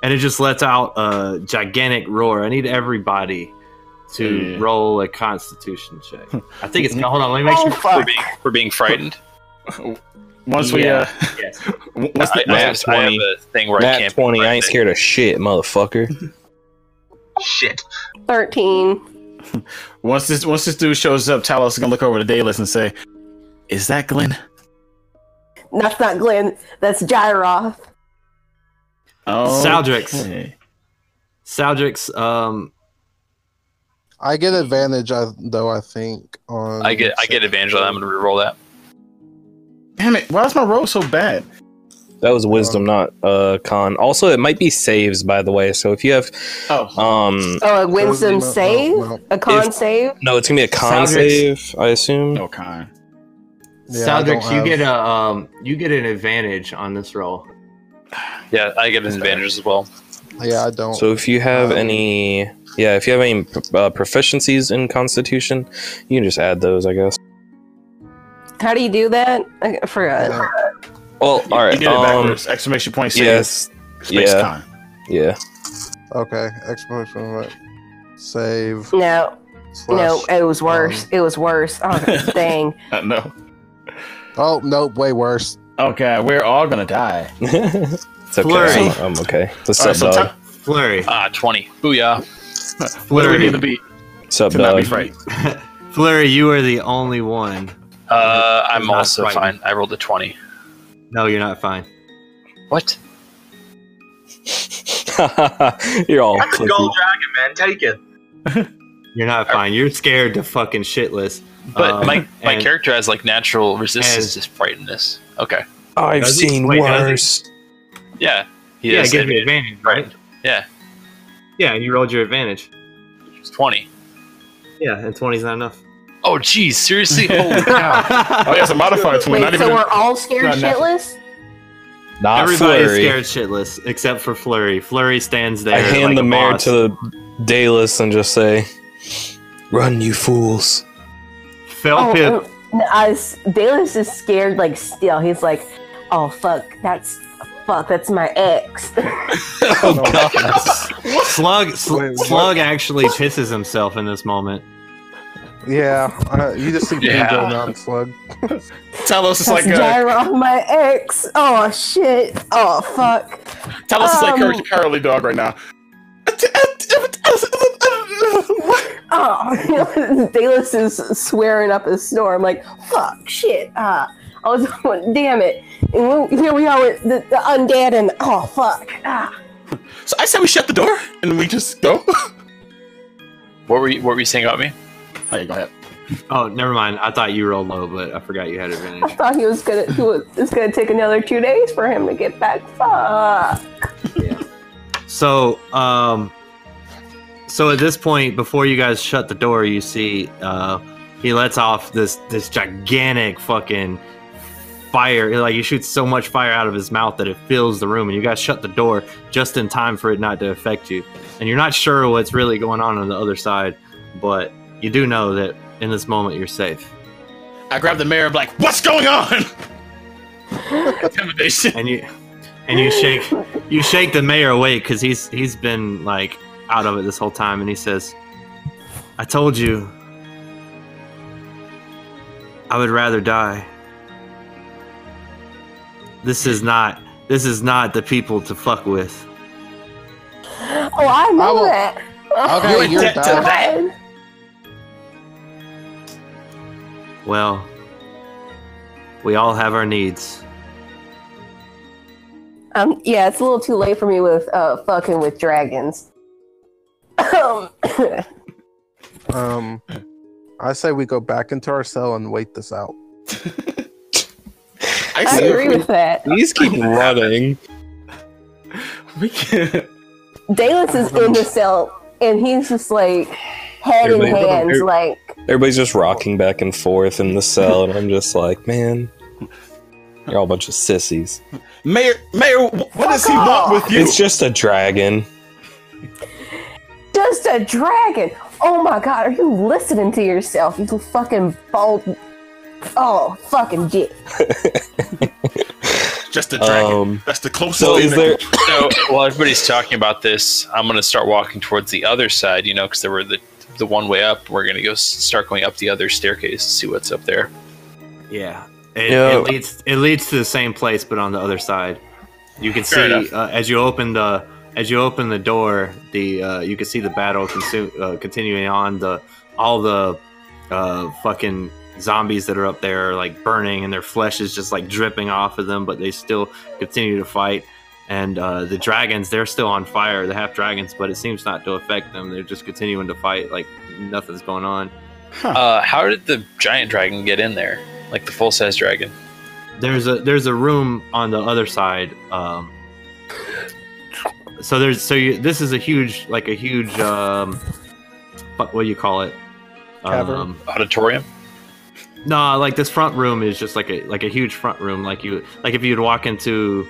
Speaker 1: and it just lets out a gigantic roar. I need everybody to
Speaker 9: Yeah.
Speaker 1: roll a Constitution check. I think it's hold on. Let me make sure
Speaker 23: For being, for being frightened.
Speaker 9: Once we, uh,
Speaker 1: Yes.
Speaker 9: w- once
Speaker 23: I,
Speaker 9: the,
Speaker 23: I,
Speaker 5: Nat
Speaker 23: have, I have
Speaker 5: 20.
Speaker 23: a thing where I
Speaker 5: Nat
Speaker 23: can't. be
Speaker 5: twenty, I
Speaker 23: frightened.
Speaker 5: ain't scared of shit, motherfucker.
Speaker 12: Shit.
Speaker 2: Thirteen.
Speaker 9: once this once this dude shows up, Talos is going to look over to Daedalus and say, "Is that Glenn?"
Speaker 2: That's not Glenn. That's Gyroth.
Speaker 9: Oh,
Speaker 1: Saldrix. Saldrix, um,
Speaker 4: I get advantage I, though. I think on.
Speaker 23: I get I get advantage of that. I'm gonna reroll that.
Speaker 9: Damn it! Why is my roll so bad?
Speaker 5: That was
Speaker 2: Um,
Speaker 5: wisdom, not uh con. Also, it might be saves, by the way. So if you have,
Speaker 9: Oh,
Speaker 5: um,
Speaker 2: Oh, a wisdom
Speaker 4: no, no,
Speaker 2: save,
Speaker 4: no.
Speaker 2: a con
Speaker 5: If-
Speaker 2: save.
Speaker 5: no, it's gonna be a con
Speaker 1: Saldrix.
Speaker 5: save, I assume.
Speaker 9: no kind.
Speaker 4: Yeah, I
Speaker 1: Saldrix,
Speaker 4: don't
Speaker 1: you
Speaker 4: have-
Speaker 1: get a um, you get an advantage on this roll.
Speaker 23: Yeah, I get an advantage as well.
Speaker 4: Yeah, I don't.
Speaker 5: So if you have
Speaker 4: Um,
Speaker 5: any, yeah, if you have any uh, proficiencies in Constitution, you can just add those, I guess.
Speaker 2: How do you do that? Uh, I forgot.
Speaker 4: Yeah.
Speaker 5: Well, all
Speaker 9: You
Speaker 5: right.
Speaker 9: did it
Speaker 5: Um,
Speaker 9: backwards. Exclamation point. Save,
Speaker 5: yes.
Speaker 9: Space
Speaker 5: yeah.
Speaker 9: con.
Speaker 5: Yeah.
Speaker 4: Okay, explosion right. save.
Speaker 2: No,
Speaker 4: slash-
Speaker 2: no, it was worse. it was worse. Oh dang!
Speaker 9: Uh, no.
Speaker 4: Oh nope, way worse.
Speaker 9: Oh god, we're all gonna die.
Speaker 12: It's okay. I'm, I'm okay. What's
Speaker 9: All
Speaker 12: up,
Speaker 9: right, so
Speaker 12: dog?
Speaker 9: tell- Flurry.
Speaker 5: Ah, 20. Booyah.
Speaker 9: What do we need to be?
Speaker 12: What's up,
Speaker 5: to not
Speaker 12: dog?
Speaker 5: be frightened.
Speaker 1: Flurry, you are the only one.
Speaker 5: Uh, I'm
Speaker 1: not
Speaker 5: also
Speaker 1: frightened.
Speaker 5: fine. I rolled a 20.
Speaker 1: No, you're not fine.
Speaker 5: What?
Speaker 12: You're all
Speaker 24: I'm a gold dragon, man. Take it.
Speaker 1: You're not fine. You're scared to fucking shitless.
Speaker 5: But
Speaker 1: Um,
Speaker 5: my, my
Speaker 1: and-
Speaker 5: character has like natural resistance to frightenedness. Okay.
Speaker 12: I've
Speaker 1: Does he?
Speaker 12: seen
Speaker 1: Wait, does he?
Speaker 12: worse.
Speaker 5: Yeah. He
Speaker 1: yeah,
Speaker 5: has
Speaker 1: it gives me advantage, right?
Speaker 5: Yeah.
Speaker 1: Yeah, and you rolled your advantage.
Speaker 5: It's 20.
Speaker 1: Yeah, and 20's not enough.
Speaker 5: Oh, jeez. Seriously? Holy cow.
Speaker 9: Oh yeah, it's a modifier
Speaker 2: Wait, so we're all scared
Speaker 1: Not natural.
Speaker 2: shitless?
Speaker 12: Not
Speaker 1: Everybody's
Speaker 12: Flurry.
Speaker 1: scared shitless except for Flurry. Flurry stands there.
Speaker 12: I hand
Speaker 1: like
Speaker 12: the
Speaker 1: a
Speaker 12: mare
Speaker 1: boss.
Speaker 12: to the Dalis and just say, "Run, you fools!"
Speaker 1: Fell pip.
Speaker 2: oh, I was, Dalis is scared like still. He's like, oh fuck, that's fuck, that's my ex.
Speaker 4: oh.
Speaker 1: Slug sl- Slug actually pisses himself in this moment.
Speaker 4: Yeah, uh, you just see
Speaker 1: Yeah.
Speaker 4: yeah. going on, slug.
Speaker 9: Talos
Speaker 2: that's Gyra, my ex. Oh shit. Oh fuck.
Speaker 9: Talos is like
Speaker 2: Um,
Speaker 9: Cur- curly dog right now.
Speaker 2: Oh, Dalis is swearing up a storm like, fuck, shit, ah. I was like, damn it. And we, here we are with the, the undead and, oh, fuck, ah.
Speaker 9: So I said we shut the door and we just go.
Speaker 5: What were you, what were you saying about me?
Speaker 9: Oh, yeah, go ahead.
Speaker 1: Oh, never mind. I thought you rolled low, but I forgot you had
Speaker 2: I
Speaker 1: advantage.
Speaker 2: thought he was gonna, he was, it's gonna take another two days for him to get back. Fuck.
Speaker 1: So, um, so at this point, before you guys shut the door, you see uh, he lets off this this gigantic fucking fire. Like he shoots so much fire out of his mouth that it fills the room, and you guys shut the door just in time for it not to affect you. And you're not sure what's really going on on the other side, but you do know that in this moment you're safe.
Speaker 9: I grab the mirror. I'm like, "What's going on?" Intimidation.
Speaker 1: and you and you shake you shake the mayor awake because he's he's been like out of it this whole time and he says i told you i would rather die this is not this is not the people to fuck with
Speaker 2: Oh, I knew
Speaker 4: I will-
Speaker 2: that.
Speaker 4: Okay, You you're intend to done.
Speaker 2: that.
Speaker 1: well we all have our needs
Speaker 2: Um, yeah, it's a little too late for me with uh, fucking with dragons. Um,
Speaker 4: Um, I say we go back into our cell and wait this out.
Speaker 2: I agree with that.
Speaker 25: These keep running.
Speaker 9: We can.
Speaker 2: Dalis is in the cell, and he's just like head in
Speaker 12: Everybody-
Speaker 2: hands, like
Speaker 12: Everybody's just rocking back and forth in the cell, and I'm just like, "Man, you're all a bunch of sissies."
Speaker 9: Mayor, Mayor, wh- what does he want with you?
Speaker 12: It's just a dragon.
Speaker 2: just a dragon. Oh my god, are you listening to yourself? You little fucking bald. Oh, fucking dick.
Speaker 9: Just a dragon.
Speaker 12: Um,
Speaker 9: That's the closest.
Speaker 12: so
Speaker 9: thing
Speaker 12: is
Speaker 9: that-
Speaker 12: there?
Speaker 5: so while everybody's talking about this, I'm gonna start walking towards the other side. You know, because there were the the one way up. We're gonna go s- start going up the other staircase to see what's up there.
Speaker 1: Yeah, it,
Speaker 12: Yeah.
Speaker 1: it leads it leads to the same place, but on the other side. You can
Speaker 5: Fair
Speaker 1: see uh, as you open the as you open the door, the uh, you can see the battle consu- uh, continuing on. The all the uh, fucking zombies that are up there are like burning, and their flesh is just like dripping off of them, but they still continue to fight. And uh, the dragons, they're still on fire, the half dragons, but it seems not to affect them. They're just continuing to fight like nothing's going on.
Speaker 5: Uh, how did the giant dragon get in there? Like the full size dragon?
Speaker 1: there's a there's a room on the other side um so there's so you, this is a huge like a huge um what, what do you call it
Speaker 4: Cavern?
Speaker 1: um
Speaker 5: Auditorium?
Speaker 1: no like this front room is just like a like a huge front room like you like if you'd walk into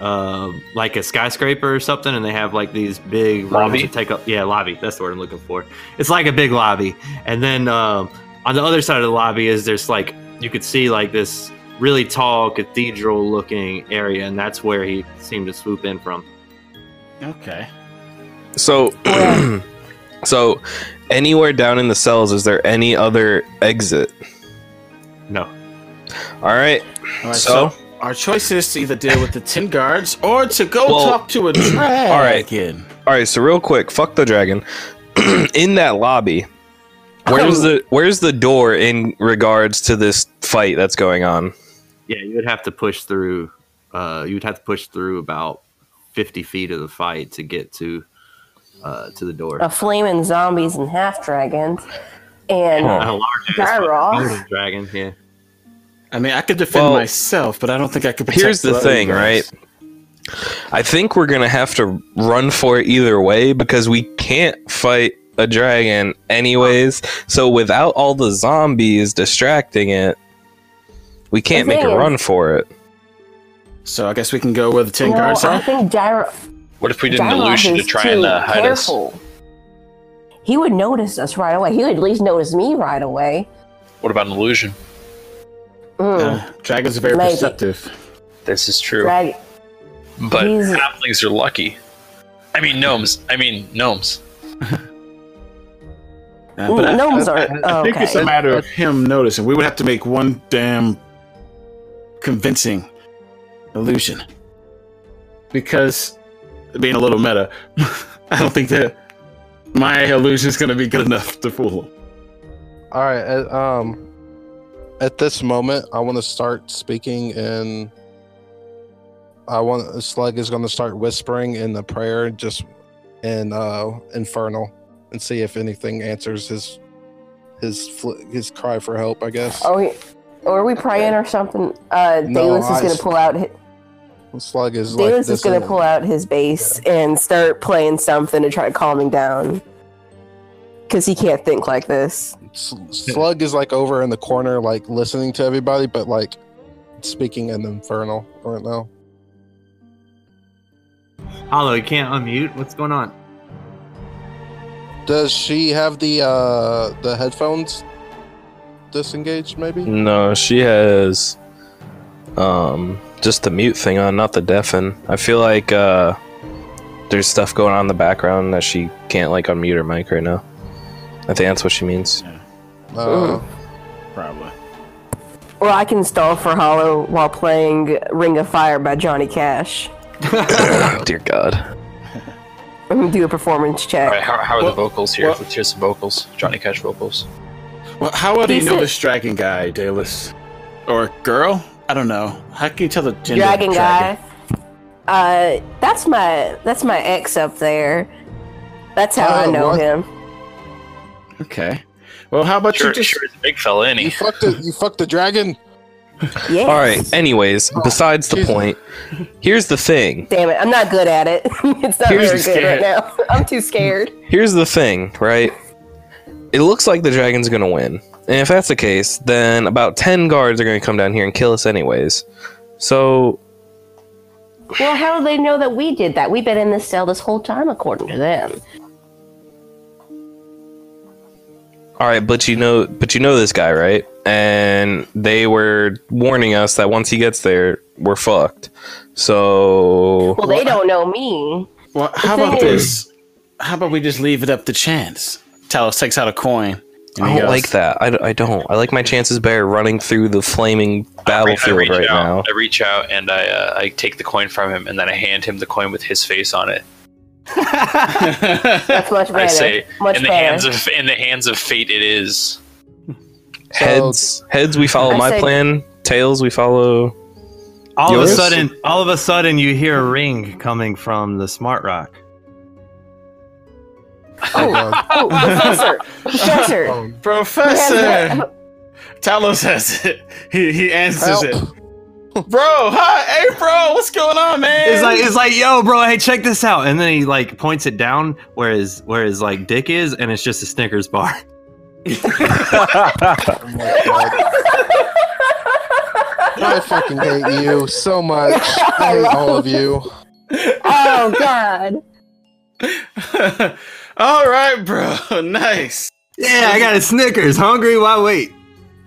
Speaker 1: uh, like a skyscraper or something, and they have like these big rooms
Speaker 5: Lobby?
Speaker 1: that take up. Yeah, lobby. That's the word I'm looking for. It's like a big lobby, and then um, on the other side of the lobby is there's like you could see like this really tall cathedral-looking area, and that's where he seemed to swoop in from.
Speaker 9: okay.
Speaker 12: So, so anywhere down in the cells, is there any other exit?
Speaker 1: No,
Speaker 12: All right.
Speaker 9: All right,
Speaker 12: so,
Speaker 9: so, our choice is to either deal with the tin guards or to go
Speaker 12: Well,
Speaker 9: talk to a dragon.
Speaker 12: all right. All right. So real quick, fuck the dragon. in that lobby, where's the where's the door in regards to this fight that's going on?
Speaker 3: Yeah, you would have to push through. Uh, you would have to push through about fifty feet of the fight to get to uh, to the door.
Speaker 2: A flaming zombies and half dragons, and
Speaker 3: And a large-ass
Speaker 2: Gyroth.
Speaker 3: fucking dragon. Yeah.
Speaker 9: I mean, I could defend
Speaker 12: Well,
Speaker 9: myself, but I don't think I could. Protect
Speaker 12: Here's the
Speaker 9: other
Speaker 12: thing,
Speaker 9: guys.
Speaker 12: right? I think we're gonna have to run for it either way because we can't fight a dragon anyways. So without all the zombies distracting it, we can't make a
Speaker 2: thing is-
Speaker 12: run for it.
Speaker 9: So I guess we can go where the tin
Speaker 2: No,
Speaker 9: guards
Speaker 2: I
Speaker 9: are.
Speaker 2: think Gyro-
Speaker 5: What if we did an
Speaker 2: Gyroth
Speaker 5: illusion to
Speaker 2: is
Speaker 5: try and
Speaker 2: too
Speaker 5: uh, hide us?
Speaker 2: careful. He would notice us right away. He would at least notice me right away.
Speaker 5: What about an illusion?
Speaker 2: Mm.
Speaker 9: Uh, dragons are very
Speaker 2: Maybe.
Speaker 9: perceptive.
Speaker 5: This is true.
Speaker 2: Drag-
Speaker 5: But
Speaker 2: He's-
Speaker 5: halflings are lucky. I mean gnomes. I mean gnomes.
Speaker 9: Uh, but I-
Speaker 2: Gnomes
Speaker 9: I,
Speaker 2: are-
Speaker 9: I, I think it's a
Speaker 2: oh, okay.
Speaker 9: matter of him noticing. We would have to make one damn convincing illusion. Because, being a little meta, I don't think that my illusion is going to be good enough to fool him.
Speaker 4: All right. At, um, at this moment, I want to start speaking in. I want Slug is going to start whispering in the prayer, just in uh, Infernal, and see if anything answers his his fl- his cry for help. I guess.
Speaker 2: Are we, are we praying or something? Uh,
Speaker 4: No,
Speaker 2: Dalis is
Speaker 4: I-
Speaker 2: going to pull out. His,
Speaker 4: Slug is like
Speaker 2: Dalis
Speaker 4: this
Speaker 2: is going
Speaker 4: in-
Speaker 2: to pull out his bass and start playing something to try to calm him down, because he can't think like this.
Speaker 4: S- Slug is like over in the corner, like listening to everybody, but like speaking in Infernal right now.
Speaker 3: Hollow, you can't unmute. What's going on?
Speaker 4: Does she have the uh the headphones disengaged maybe?
Speaker 12: No, she has um just the mute thing on, not the deafen. I feel like uh there's stuff going on in the background that she can't like unmute her mic right now. I think that's what she means.
Speaker 4: Uh,
Speaker 9: Probably.
Speaker 2: Or I can stall for Hollow while playing "Ring of Fire" by Johnny Cash.
Speaker 12: Dear God.
Speaker 2: I'm gonna do a performance check.
Speaker 5: All right, how, how are the vocals here? Let's hear some vocals. Johnny Cash vocals.
Speaker 9: Well, how would you
Speaker 2: Decent.
Speaker 9: know this dragon guy, Dalus? Or girl? I don't know. How can you tell the gender? of
Speaker 2: dragon
Speaker 9: the
Speaker 2: guy. Uh, that's my that's my ex up there. That's how I
Speaker 4: Oh,
Speaker 2: know
Speaker 4: what?
Speaker 2: him.
Speaker 9: Okay. Well, how about
Speaker 5: Sure,
Speaker 9: you just
Speaker 5: sure is a big fella, ain't
Speaker 4: You
Speaker 5: he?
Speaker 4: fucked the you fucked the dragon.
Speaker 2: Yeah.
Speaker 12: All right. Anyways, besides the point, here's the thing.
Speaker 2: Damn it! I'm not good at it. it's not
Speaker 12: Here's
Speaker 2: very
Speaker 12: the
Speaker 2: good right now. I'm too scared.
Speaker 12: Here's the thing, right? It looks like the dragon's gonna win, and if that's the case, then about ten guards are gonna come down here and kill us anyways. So
Speaker 2: Well, how do they know that we did that? We've been in this cell this whole time, according to them.
Speaker 12: All right, but you know, but you know this guy, right? And they were warning us that once he gets there, we're fucked. So
Speaker 2: Well, they don't know me.
Speaker 9: Well, how
Speaker 2: thing
Speaker 9: about
Speaker 2: is-
Speaker 9: this? How about we just leave it up to chance? Talos takes out a coin. and
Speaker 12: I
Speaker 9: he
Speaker 12: don't
Speaker 9: goes,
Speaker 12: like that. I, d- I don't. I like my chances better running through the flaming battlefield
Speaker 5: reach
Speaker 12: right
Speaker 5: out.
Speaker 12: now.
Speaker 5: I reach out and I uh, I take the coin from him and then I hand him the coin with his face on it.
Speaker 2: That's much better.
Speaker 5: I say,
Speaker 2: much
Speaker 5: in the
Speaker 2: better.
Speaker 5: hands of in the hands of fate, it is.
Speaker 12: Heads, heads, we follow
Speaker 2: I
Speaker 12: my
Speaker 2: say-
Speaker 12: plan. Tails, we follow.
Speaker 3: All
Speaker 12: Yours?
Speaker 3: of a sudden, all of a sudden, you hear a ring coming from the smart rock.
Speaker 2: oh, oh, professor, professor.
Speaker 4: Oh,
Speaker 9: Professor Talos has it. He he answers it. Bro, hi, hey, bro, what's going on, man?
Speaker 3: It's like it's like, yo, bro, hey, check this out, and then he like points it down where his where his like dick is, and it's just a Snickers bar.
Speaker 4: I fucking hate you so much. I hate all of you.
Speaker 2: Oh God.
Speaker 9: all right, bro, nice.
Speaker 3: Yeah, I got a Snickers. Hungry? Why wait?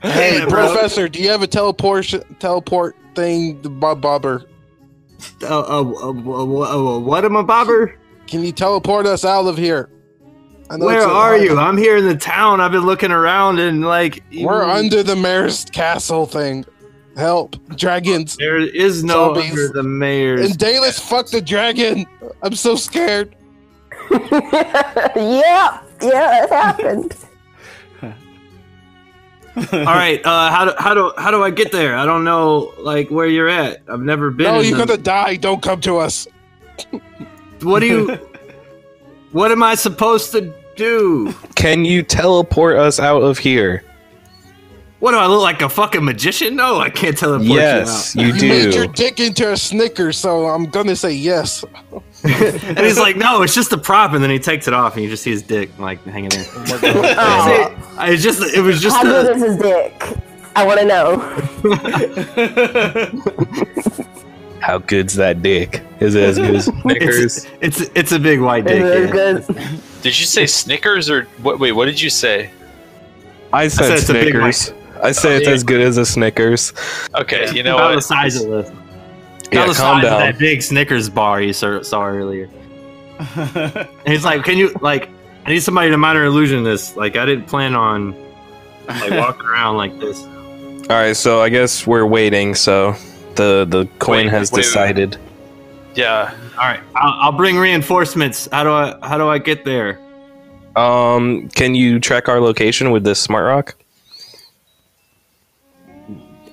Speaker 4: Hey,
Speaker 3: Yeah, bro.
Speaker 4: professor, do you have a teleport teleport thing, Bob Bobber?
Speaker 3: Uh, uh, uh, uh, uh, what am I, bobber?
Speaker 4: Can you teleport us out of here? I know
Speaker 3: Where
Speaker 4: it's a-
Speaker 3: are you? I'm here in the town. I've been looking around and like
Speaker 4: We're under the mayor's castle thing. Help! Dragons!
Speaker 3: There is no
Speaker 4: Zombies.
Speaker 3: under the mayor's.
Speaker 4: And Dalis, fuck the dragon! I'm so scared.
Speaker 2: yeah, yeah, it happened.
Speaker 3: All right, uh, how do how do how do I get there? I don't know, like where you're at. I've never been.
Speaker 4: no,
Speaker 3: in
Speaker 4: you're
Speaker 3: the-
Speaker 4: gonna die. Don't come to us.
Speaker 3: What do you? what am I supposed to do?
Speaker 26: Can you teleport us out of here?
Speaker 3: What do I look like a fucking magician? No, I can't teleport
Speaker 26: Yes,
Speaker 3: you out.
Speaker 26: you do.
Speaker 4: Made your dick into a snicker, so I'm gonna say yes.
Speaker 3: and he's like, no, it's just a prop, and then he takes it off, and you just see his dick like hanging there. See, I just it was just
Speaker 2: How
Speaker 3: a-
Speaker 2: big is his dick? I want to know.
Speaker 12: How good's that dick? Is it as good as Snickers?
Speaker 3: It's it's a big white
Speaker 2: Is it good?
Speaker 5: Did you say Snickers or what? Wait, what did you say?
Speaker 12: I
Speaker 5: said
Speaker 12: said
Speaker 5: it's a Big
Speaker 12: Snickers. I say it's as good as a Snickers.
Speaker 5: Oh, Okay, you know
Speaker 3: about
Speaker 5: what?
Speaker 3: the size of the.
Speaker 12: Yeah,
Speaker 3: Oh, about the
Speaker 12: calm
Speaker 3: size
Speaker 12: down.
Speaker 3: Of that big Snickers bar you saw, saw earlier. and he's like, "Can you like? I need somebody to minor illusion this. Like, I didn't plan on like walking around like this."
Speaker 12: All right, so I guess we're waiting. So the the coin
Speaker 3: Wait,
Speaker 12: has
Speaker 3: wait, wait.
Speaker 12: decided.
Speaker 5: Yeah.
Speaker 3: All right, I'll, I'll bring reinforcements. How do I how do I get there?
Speaker 12: Um, can you track our location with this smart rock?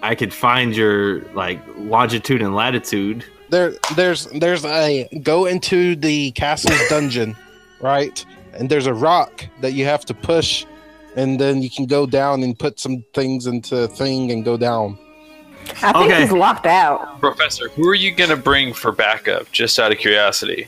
Speaker 3: I could find your like longitude and latitude.
Speaker 4: There, there's, there's a go into the castle's dungeon, right? And there's a rock that you have to push, and then you can go down and put some things into a thing and go down.
Speaker 2: I think
Speaker 5: Okay.
Speaker 2: he's locked out.
Speaker 5: Professor, who are you gonna bring for backup? Just out of curiosity.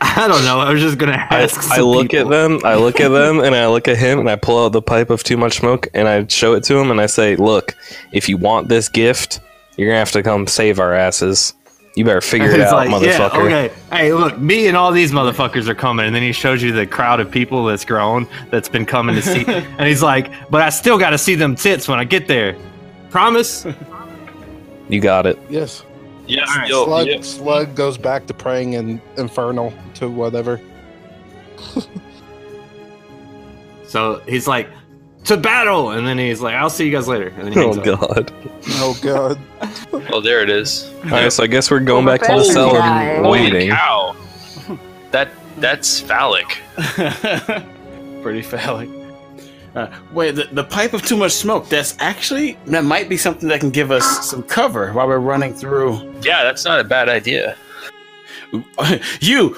Speaker 3: I don't know. I was just gonna
Speaker 12: I,
Speaker 3: ask.
Speaker 12: I
Speaker 3: some
Speaker 12: look
Speaker 3: people.
Speaker 12: at them, I look at them, and I look at him, and I pull out the pipe of too much smoke, and I show it to him, and I say, "Look, if you want this gift, you're gonna have to come save our asses. You better figure it
Speaker 3: It's
Speaker 12: out,
Speaker 3: like, yeah,
Speaker 12: motherfucker."
Speaker 3: okay. Hey, look, me and all these motherfuckers are coming, and then he shows you the crowd of people that's grown that's been coming to see, and he's like, "But I still got to see them tits when I get there. Promise."
Speaker 12: You got it.
Speaker 4: Yes.
Speaker 5: Yes.
Speaker 4: Slug, Slug goes back to praying in Infernal to whatever.
Speaker 3: So he's like, "To battle," and then he's like, "I'll see you guys later." And then he
Speaker 12: Oh
Speaker 3: hangs up.
Speaker 12: god.
Speaker 4: Oh god.
Speaker 5: Well, Oh, there it is.
Speaker 12: All right, so I guess we're going back to the cell and
Speaker 5: Holy
Speaker 12: waiting.
Speaker 5: cow. That that's phallic.
Speaker 9: Pretty phallic. Uh, wait, the, the pipe of too much smoke. That's actually that might be something that can give us some cover while we're running through.
Speaker 5: Yeah, that's not a bad idea.
Speaker 9: you,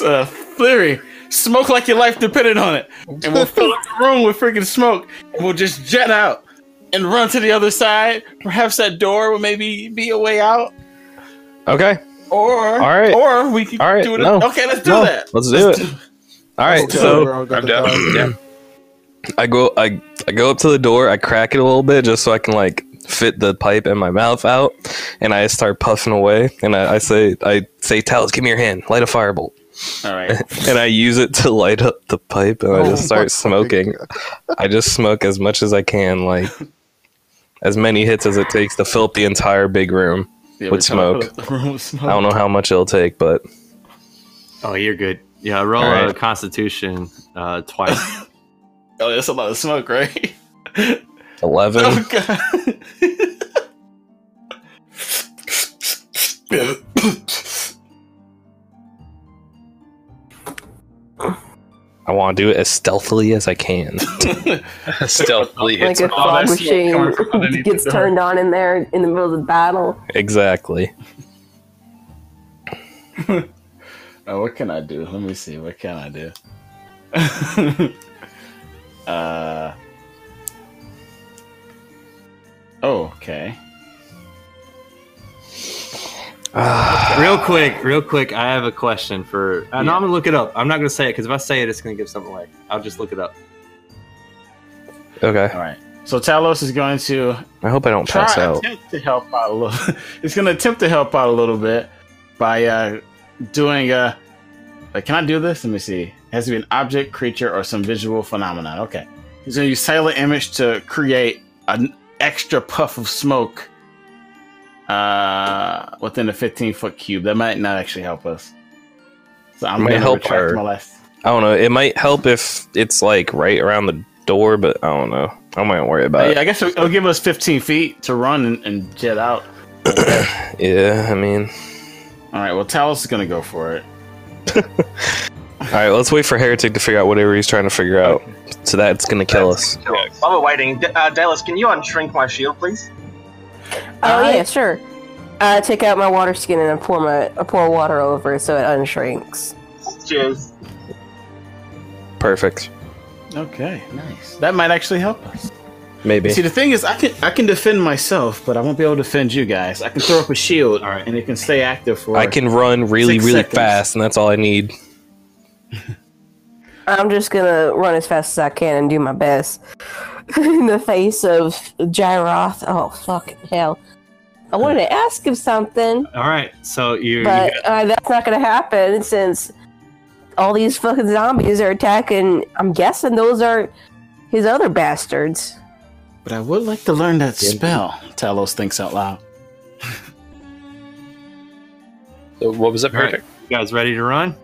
Speaker 9: uh, Fleury, smoke like your life depended on it, and we'll fill up the room with freaking smoke. And we'll just jet out and run to the other side. Perhaps that door will maybe be a way out,
Speaker 12: Okay.
Speaker 9: or
Speaker 12: All right.
Speaker 9: or we can
Speaker 12: All right.
Speaker 9: do it.
Speaker 12: no.
Speaker 9: Okay, let's do
Speaker 12: No,
Speaker 9: that.
Speaker 12: Let's do it. All
Speaker 4: Oh,
Speaker 12: right. So
Speaker 5: I'm down. yeah.
Speaker 12: I go I, I go up to the door, I crack it a little bit just so I can like fit the pipe in my mouth out, and I start puffing away and I, I say I say, Talos, give me your hand, light a firebolt.
Speaker 9: All right.
Speaker 12: and I use it to light up the pipe and I
Speaker 9: Oh
Speaker 12: just start smoking. I just smoke as much as I can, like as many hits as it takes to fill up the entire big room
Speaker 9: Yeah, we're
Speaker 12: with
Speaker 9: trying to
Speaker 12: smoke.
Speaker 9: fill up the room with smoke.
Speaker 12: I don't know how much it'll take, but
Speaker 3: Oh, you're good. Yeah, roll
Speaker 12: All
Speaker 3: a
Speaker 12: right.
Speaker 3: Constitution uh, twice.
Speaker 9: Oh, that's a lot of smoke, right?
Speaker 12: eleven.
Speaker 9: Oh god.
Speaker 12: I want to do it as stealthily as I can.
Speaker 5: Stealthily,
Speaker 2: Like a fog machine gets turned on in there in the middle of the battle.
Speaker 12: exactly.
Speaker 9: Oh, what can I do? Let me see. What can I do? uh. Oh, okay.
Speaker 3: real quick, real quick, I have a question for. Uh, No, I'm gonna look it up. I'm not gonna say it because if I say it, it's gonna give something away. I'll just look it up.
Speaker 12: Okay.
Speaker 9: All right. So Talos is going to
Speaker 12: I hope I don't
Speaker 9: try
Speaker 12: pass out.
Speaker 9: attempt to help out a little. He's going to attempt to help out a little bit by uh, doing a. Like, can I do this? Let me see. It has to be an object, creature, or some visual phenomenon. Okay. He's going to use silent image to create an extra puff of smoke uh, within a 15 foot cube. That might not actually help us. So I'm
Speaker 12: Might
Speaker 9: going to
Speaker 12: help
Speaker 9: retract
Speaker 12: her.
Speaker 9: my last.
Speaker 12: I don't know. It might help if it's like right around the door, but I don't know.
Speaker 5: I'm not worry about
Speaker 9: yeah, I guess it'll, it'll give us 15 feet to run and, and jet out.
Speaker 5: it. Yeah, I mean.
Speaker 9: All right. Well, Talos is gonna go for it.
Speaker 5: All right, let's wait for Heretic to figure out whatever he's trying to figure out. So that's gonna kill us.
Speaker 12: While we're waiting, D- uh, Dallas, can you unshrink my shield, please?
Speaker 2: Oh yeah, sure. I take out my water skin and I pour my I pour water over it so it unshrinks.
Speaker 12: Cheers.
Speaker 5: Perfect.
Speaker 9: Okay. Nice. That might actually help us.
Speaker 5: Maybe.
Speaker 9: See, the thing is, I can I can defend myself, but I won't be able to defend you guys. I can throw up a shield, and it can stay active for.
Speaker 5: I can run really,
Speaker 9: six
Speaker 5: really
Speaker 9: seconds.
Speaker 5: fast, and that's all I need.
Speaker 2: I'm just gonna run as fast as I can and do my best in the face of Gyroth. Oh fuck hell! I wanted to ask him something,
Speaker 3: All right, so you. you
Speaker 2: but
Speaker 3: got-
Speaker 2: uh, that's not gonna happen since all these fucking zombies are attacking. I'm guessing those are his other bastards.
Speaker 9: But I would like to learn that spell. Talos thinks out loud.
Speaker 27: what was that,
Speaker 3: All right, You guys ready to run?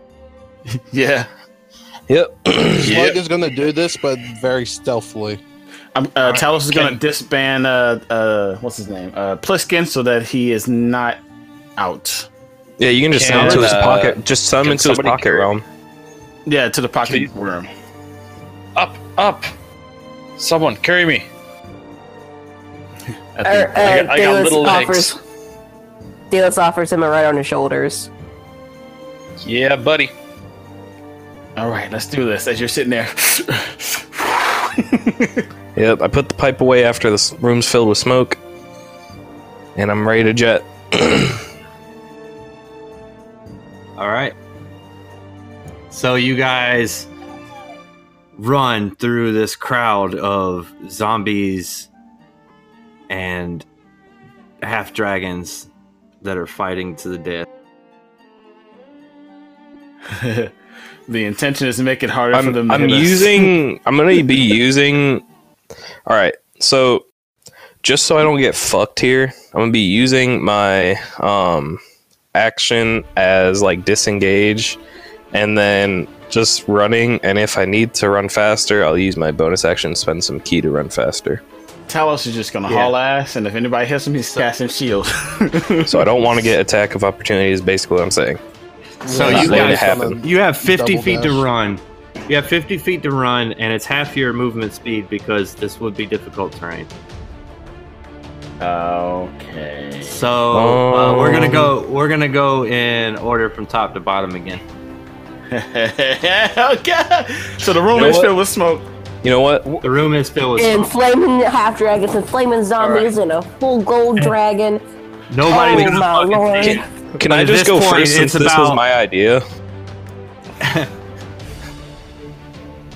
Speaker 9: yeah.
Speaker 5: Yep.
Speaker 4: Slug is gonna do this, but very stealthily.
Speaker 9: I'm, uh, Talos is going to disband uh, uh, what's his name uh, Pliskin so that he is not out.
Speaker 5: Yeah, you can just
Speaker 9: Can,
Speaker 5: send him to his
Speaker 9: uh,
Speaker 5: pocket. Just send him
Speaker 9: can
Speaker 5: into his
Speaker 9: somebody-
Speaker 5: pocket realm.
Speaker 9: Yeah, to the pocket worm.
Speaker 27: Up, up! Someone carry me.
Speaker 2: Or,
Speaker 9: I,
Speaker 2: uh,
Speaker 27: I got, I got
Speaker 2: Daedalus
Speaker 27: little
Speaker 2: offers,
Speaker 27: legs.
Speaker 2: Daedalus offers him a right on his shoulders.
Speaker 27: Yeah, buddy.
Speaker 9: All right, let's do this. As you're sitting there,
Speaker 5: Yep, I put the pipe away after the s- room's filled with smoke, and I'm ready to jet.
Speaker 3: All right. So you guys run through this crowd of zombies and half dragons that are fighting to the death.
Speaker 9: the intention is to make it harder for them.
Speaker 5: I'm,
Speaker 9: To
Speaker 5: I'm
Speaker 9: hit us.
Speaker 5: using. I'm gonna be using. All right. So, just so I don't get fucked here, I'm gonna be using my um action as like disengage, and then just running. And if I need to run faster, I'll use my bonus action, spend some key to run faster.
Speaker 9: Talos is just going to
Speaker 5: Yeah.
Speaker 9: haul ass, and if anybody hits him, he's casting shield.
Speaker 5: so I don't want to get attack of opportunity. Is basically what I'm saying.
Speaker 3: So
Speaker 5: Not
Speaker 3: you
Speaker 5: letting it
Speaker 3: guys,
Speaker 5: happen.
Speaker 3: you have 50
Speaker 5: Double
Speaker 3: feet to
Speaker 5: dash.
Speaker 3: run. You have 50 feet to run, and it's half your movement speed because this would be difficult terrain.
Speaker 9: Okay.
Speaker 3: So uh, we're gonna go. We're gonna go in order from top to bottom again.
Speaker 9: okay. So the room
Speaker 3: You know
Speaker 9: is
Speaker 3: what?
Speaker 9: filled with smoke.
Speaker 5: You know what?
Speaker 3: The room is filled with
Speaker 2: And
Speaker 3: smoke.
Speaker 2: flaming half dragons and flaming zombies and a full gold dragon.
Speaker 3: Nobody
Speaker 2: oh
Speaker 3: leaves the
Speaker 2: my lord.
Speaker 5: Can, can I
Speaker 3: At
Speaker 5: just
Speaker 3: this
Speaker 5: go
Speaker 3: point,
Speaker 5: first since
Speaker 3: it's
Speaker 5: this was
Speaker 3: about-
Speaker 5: my idea?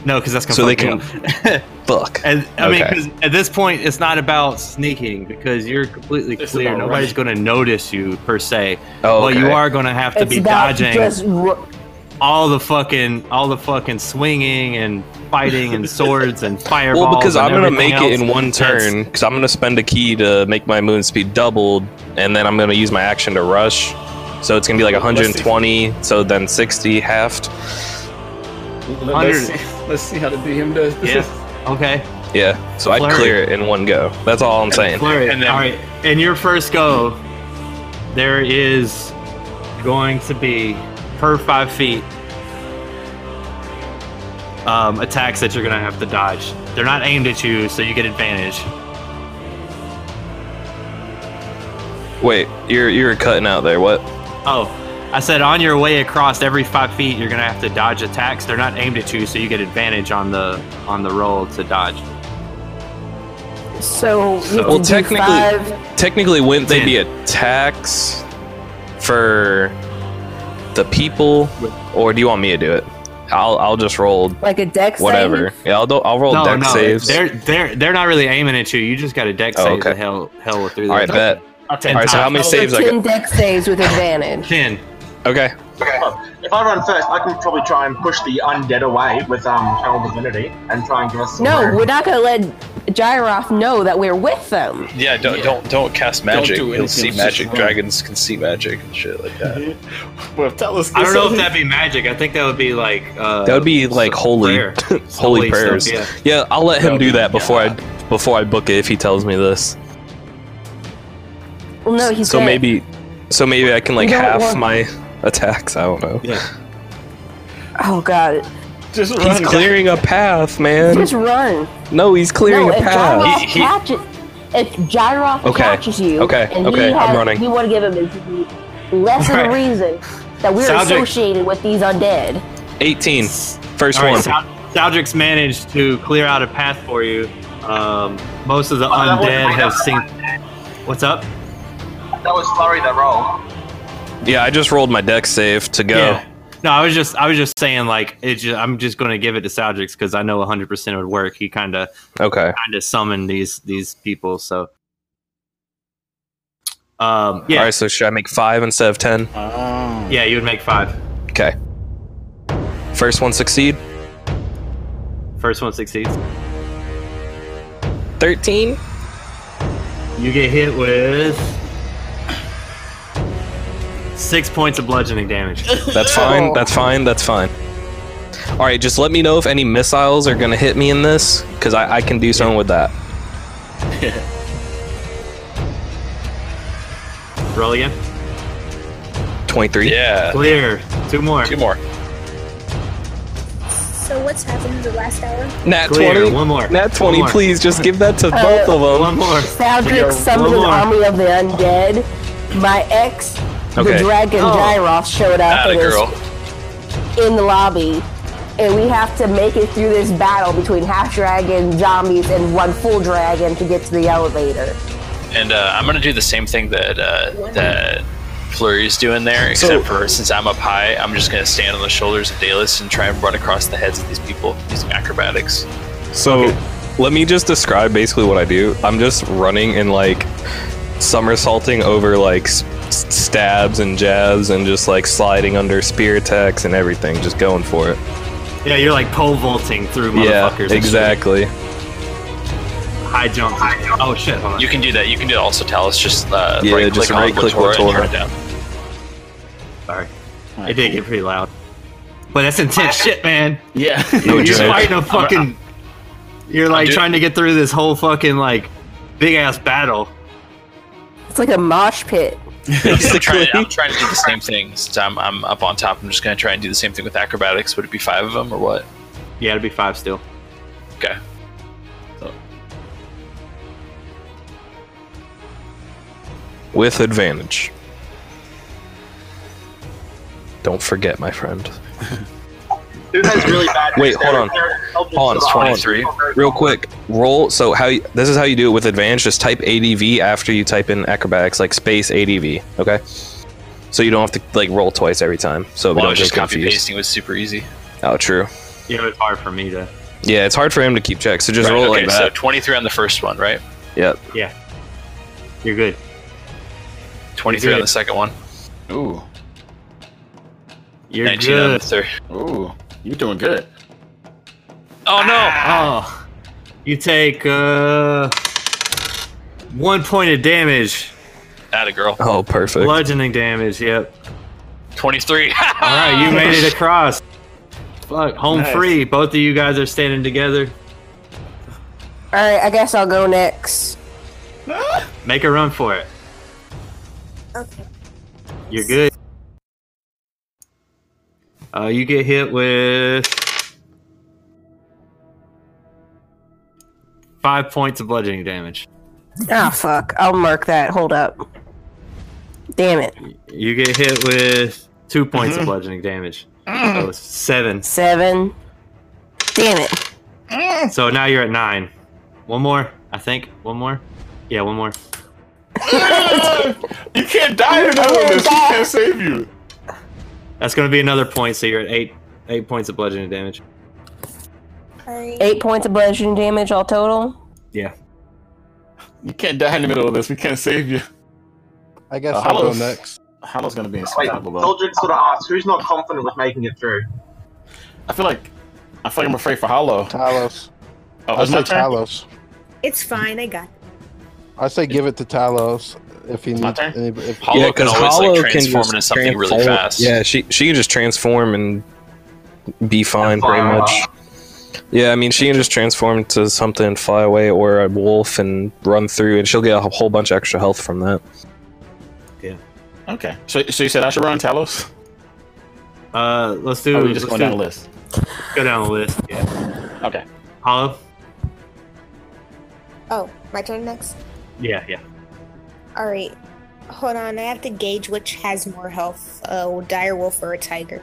Speaker 3: No, because that's gonna
Speaker 5: So they
Speaker 3: fuck me up.
Speaker 5: Fuck.
Speaker 3: And I mean,
Speaker 5: Okay.
Speaker 3: 'cause at this point, it's not about sneaking because you're completely clear.
Speaker 9: about
Speaker 3: Nobody's
Speaker 9: running.
Speaker 3: going to notice you per se.
Speaker 5: Oh,
Speaker 3: but you
Speaker 5: okay.
Speaker 3: are going to have to
Speaker 2: It's
Speaker 3: be
Speaker 2: about
Speaker 3: dodging
Speaker 2: just ru-
Speaker 3: all the fucking, all the fucking swinging and fighting and swords and fireballs.
Speaker 5: Well, because
Speaker 3: and
Speaker 5: I'm gonna
Speaker 3: everything
Speaker 5: make it in
Speaker 3: else.
Speaker 5: one
Speaker 3: That's-
Speaker 5: turn. Because I'm gonna spend a key to make my movement speed doubled, and then I'm gonna use my action to rush. So it's gonna be like 120. So then 60 halved.
Speaker 9: Let's see, let's see how the DM does. this.
Speaker 3: Yeah. Okay.
Speaker 5: Yeah. So I
Speaker 3: Flurry.
Speaker 5: clear it in one go. That's all I'm saying.
Speaker 3: Flurry. all right. In your first go, there is going to be per five feet um, attacks that you're going to have to dodge. They're not aimed at you, so you get advantage.
Speaker 5: Wait, you're you're cutting out there. What?
Speaker 3: Oh, I said on your way across every five feet, you're going to have to dodge attacks. They're not aimed at you, so you get advantage on the on the roll to dodge.
Speaker 2: so, you
Speaker 5: well,
Speaker 2: have to do
Speaker 5: technically,
Speaker 2: five.
Speaker 5: technically, wouldn't they be attacks for the people, or do you want me to do it? I'll I'll just roll
Speaker 2: Like a dex
Speaker 5: whatever. Yeah, I'll do, I'll roll deck saves.
Speaker 3: They're they're they're not really aiming at you. You just got a deck
Speaker 5: Oh,
Speaker 3: save
Speaker 5: okay.
Speaker 3: to hell hell through.
Speaker 5: All right, bet. All right, so how many saves I
Speaker 2: Save. Ten
Speaker 5: got?
Speaker 2: dex saves with advantage.
Speaker 3: Oh, Ten.
Speaker 5: Okay.
Speaker 12: Okay. If I run first, I can probably try and push the undead away with um channel divinity and try and give us. Some
Speaker 2: No,
Speaker 12: room.
Speaker 2: we're not gonna let Gyroth know that we're with them.
Speaker 27: Yeah, don't don't don't cast magic.
Speaker 2: do
Speaker 27: He'll
Speaker 2: anything,
Speaker 27: see
Speaker 2: it's just
Speaker 27: magic.
Speaker 2: wrong.
Speaker 27: Dragons can see magic and shit like that.
Speaker 9: Well, Talos.
Speaker 3: I don't know if that'd be magic. I think that would be like uh,
Speaker 5: That would be like holy,
Speaker 3: prayer. Holy
Speaker 5: holy
Speaker 3: stuff,
Speaker 5: prayers.
Speaker 3: yeah.
Speaker 5: yeah. I'll let him do that before I
Speaker 12: before I book it if he tells me this.
Speaker 2: Well, no, he's
Speaker 12: so
Speaker 2: dead.
Speaker 12: maybe, so maybe I can like
Speaker 2: You don't
Speaker 12: half
Speaker 2: want-
Speaker 12: my attacks. I don't know.
Speaker 2: Oh god.
Speaker 9: Just
Speaker 12: He's clearing a path, man.
Speaker 2: Just run.
Speaker 12: No, he's clearing
Speaker 2: no,
Speaker 12: a
Speaker 2: if
Speaker 12: path.
Speaker 2: Gyroth catches, if Gyroth
Speaker 12: Okay,
Speaker 2: catches you,
Speaker 12: okay,
Speaker 2: and
Speaker 12: okay,
Speaker 2: he
Speaker 12: I'm
Speaker 2: has,
Speaker 12: running.
Speaker 2: You want to give him less of a reason that we're
Speaker 3: Sounds like-
Speaker 2: associated with these undead.
Speaker 12: 18. First
Speaker 3: All
Speaker 12: one.
Speaker 3: right, Sal- Saldrick's managed to clear out a path for you. Um, most of the
Speaker 18: Oh, that was-
Speaker 3: undead have seen. What's up?
Speaker 18: That was flurry that roll.
Speaker 12: yeah, I just rolled my deck save to go.
Speaker 3: Yeah. No, I was just I was just saying like it. Just, I'm just going to give it to Saldrix because I know 100 percent would work. He kind of
Speaker 12: okay
Speaker 3: kind of summoned these these people. So um, yeah,
Speaker 12: All right, so should I make five instead of ten?
Speaker 9: Uh-uh.
Speaker 3: yeah, you would make five.
Speaker 12: Okay. First one succeed.
Speaker 3: First one succeeds.
Speaker 12: 13.
Speaker 3: You get hit with six points of bludgeoning damage.
Speaker 12: That's
Speaker 3: Oh.
Speaker 12: fine. That's fine. That's fine. All right, just let me know if any missiles are gonna hit me in this, because I, I can do something with that.
Speaker 3: Roll again.
Speaker 12: Twenty-three.
Speaker 5: Yeah.
Speaker 3: Clear. Two more.
Speaker 5: Two more.
Speaker 7: So what's happened in the last hour?
Speaker 12: Nat
Speaker 3: Clear.
Speaker 12: twenty.
Speaker 3: One more.
Speaker 12: Nat twenty,
Speaker 3: One more. Uh,
Speaker 12: please. Just give that to both of them.
Speaker 3: One more.
Speaker 2: Saldrick summons an army of the undead. My ex,
Speaker 12: Okay.
Speaker 2: the dragon
Speaker 12: Oh.
Speaker 2: Gyroth, showed up
Speaker 12: Atta
Speaker 2: and
Speaker 12: girl.
Speaker 2: is in the lobby. And we have to make it through this battle between half dragon zombies and one full dragon to get to the elevator.
Speaker 5: And uh, I'm gonna do the same thing that uh, that Flurry's doing there, except for since I'm up high, I'm just gonna stand on the shoulders of Dalis and try and run across the heads of these people using acrobatics.
Speaker 12: So let me just describe basically what I do. I'm just running and like somersaulting over like s- s- stabs and jabs and just like sliding under spear attacks and everything, just going for it.
Speaker 3: Yeah, you're like pole vaulting through
Speaker 12: Yeah,
Speaker 3: motherfuckers.
Speaker 12: exactly.
Speaker 3: High jump. Oh shit! Hold on.
Speaker 5: You can do that. You can do it also tell us just uh,
Speaker 12: Yeah,
Speaker 5: right
Speaker 12: just
Speaker 5: click on
Speaker 12: right-click
Speaker 5: Latora and
Speaker 12: Latora.
Speaker 5: turn it down.
Speaker 3: Sorry, it did get pretty loud. But that's intense shit, man.
Speaker 9: Yeah,
Speaker 3: you're
Speaker 9: joke.
Speaker 3: fighting a
Speaker 9: I'm-
Speaker 3: fucking. You're like
Speaker 9: do-
Speaker 3: trying to get through this whole fucking like big ass battle.
Speaker 2: It's like a mosh pit.
Speaker 5: I'm, trying to, I'm trying to do the same thing since I'm, I'm up on top. I'm just gonna try and do the same thing with acrobatics. Would it be five of them or what?
Speaker 3: Yeah, it'd be five still.
Speaker 5: Okay.
Speaker 12: With advantage. Don't forget, my friend.
Speaker 18: Dude, that's really bad.
Speaker 12: Wait, hold on.
Speaker 18: They're- they're-
Speaker 12: Hold on, hold on. Real quick, roll. So how you, this is how you do it with advantage. Just type ADV after you type in acrobatics, like space ADV. Okay. So you don't have to like roll twice every time. So we
Speaker 5: Well, I
Speaker 12: don't
Speaker 5: was
Speaker 12: get
Speaker 5: just copy
Speaker 12: confused.
Speaker 5: pasting was super easy.
Speaker 12: Oh, true.
Speaker 3: Yeah, it's hard for me to.
Speaker 12: Yeah, it's hard for him to keep check. So just
Speaker 5: Right,
Speaker 12: roll it
Speaker 5: okay,
Speaker 12: like
Speaker 5: So
Speaker 12: that.
Speaker 5: 23 on the first one, right?
Speaker 12: yep.
Speaker 3: Yeah, you're good.
Speaker 5: 23 on
Speaker 3: You're
Speaker 5: the second one.
Speaker 9: Ooh.
Speaker 3: You're
Speaker 5: 19 on the
Speaker 3: good.
Speaker 5: third.
Speaker 9: Ooh, you're doing good.
Speaker 5: Oh no!
Speaker 12: Ah.
Speaker 3: Oh, you take uh one point of damage.
Speaker 5: Atta girl.
Speaker 12: Oh, perfect.
Speaker 3: Bludgeoning damage. Yep.
Speaker 5: 23. All
Speaker 3: All right, you made it across. Fuck, home
Speaker 5: Nice.
Speaker 3: free. Both of you guys are standing together.
Speaker 2: All right, I guess I'll go next.
Speaker 3: Make a run for it.
Speaker 7: Okay.
Speaker 3: You're good. Uh, you get hit with five points of bludgeoning damage.
Speaker 2: Ah, fuck. I'll mark that. Hold up. Damn it.
Speaker 3: You get hit with two points
Speaker 8: Mm-hmm.
Speaker 3: of bludgeoning damage.
Speaker 8: Mm.
Speaker 3: So it's seven.
Speaker 2: Seven. Damn it.
Speaker 3: So now you're at nine. One more, I think. One more. Yeah, one more.
Speaker 9: You can't die in all of this. We can't save you.
Speaker 3: That's going to be another point. So you're at eight. Eight points of bludgeoning damage.
Speaker 2: Eight points of bludgeoning damage all total.
Speaker 3: Yeah.
Speaker 9: You can't die in the middle of this. We can't save you.
Speaker 4: I guess
Speaker 9: Uh,
Speaker 4: I'll go
Speaker 9: Hollow's-
Speaker 4: next.
Speaker 9: Hollow's gonna be
Speaker 18: Wait,
Speaker 9: insurmountable though.
Speaker 18: Eldrick sort of asks, who's not confident with making it through?
Speaker 9: I feel like I feel like I'm afraid for Hollow.
Speaker 4: Talos.
Speaker 9: Oh,
Speaker 4: I
Speaker 9: it's
Speaker 4: say
Speaker 9: my turn.
Speaker 4: Talos.
Speaker 7: It's fine. I got.
Speaker 4: I say give it to Talos if he needs. Any, if,
Speaker 5: Hollow
Speaker 12: yeah,
Speaker 5: can
Speaker 12: 'cause
Speaker 5: always
Speaker 12: Hollow
Speaker 5: like
Speaker 12: can
Speaker 5: transform
Speaker 12: just
Speaker 5: into something really
Speaker 12: transform-
Speaker 5: fast.
Speaker 12: Yeah, she she can just transform and be fine
Speaker 5: Fine.
Speaker 12: pretty much. Yeah, I mean, she can just transform to something, and fly away, or a wolf, and run through, and she'll get a whole bunch of extra health from that.
Speaker 8: Yeah. Okay. So, so you said I should run Talos?
Speaker 3: Uh, let's do.
Speaker 8: Or are we Oh, just
Speaker 3: let's
Speaker 8: going down
Speaker 3: do-
Speaker 8: the list?
Speaker 3: Go down the list. Yeah.
Speaker 8: Okay.
Speaker 3: Hollow.
Speaker 7: Oh, my turn next?
Speaker 3: Yeah, yeah.
Speaker 7: Alright. Hold on, I have to gauge which has more health, a dire wolf or a tiger.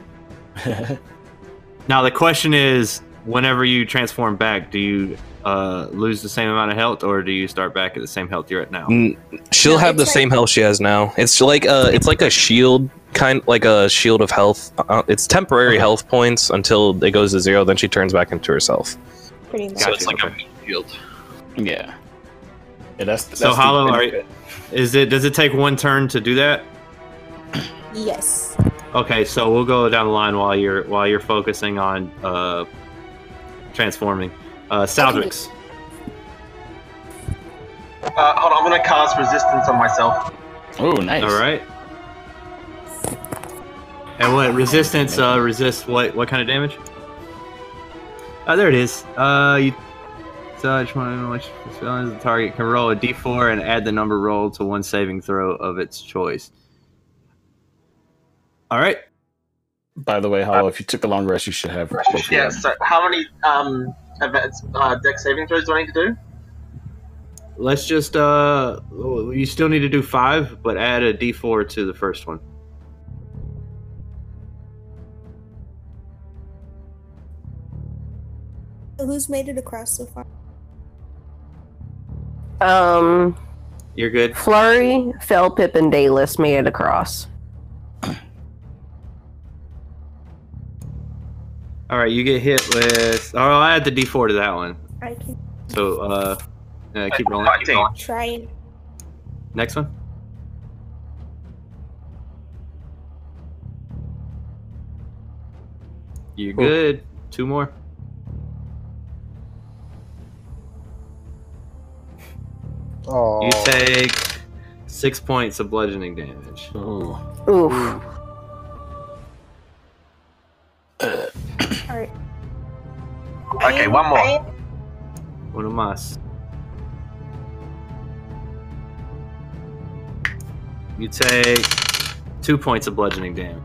Speaker 3: Now the question is, whenever you transform back, do you uh, lose the same amount of health, or do you start back at the same health you're at now?
Speaker 12: Mm, She'll have the same health she has now. It's like a, it's like a shield kind, like a shield of health. Uh, it's temporary health points until it goes to zero. Then she turns back into herself.
Speaker 7: Pretty much.
Speaker 5: So it's like a shield.
Speaker 8: Yeah. Yeah, that's, that's
Speaker 3: so
Speaker 8: the
Speaker 3: hollow. Are,
Speaker 8: benefit.
Speaker 3: is it? Does it take one turn to do that?
Speaker 7: Yes.
Speaker 3: Okay, so we'll go down the line while you're while you're focusing on uh, transforming. Uh, Saldrix.
Speaker 18: Uh, hold on, I'm gonna cast resistance on myself.
Speaker 8: Oh, nice.
Speaker 3: All right. And what resistance? Uh, resist what? What kind of damage? Oh, there it is. Uh, you touch one of which villains the target can roll a d4 and add the number rolled to one saving throw of its choice. All right.
Speaker 8: By the way, Hollow, if you took a long rest, you should have. both of
Speaker 18: Yeah.
Speaker 8: them.
Speaker 18: So how many um events, uh, deck saving throws do I need to do?
Speaker 3: Let's just uh, you still need to do five, but add a d4 to the first one.
Speaker 7: So who's made it across so far?
Speaker 2: Um,
Speaker 3: You're good.
Speaker 2: Flurry, Fell, Pip, and Daylist made it across.
Speaker 3: All right, you get hit with. Oh, I'll add the d4 to that one.
Speaker 7: I can
Speaker 3: So uh, uh keep rolling. keep rolling.
Speaker 7: try and
Speaker 3: Next one. You're good. Two more.
Speaker 4: Oh.
Speaker 3: You take six points of bludgeoning damage.
Speaker 7: Mm.
Speaker 2: Oof.
Speaker 7: Alright.
Speaker 18: Okay, one more.
Speaker 3: Uno más. You take two points of bludgeoning damage.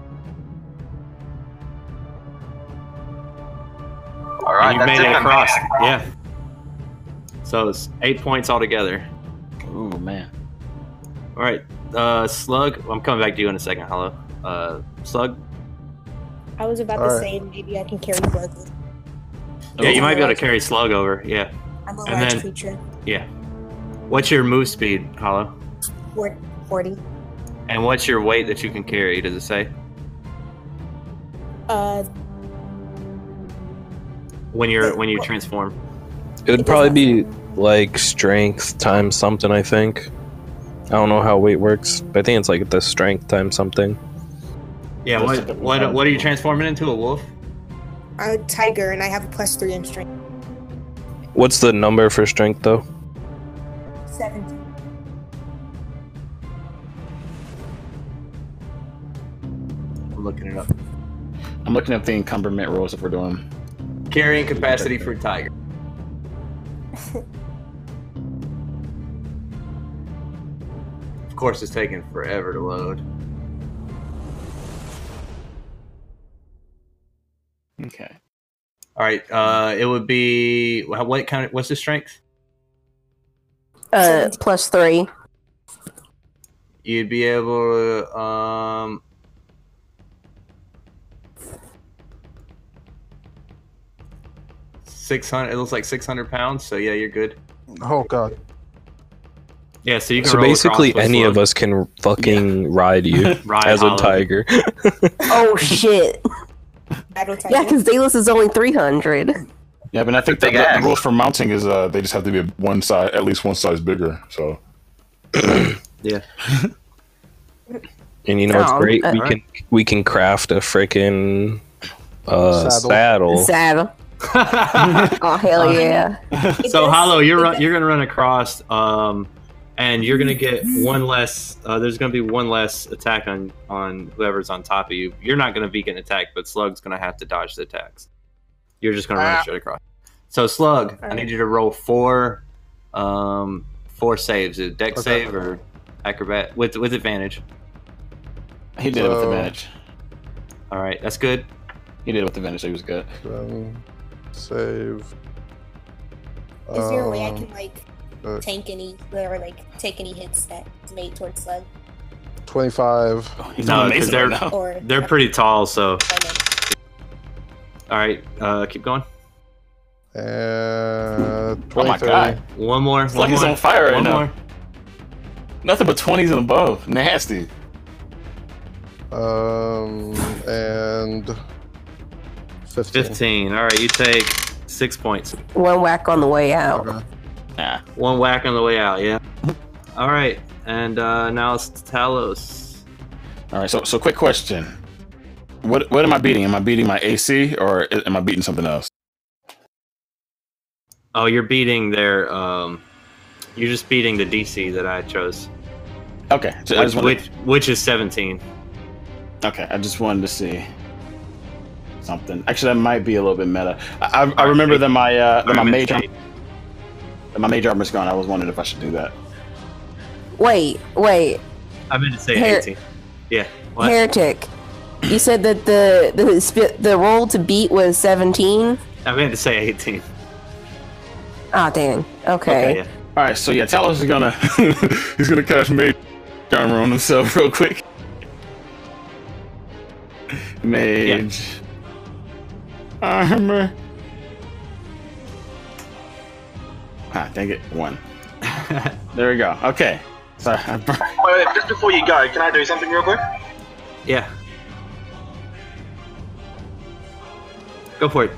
Speaker 18: All right,
Speaker 3: you made
Speaker 18: that's
Speaker 3: it
Speaker 18: it.
Speaker 3: across. Yeah. So it's eight points altogether.
Speaker 8: Oh man.
Speaker 3: All right, uh, Slug. I'm coming back to you in a second. Hello, uh, Slug.
Speaker 7: I was about to
Speaker 3: Alright.
Speaker 7: say maybe I can carry blood.
Speaker 3: Yeah, you might be able to carry Slug over. Yeah.
Speaker 7: I'm a
Speaker 3: And
Speaker 7: large
Speaker 3: then-
Speaker 7: creature.
Speaker 3: Yeah. What's your move speed, Hollow?
Speaker 7: Four- 40.
Speaker 3: And what's your weight that you can carry? Does it say?
Speaker 7: Uh,
Speaker 3: When you're when you transform.
Speaker 12: It would probably be like strength times something. I think. I don't know how weight works, but I think it's like the strength times something.
Speaker 3: Yeah. What what, what are you transforming into? A wolf?
Speaker 7: I'm a tiger and I have a plus three in strength.
Speaker 12: What's the number for strength though?
Speaker 7: Seventeen.
Speaker 3: I'm looking it up.
Speaker 8: I'm looking up the encumberment rules if we're doing.
Speaker 3: Carrying capacity for tiger. Of course, it's taking forever to load.
Speaker 8: Okay.
Speaker 3: All right. Uh, it would be wha- what kind? What's the strength?
Speaker 2: Uh, plus three.
Speaker 3: You'd be able to. Um, six hundred. It looks like six hundred pounds. So yeah, you're good.
Speaker 4: Oh god.
Speaker 3: Yeah. So you can.
Speaker 12: So
Speaker 3: roll across
Speaker 12: basically,
Speaker 3: with
Speaker 12: any
Speaker 3: slow.
Speaker 12: of us can fucking ride you
Speaker 3: Ride
Speaker 12: as
Speaker 3: Hollow.
Speaker 12: a tiger.
Speaker 2: Oh shit.
Speaker 7: Battle tiger.
Speaker 2: Yeah, because Daylist is only three hundred.
Speaker 8: Yeah, but I think the,
Speaker 18: Big
Speaker 8: the,
Speaker 18: ass.
Speaker 8: the rules for mounting is uh, they just have to be one size, at least one size bigger. So.
Speaker 3: yeah.
Speaker 12: And you know what's
Speaker 2: Oh,
Speaker 12: great?
Speaker 2: uh,
Speaker 12: we can we can craft a freaking uh, saddle.
Speaker 2: Saddle. oh hell yeah.
Speaker 3: so hollow you're run, you're gonna run across um and you're gonna get one less uh, there's gonna be one less attack on on whoever's on top of you you're not gonna be getting attacked but slug's gonna have to dodge the attacks you're just gonna run
Speaker 18: Ah.
Speaker 3: straight across So Slug, I
Speaker 7: Alright.
Speaker 3: need you to roll four, um, four saves. A deck
Speaker 7: Okay.
Speaker 3: save or acrobat with with advantage.
Speaker 9: He did it with advantage.
Speaker 3: All right, that's good.
Speaker 9: He did it with advantage. So he was good.
Speaker 4: Um, save. Is
Speaker 7: Is there a
Speaker 4: Um,
Speaker 7: way I can like
Speaker 4: uh,
Speaker 7: tank any or like take any hits that is made towards Slug?
Speaker 4: 25.
Speaker 9: Oh,
Speaker 3: No, 'cause they're
Speaker 7: Or-
Speaker 3: Oh, they're pretty tall. So. All right, uh, keep going.
Speaker 4: Uh,
Speaker 9: Oh my god.
Speaker 3: One more.
Speaker 9: It's
Speaker 3: one
Speaker 9: like he's
Speaker 3: more,
Speaker 9: on fire right
Speaker 3: one
Speaker 9: now.
Speaker 3: more.
Speaker 9: Nothing but 20s and above. Nasty.
Speaker 4: Um, and 15.
Speaker 3: 15. All right, you take six points.
Speaker 2: One whack on the way out.
Speaker 9: Nah.
Speaker 3: One whack on the way out, yeah. All right, and uh, now it's Talos.
Speaker 9: All right. So so quick question. What what am I beating? Am I beating my AC or a- am I beating something else?
Speaker 3: Oh, you're beating their. Um, you're just beating the DC that I chose.
Speaker 9: Okay. So I
Speaker 3: which,
Speaker 9: just wanted-
Speaker 3: which, which is 17.
Speaker 9: Okay, I just wanted to see something. Actually, that might be a little bit meta. I, I, I remember that my uh, that my mage arm- that my mage armor's gone. I was wondering if I should do that.
Speaker 2: Wait, wait,
Speaker 3: I meant to say
Speaker 2: Here-
Speaker 3: 18. Yeah. What?
Speaker 2: heretic. You said that the the sp- the roll to beat was seventeen.
Speaker 3: I meant to say 18.
Speaker 2: Ah, dang. Okay.
Speaker 9: All right, so yeah, Talos is gonna he's gonna cast mage armor on himself real quick. Mage armor. Ah, dang it, one. there we go. Okay, so I bur-
Speaker 12: Wait, wait, just before you go, can I do something real quick?
Speaker 3: Yeah. Go for it.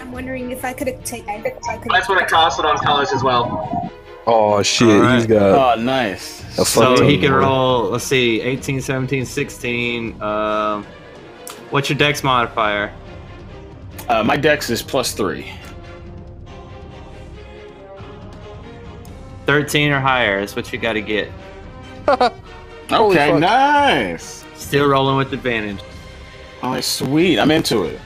Speaker 7: I'm wondering if I could take. I, if I could.
Speaker 12: I just want to cast it on Talos as well.
Speaker 28: Oh shit, he's got.
Speaker 9: Oh, nice.
Speaker 28: A
Speaker 3: So
Speaker 28: fuck ton
Speaker 3: he can
Speaker 28: more.
Speaker 3: roll, let's see, 18, 17, 16. Um, what's your dex modifier?
Speaker 9: uh, my dex is plus three.
Speaker 3: 13 or higher. That's what you got to get.
Speaker 9: Okay, nice.
Speaker 3: Still rolling with advantage.
Speaker 9: All right, sweet. I'm into it.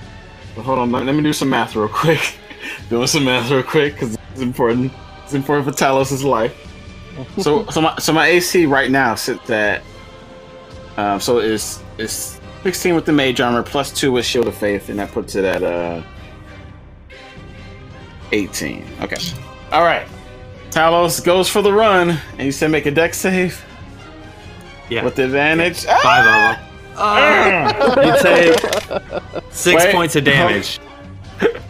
Speaker 9: But hold on, let let me do some math real quick. Doing some math real quick because it's important. It's important for Talos' life. So, so my so my AC right now sits at. Um, so it's it's 16 with the mage armor plus two with shield of faith, and that puts it at uh 18. Okay. All right. Talos goes for the run, and you said make a deck save.
Speaker 3: Yeah.
Speaker 9: With advantage. Ah!
Speaker 3: Five of them. you take six
Speaker 9: Wait.
Speaker 3: points of damage.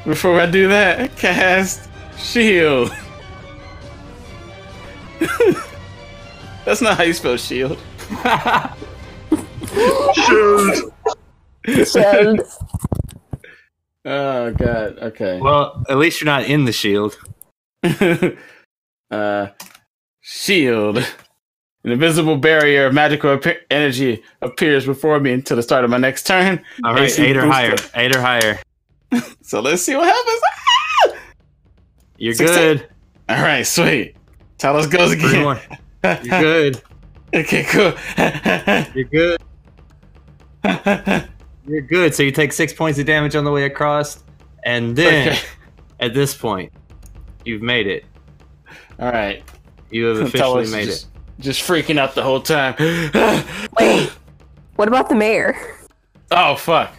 Speaker 9: Before I do that, cast shield. That's not how you spell shield. shield.
Speaker 2: Shield.
Speaker 9: Oh god. Okay.
Speaker 3: Well, at least you're not in the shield.
Speaker 9: uh, shield. An invisible barrier of magical appear- energy appears before me until the start of my next turn.
Speaker 3: All right,
Speaker 9: AC
Speaker 3: eight or
Speaker 9: booster.
Speaker 3: higher. Eight or higher.
Speaker 9: So let's see what happens.
Speaker 3: You're
Speaker 9: 16.
Speaker 3: good.
Speaker 9: All right, sweet. Talos goes
Speaker 3: Three
Speaker 9: again.
Speaker 3: more. You're good.
Speaker 9: Okay, cool.
Speaker 3: You're good. You're good. So you take six points of damage on the way across, and then
Speaker 9: Okay.
Speaker 3: at this point, you've made it.
Speaker 9: All right.
Speaker 3: You have
Speaker 9: Tell
Speaker 3: officially
Speaker 9: us
Speaker 3: made
Speaker 9: just,
Speaker 3: it.
Speaker 9: Just freaking out the whole time.
Speaker 2: Wait. What about the mayor?
Speaker 9: oh fuck!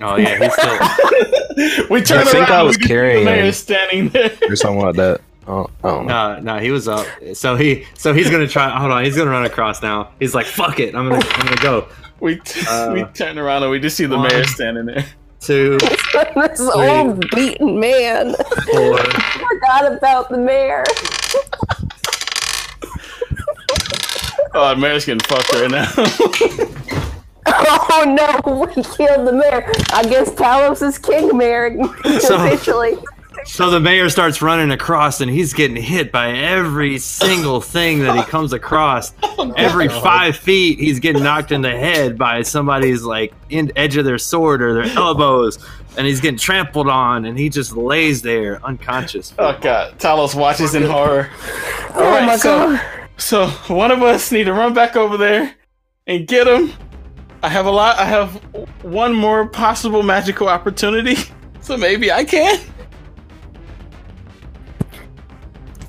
Speaker 3: Oh yeah, he's still.
Speaker 9: We
Speaker 28: I
Speaker 9: turned
Speaker 28: think
Speaker 9: around.
Speaker 28: I was
Speaker 9: we could see
Speaker 28: carrying
Speaker 9: The
Speaker 28: him.
Speaker 9: mayor's standing there.
Speaker 28: or something like that. Oh, I don't know.
Speaker 3: No, no, he was up. So he, so he's gonna try. Hold on, he's gonna run across now. He's like, "Fuck it, I'm gonna, I'm gonna go."
Speaker 9: We t-
Speaker 3: Uh,
Speaker 9: we turned around and we just see the
Speaker 3: one.
Speaker 9: mayor standing there.
Speaker 3: Two,
Speaker 2: this old beaten man.
Speaker 3: four,
Speaker 2: I forgot about the mayor.
Speaker 9: Oh, the mayor's getting fucked right now.
Speaker 2: Oh no, we killed the mayor. I guess Talos is king mayor officially.
Speaker 3: So the mayor starts running across, and he's getting hit by every single thing that he comes across. Every five feet, he's getting knocked in the head by somebody's like in edge of their sword or their elbows, and he's getting trampled on, and he just lays there unconscious.
Speaker 9: oh god! Talos watches in horror. All
Speaker 2: Oh, my
Speaker 9: so, So one of us need to run back over there and get him. I have a lot. I have one more possible magical opportunity. So maybe I can.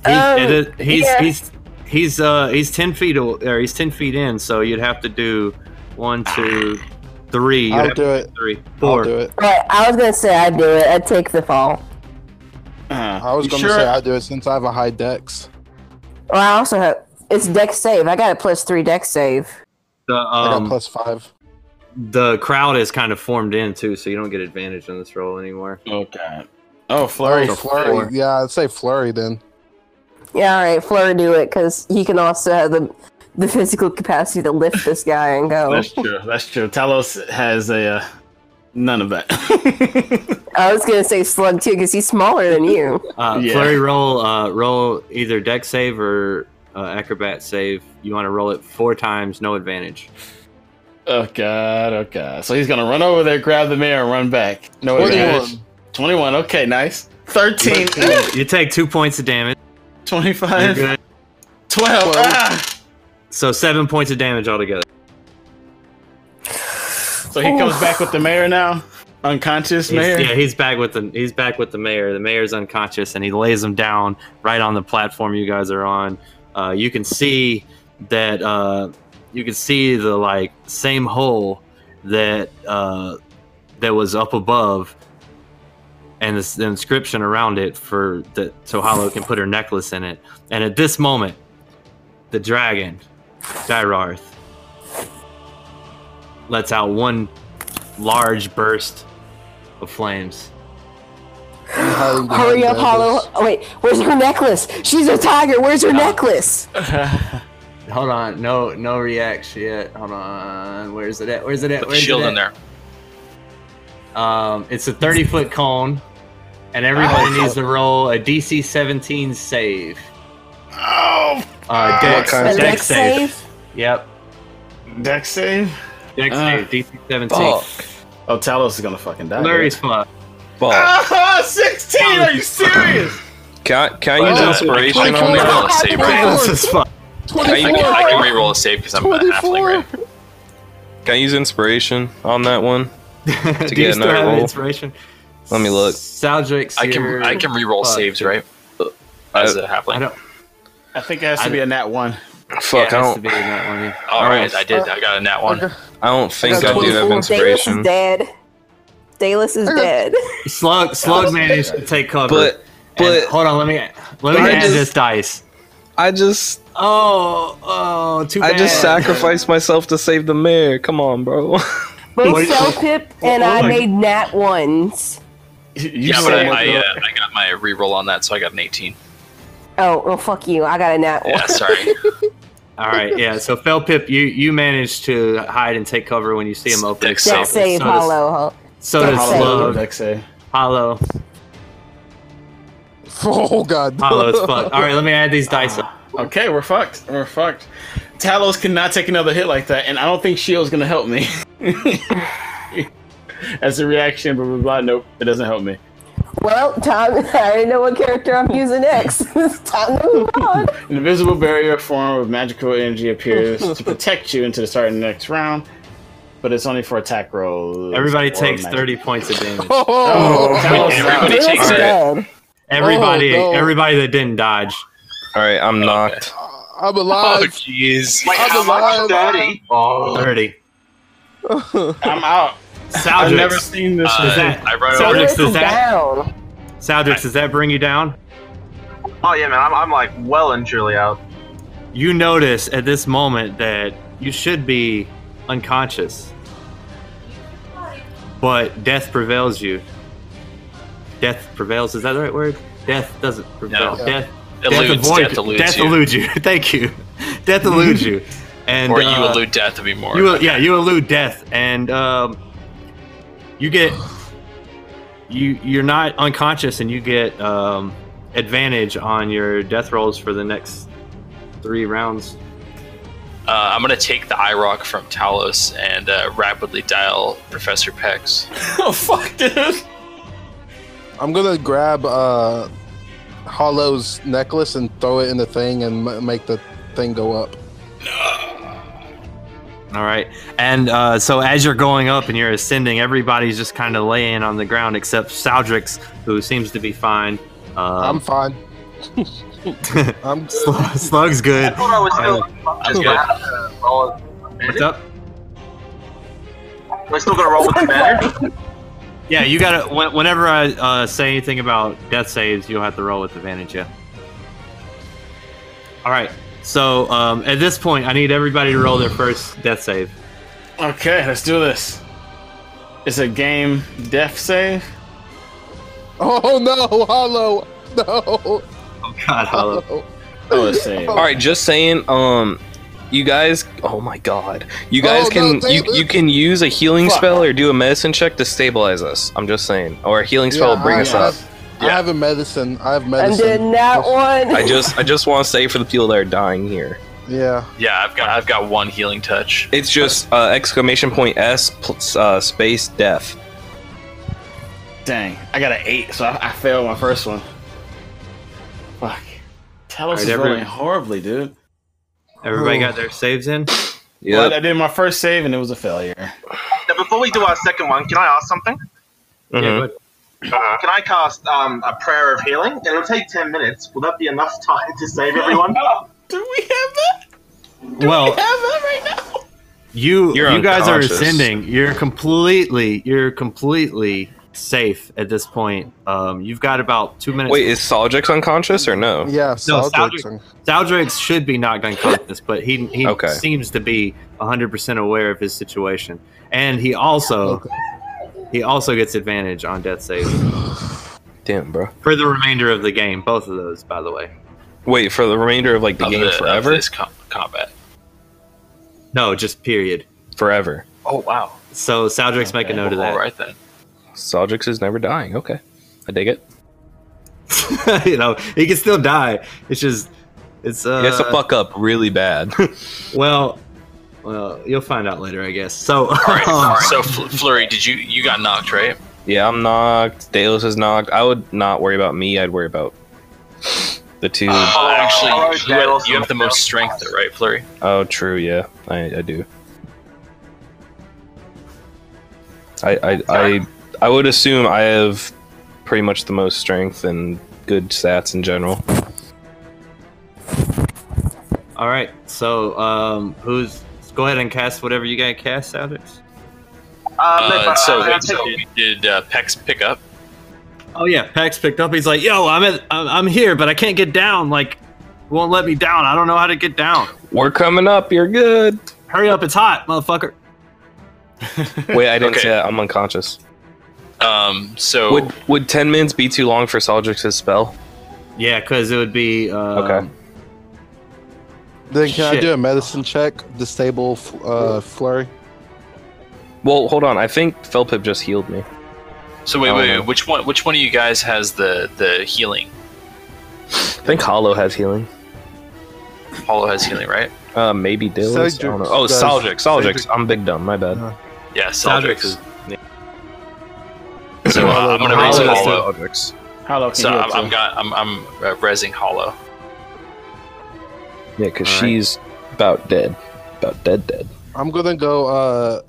Speaker 3: He's,
Speaker 2: Oh,
Speaker 9: Um,
Speaker 3: it is- he's,
Speaker 9: yeah.
Speaker 3: he's he's uh he's ten feet aw- or he's ten feet in, so you'd have to do one, two, three. You'd
Speaker 2: I'll
Speaker 3: have to
Speaker 4: do it.
Speaker 3: Three, Uh, four.
Speaker 4: do it.
Speaker 2: Right, I was gonna say I'd do it. I'd take the fall.
Speaker 9: Uh,
Speaker 4: I was
Speaker 2: you
Speaker 4: gonna
Speaker 2: sure?
Speaker 4: say I do it since I have a high dex.
Speaker 2: Well, I also have it's deck save. I got a plus three deck save.
Speaker 3: The um,
Speaker 4: plus five.
Speaker 3: The crowd is kind of formed in too, so you don't get advantage on this roll anymore.
Speaker 9: Okay.
Speaker 3: Oh,
Speaker 4: Flurry, flurry. Yeah, I'd say flurry then.
Speaker 2: Yeah, all right, Fleur do it because he can also have the the physical capacity to lift this guy and go.
Speaker 9: That's true. That's true. Talos has a uh, none of that.
Speaker 2: I was gonna say slug too because he's smaller than you.
Speaker 3: Uh,
Speaker 2: Yeah.
Speaker 3: Flurry roll, uh, roll either deck save or uh, acrobat save. You want to roll it four times, no advantage.
Speaker 9: Oh god, oh god. So he's gonna run over there, grab the mirror, and run back. No
Speaker 3: 21.
Speaker 9: advantage. Twenty-one. Okay, nice. Thirteen.
Speaker 3: you take two points of damage.
Speaker 9: 25.
Speaker 3: You're good.
Speaker 9: 12.
Speaker 3: Oh,
Speaker 9: Ah!
Speaker 3: So seven points of damage altogether.
Speaker 9: So he comes back with the mayor now, unconscious
Speaker 3: He's-
Speaker 9: mayor.
Speaker 3: yeah, he's back with the he's back with the mayor. The mayor's unconscious, and he lays him down right on the platform you guys are on. Uh, you can see that uh, you can see the like same hole that uh, that was up above, and this, the inscription around it for that so Hollow can put her necklace in it. And at this moment, the dragon, Gyararth, lets out one large burst of flames.
Speaker 2: Hurry up, Hollow! Oh, wait, where's her necklace? She's a tiger. Where's her necklace?
Speaker 1: Hold on, no, no reaction yet. Hold on, where's it at? Where's it at?
Speaker 5: Put the
Speaker 1: Where's
Speaker 5: shield
Speaker 1: it at?
Speaker 5: in there.
Speaker 3: Um, it's a 30 foot cone, and everybody
Speaker 12: Oh.
Speaker 3: needs to roll a DC 17 save.
Speaker 9: Oh,
Speaker 3: uh, dex,
Speaker 9: Okay. A
Speaker 3: dex,
Speaker 9: dex
Speaker 3: save.
Speaker 9: save?
Speaker 3: Yep.
Speaker 9: Dex save?
Speaker 3: Dex
Speaker 12: Uh,
Speaker 9: Ah.
Speaker 3: save, DC 17.
Speaker 9: Fuck. Oh, Talos is gonna fucking die.
Speaker 3: Larry's fuck.
Speaker 9: Ah, 16! Are you serious?
Speaker 12: Can I, can I
Speaker 5: Well,
Speaker 12: use
Speaker 5: that's
Speaker 12: inspiration
Speaker 5: inspiration.
Speaker 12: on
Speaker 5: I can
Speaker 12: that?
Speaker 5: re-roll a save, right? I can, I can reroll a save because I'm a halfling, right?
Speaker 12: Can I use inspiration on that one to
Speaker 3: Do you
Speaker 12: get
Speaker 3: still
Speaker 12: another
Speaker 3: have
Speaker 12: roll?
Speaker 3: inspiration?
Speaker 12: Let me look.
Speaker 3: Saldrick's
Speaker 5: I can
Speaker 3: your-
Speaker 5: I can reroll
Speaker 3: fuck.
Speaker 5: saves, right? As a halfling.
Speaker 3: I don't.
Speaker 9: I think it has to
Speaker 12: I-
Speaker 9: be a nat one.
Speaker 12: Fuck, I don't.
Speaker 5: All
Speaker 12: I
Speaker 5: right,
Speaker 12: don't-
Speaker 5: I did. I got a nat one.
Speaker 12: I don't think I, do have
Speaker 2: Dalis
Speaker 12: inspiration.
Speaker 2: is dead. Dalis is dead.
Speaker 3: Slug Slug managed to take cover.
Speaker 12: But-
Speaker 3: but hold on, let me let me
Speaker 12: I
Speaker 3: add
Speaker 12: just-
Speaker 3: this dice.
Speaker 12: I just
Speaker 3: oh oh too
Speaker 12: I just
Speaker 3: bad.
Speaker 12: sacrificed myself to save the mayor. Come on, bro.
Speaker 2: Both Cell Pip and I
Speaker 12: What?
Speaker 2: made nat ones.
Speaker 5: yeah, but I,
Speaker 12: said-
Speaker 5: I, uh, I got my reroll on that, so I got an 18.
Speaker 2: Oh well, fuck you. I got a nat one.
Speaker 5: Yeah, sorry.
Speaker 3: All right, yeah. So Felpip, you you managed to hide and take cover when you see him open. his
Speaker 2: Deck
Speaker 3: safe.
Speaker 2: save,
Speaker 3: So does-
Speaker 2: Hollow.
Speaker 3: So
Speaker 5: uh,
Speaker 2: Deck
Speaker 3: does
Speaker 2: save.
Speaker 3: Slug.
Speaker 9: Deck save.
Speaker 3: Hollow.
Speaker 4: Oh god.
Speaker 3: Hollow as fuck. All right, let me add these dice up.
Speaker 9: Okay, we're fucked. We're fucked. Talos cannot take another hit like that, and I don't think Shield's gonna help me. As a reaction, blah blah blah. Nope, it doesn't help me.
Speaker 2: Well, Tom, I already know what character I'm using next. it's time to move on.
Speaker 9: An invisible barrier form of magical energy appears to protect you until the start of the next round, but it's only for attack rolls.
Speaker 3: Everybody
Speaker 9: or
Speaker 3: takes
Speaker 9: magic.
Speaker 3: thirty points of damage.
Speaker 9: Oh, Talos
Speaker 5: everybody takes
Speaker 9: sucks.
Speaker 5: it.
Speaker 3: Everybody,
Speaker 4: Oh, no.
Speaker 3: everybody that didn't dodge.
Speaker 12: All right, I'm knocked.
Speaker 4: I'm
Speaker 3: Uh,
Speaker 4: alive.
Speaker 5: Oh, jeez.
Speaker 4: Wait, how much? Daddy?
Speaker 3: Oh. Thirty.
Speaker 9: I'm out.
Speaker 3: Saldrix.
Speaker 9: I've never seen this.
Speaker 3: Does that,
Speaker 5: Uh, I run
Speaker 3: Saldrix,
Speaker 18: over.
Speaker 3: does that,
Speaker 2: down.
Speaker 3: Saldrix, does that bring you down?
Speaker 18: Oh yeah, man, I'm, I'm like well and truly out.
Speaker 3: You notice at this moment that you should be unconscious, but death prevails you. Death prevails. Is that the right word? Death doesn't prevail.
Speaker 5: No.
Speaker 3: Death,
Speaker 5: Eludes,
Speaker 3: avoid-
Speaker 5: death eludes
Speaker 3: death
Speaker 5: you.
Speaker 3: eludes you. Thank you. Death eludes you, and
Speaker 5: or you
Speaker 3: uh,
Speaker 5: elude death would be more.
Speaker 3: You, yeah, you elude death, and um, you get you you're not unconscious, and you get um, advantage on your death rolls for the next three rounds.
Speaker 5: Uh, I'm gonna take the eye rock from Talos and uh, rapidly dial Professor Pex.
Speaker 9: oh fuck, dude.
Speaker 4: I'm gonna grab uh, Hollow's necklace and throw it in the thing and m- make the thing go up.
Speaker 3: All right. And uh, so as you're going up and you're ascending, everybody's just kind of laying on the ground except Saldrix, who seems to be fine.
Speaker 4: I'm
Speaker 3: Um,
Speaker 4: fine. I'm
Speaker 3: Slug- Slug's good.
Speaker 12: I thought I was still.
Speaker 3: Uh,
Speaker 12: I'm
Speaker 3: good.
Speaker 12: just gonna have to roll. with
Speaker 3: What's up?
Speaker 12: We're still gonna roll with the advantage.
Speaker 3: Yeah, you gotta. When, whenever I uh, say anything about death saves, you'll have to roll with advantage. Yeah. All right. So um, at this point, I need everybody to roll their first death save.
Speaker 9: Okay, let's do this. It's a game death save.
Speaker 4: Oh no, Hollow! No!
Speaker 3: Oh God, Hollow.
Speaker 9: Oh, save.
Speaker 5: All right, just saying. Um, you guys. Oh my God, you
Speaker 4: Oh,
Speaker 5: guys
Speaker 4: no,
Speaker 5: can you,
Speaker 4: David.
Speaker 5: you can use a healing
Speaker 4: Fuck.
Speaker 5: spell or do a medicine check to stabilize us. I'm just saying, or a healing spell will bring
Speaker 4: I,
Speaker 5: us
Speaker 4: I
Speaker 5: up.
Speaker 4: have- I have a medicine. I have medicine.
Speaker 2: doing that one.
Speaker 5: I just I just want to say for the people that are dying here.
Speaker 4: Yeah.
Speaker 1: Yeah, I've got I've got one healing touch.
Speaker 5: It's just uh, exclamation point S plus, uh, space death.
Speaker 9: Dang, I got an eight, so I, I failed my first one. Fuck. Talos
Speaker 3: Alright,
Speaker 9: is
Speaker 3: every-
Speaker 9: rolling horribly, dude.
Speaker 3: Everybody got their saves in.
Speaker 9: Well, I did my first save and it was a failure.
Speaker 12: Now, before we do our second one, can I ask something?
Speaker 3: Yeah, but-
Speaker 12: Can I cast um, a prayer of healing? It'll take ten minutes. Will that be enough time to save everyone?
Speaker 9: Do we have that?
Speaker 3: well, you
Speaker 5: You're
Speaker 3: you guys are
Speaker 5: unconscious.
Speaker 3: ascending. You're completely you're completely safe at this point. Um, you've got about two minutes.
Speaker 5: Wait, is Soljex unconscious or no?
Speaker 4: Yeah,
Speaker 3: No,
Speaker 4: Saldrick's
Speaker 3: Saldrick, Saldrick should be knocked unconscious, but he he
Speaker 5: Okay.
Speaker 3: seems to be 100% aware of his situation. And he also he also gets advantage on death saves
Speaker 5: Damn, bro.
Speaker 3: for the remainder of the game, both of those by the way.
Speaker 5: Wait for the remainder of like the
Speaker 1: Of
Speaker 5: game
Speaker 1: the- of
Speaker 5: forever.
Speaker 1: this com- combat.
Speaker 3: No, just period.
Speaker 5: Forever.
Speaker 1: Oh wow.
Speaker 3: So Saldrick's make a note of that.
Speaker 1: All right then.
Speaker 5: Soljex is never dying. Okay, I dig it.
Speaker 3: you know, he can still die. It's just it's uh
Speaker 5: He has to fuck up really bad.
Speaker 3: Well, well, you'll find out later, I guess. So
Speaker 1: All right. So Fl- Flurry, did you you got knocked right?
Speaker 5: Um, yeah, I'm knocked. Dalos is knocked. I would not worry about me. I'd worry about the two.
Speaker 1: Uh, actually,
Speaker 12: Oh,
Speaker 1: you, have,
Speaker 12: Daedalus
Speaker 1: you have the most strength, though, right, Flurry?
Speaker 5: oh, true. Yeah, I, I do. I I, I I would assume I have pretty much the most strength and good stats in general.
Speaker 1: Uh,
Speaker 3: All right. So, um, who's go ahead and cast whatever you gotta cast, Alex?
Speaker 1: Uh, so,
Speaker 12: uh,
Speaker 1: so did uh, Pex pick up?
Speaker 3: Oh yeah, Pax picked up. He's like, "Yo, I'm at, I'm, I'm here, but I can't get down. Like, won't let me down. I don't know how to get down.
Speaker 5: We're coming up. You're good.
Speaker 3: Hurry up, it's hot, motherfucker."
Speaker 5: Wait, I didn't
Speaker 1: Okay.
Speaker 5: say that. I'm unconscious.
Speaker 1: Um, so
Speaker 5: Would would ten minutes be too long for Soldrax's spell?
Speaker 3: Yeah, because it would be uh,
Speaker 5: Okay.
Speaker 4: Then can I
Speaker 3: Shit.
Speaker 4: do a medicine check? Disable f- uh, flurry.
Speaker 5: Well, hold on. I think Felpip just healed me.
Speaker 1: so wait,
Speaker 5: I don't
Speaker 1: wait,
Speaker 5: know.
Speaker 1: wait, which one? Which one of you guys has the the healing?
Speaker 5: I think Hollow has healing.
Speaker 1: Hollow has healing, right?
Speaker 5: Uh, maybe Dalos. I don't know.
Speaker 4: Soldrax
Speaker 5: Oh,
Speaker 4: does-
Speaker 5: Soldrax. Soldrax.
Speaker 4: Soldrax-
Speaker 5: I'm big dumb. My bad.
Speaker 1: Yeah,
Speaker 3: Saldrix
Speaker 1: Saldrix.
Speaker 3: is-
Speaker 1: So uh, I'm gonna raise
Speaker 5: Hollow.
Speaker 1: Hollow.
Speaker 5: Soldrax.
Speaker 9: How low can
Speaker 1: So
Speaker 9: you
Speaker 1: I'm,
Speaker 9: go
Speaker 1: I'm
Speaker 9: to?
Speaker 1: got I'm I'm uh, resing Hollow.
Speaker 5: Yeah, because
Speaker 3: All right.
Speaker 5: she's about dead. About dead, dead.
Speaker 4: I'm gonna go. Uh,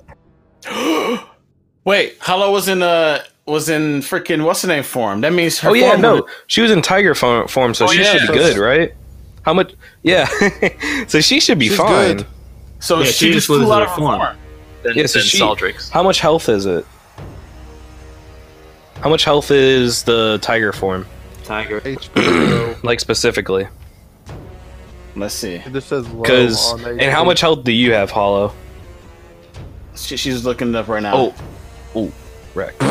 Speaker 9: Wait, Hollow was in uh was in freaking what's the name form? That means her
Speaker 5: oh, yeah,
Speaker 9: form
Speaker 5: no. She was in tiger form, form so
Speaker 9: Oh,
Speaker 5: she
Speaker 9: yeah.
Speaker 5: should be good, right? How much? Yeah. so she should be
Speaker 4: She's
Speaker 5: fine.
Speaker 4: good.
Speaker 9: So
Speaker 29: Oh,
Speaker 3: Yeah,
Speaker 9: she,
Speaker 3: she
Speaker 9: just
Speaker 3: just loses
Speaker 9: flew out
Speaker 3: her
Speaker 9: of her
Speaker 3: form.
Speaker 9: form.
Speaker 1: Then,
Speaker 5: Yeah, so
Speaker 1: then
Speaker 5: she-
Speaker 1: Saldrix.
Speaker 5: How much health is it? How much health is the tiger form?
Speaker 3: tiger.
Speaker 4: HP.
Speaker 5: Like specifically?
Speaker 9: Let's see.
Speaker 4: This says low
Speaker 5: Because
Speaker 4: on
Speaker 5: and how
Speaker 4: HP.
Speaker 5: much health do you have, Hollow?
Speaker 9: She, she's looking it up right now.
Speaker 5: Oh, oh, wrecked,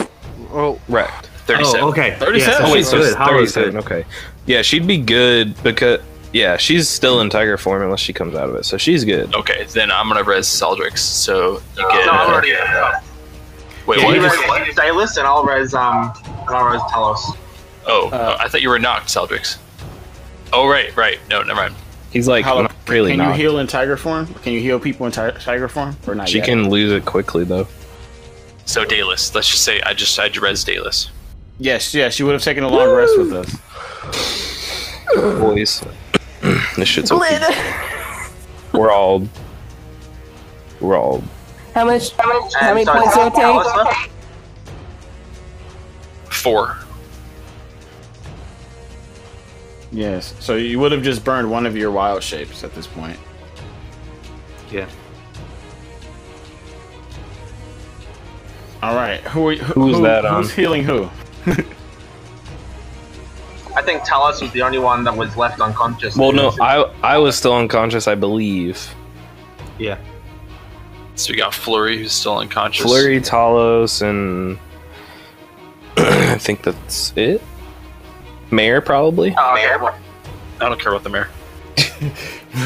Speaker 4: Oh,
Speaker 5: wrecked.
Speaker 1: Thirty-seven.
Speaker 3: Oh, okay. Yeah,
Speaker 9: 37.
Speaker 3: so
Speaker 5: Oh wait,
Speaker 3: she's
Speaker 5: so
Speaker 3: good.
Speaker 5: it's
Speaker 3: Hollow's
Speaker 5: thirty-seven.
Speaker 3: good.
Speaker 5: Okay, yeah, she'd be good because yeah, she's still in tiger form unless she comes out of it, so she's good.
Speaker 1: Okay, then I'm gonna res Saldrix. So you get.
Speaker 12: no, I'm
Speaker 1: uh,
Speaker 12: already. Uh,
Speaker 1: wait,
Speaker 12: you
Speaker 1: what?
Speaker 12: res Daedalus and I'll res um and I'll res Talos.
Speaker 1: Oh, I thought you were knocked, Saldrix. Oh right, right. No, never mind.
Speaker 5: He's like
Speaker 9: Hollow,
Speaker 5: not really
Speaker 9: can
Speaker 5: not.
Speaker 9: you heal in tiger form? Can you heal people in ti- tiger form or not?
Speaker 5: she
Speaker 9: yet?
Speaker 5: can lose it quickly though.
Speaker 1: So Dalis, let's just say I just I res Dalis.
Speaker 9: Yes, yes. She would have taken a long rest with us.
Speaker 5: Boys, this shit's. OP.
Speaker 2: Blid.
Speaker 5: We're all We're all
Speaker 2: How much? How, much, how
Speaker 29: And
Speaker 2: many
Speaker 29: so
Speaker 2: points do
Speaker 29: how-
Speaker 2: it take?
Speaker 29: Alistair?
Speaker 30: four.
Speaker 9: Yes. So you would have just burned one of your wild shapes at this point.
Speaker 3: Yeah.
Speaker 9: All right. Who, are you, who
Speaker 5: Who's
Speaker 9: who-
Speaker 5: that on?
Speaker 9: Who's healing who?
Speaker 29: I think Talos was the only one that was left unconscious.
Speaker 5: Well, no, I I was still unconscious, I believe.
Speaker 3: Yeah.
Speaker 30: So we got Flurry, who's still unconscious.
Speaker 5: Flurry, Talos, and I think that's it. Mayor, probably.
Speaker 12: Uh,
Speaker 29: Oh, okay. well,
Speaker 30: I don't care about the mayor.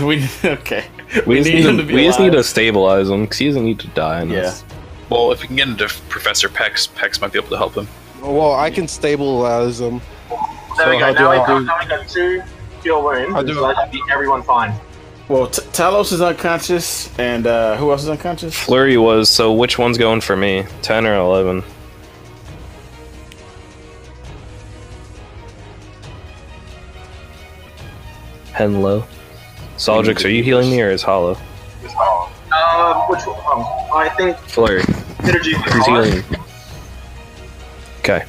Speaker 9: we okay.
Speaker 5: We, just, need
Speaker 9: him
Speaker 5: to,
Speaker 9: to be
Speaker 5: we just
Speaker 9: alive.
Speaker 5: need to stabilize him because he doesn't need to die. in this.
Speaker 30: Well, if we can get into Professor Pex, Pex might be able to help him.
Speaker 4: Well, I can stabilize him.
Speaker 29: there we go.
Speaker 4: how do
Speaker 29: Now we,
Speaker 4: I
Speaker 29: got,
Speaker 4: do-
Speaker 29: now we got two cure wounds.
Speaker 4: How
Speaker 29: and
Speaker 4: do
Speaker 29: So that'd be everyone fine.
Speaker 9: Well, T- Talos is unconscious, and uh, who else is unconscious?
Speaker 5: Flurry was. So which one's going for me? Ten or eleven? Henlo. Saldrix, are you healing me or is Hollow?
Speaker 29: Um, which one? Oh, I think
Speaker 5: Flurry.
Speaker 29: Synergy
Speaker 5: Who's healing? Okay.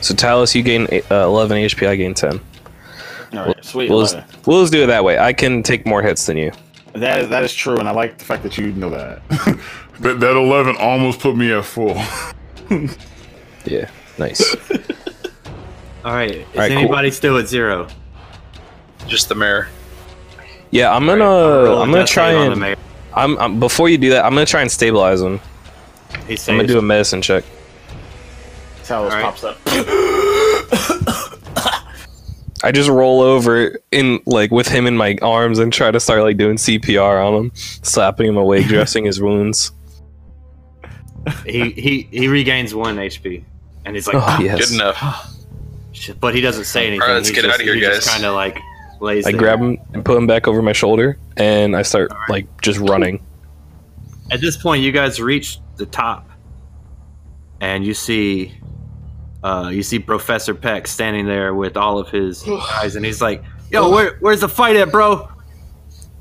Speaker 5: So Talos, you gain uh, 11 HP. I gain 10.
Speaker 9: All
Speaker 5: We'll-
Speaker 9: right, Oh, sweet.
Speaker 5: We'll just,
Speaker 9: 11.
Speaker 5: we'll just do it that way. I can take more hits than you.
Speaker 9: That is that is true, and I like the fact that you know that.
Speaker 12: That, that 11 almost put me at full.
Speaker 5: yeah, nice.
Speaker 3: All right. Is
Speaker 5: right, cool.
Speaker 3: anybody still at zero?
Speaker 30: Just the mayor.
Speaker 5: Yeah, I'm gonna
Speaker 3: rolling
Speaker 5: I'm gonna
Speaker 3: death
Speaker 5: try
Speaker 3: save on the
Speaker 5: and
Speaker 3: mayor.
Speaker 5: I'm, I'm before you do that I'm gonna try and stabilize him.
Speaker 3: He
Speaker 5: I'm gonna
Speaker 3: saves.
Speaker 5: do a medicine check.
Speaker 9: Talos pops up.
Speaker 5: I just roll over in like with him in my arms and try to start like doing CPR on him, slapping him awake, dressing his wounds.
Speaker 3: he, he he regains one HP, and he's like,
Speaker 5: Oh, yes.
Speaker 30: Ah, Good enough.
Speaker 3: Shit, But he doesn't say anything.
Speaker 30: Alright, let's
Speaker 3: He's
Speaker 30: get
Speaker 3: just,
Speaker 30: outta here,
Speaker 3: he Just
Speaker 30: guys.
Speaker 3: kind of like lays.
Speaker 5: I
Speaker 3: there.
Speaker 5: grab him and put him back over my shoulder, and I start like just running.
Speaker 3: At this point, you guys reach the top, and you see, uh, you see Professor Peck standing there with all of his guys, and he's like, "Yo, where, where's the fight at, bro?"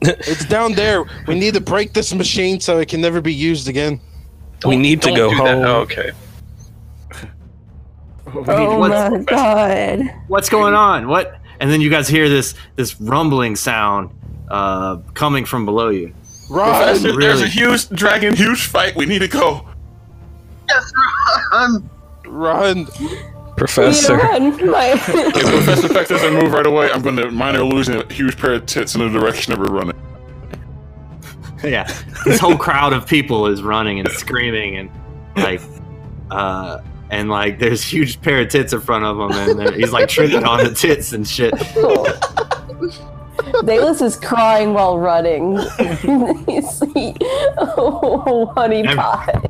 Speaker 4: It's down there. We need to break this machine so it can never be used again.
Speaker 5: we need to
Speaker 4: don't
Speaker 5: go
Speaker 4: do that.
Speaker 5: home.
Speaker 4: Oh,
Speaker 30: okay.
Speaker 2: Oh my god!
Speaker 3: What's going on? What? And then you guys hear this this rumbling sound uh, coming from below you.
Speaker 12: Professor, there's a
Speaker 3: Really?
Speaker 12: huge dragon, huge fight. We need to go.
Speaker 29: Yes, run!
Speaker 4: Run!
Speaker 5: Professor.
Speaker 12: If Professor Peck doesn't move right away, I'm going to minor illusion a huge pair of tits in the direction that we're running.
Speaker 3: yeah this whole crowd of people is running and screaming and like uh and like there's huge pair of tits in front of him and they're- he's like tripping on the tits and shit
Speaker 2: Dalis is crying while running. He's- he- oh, honey
Speaker 3: Every-
Speaker 2: pie.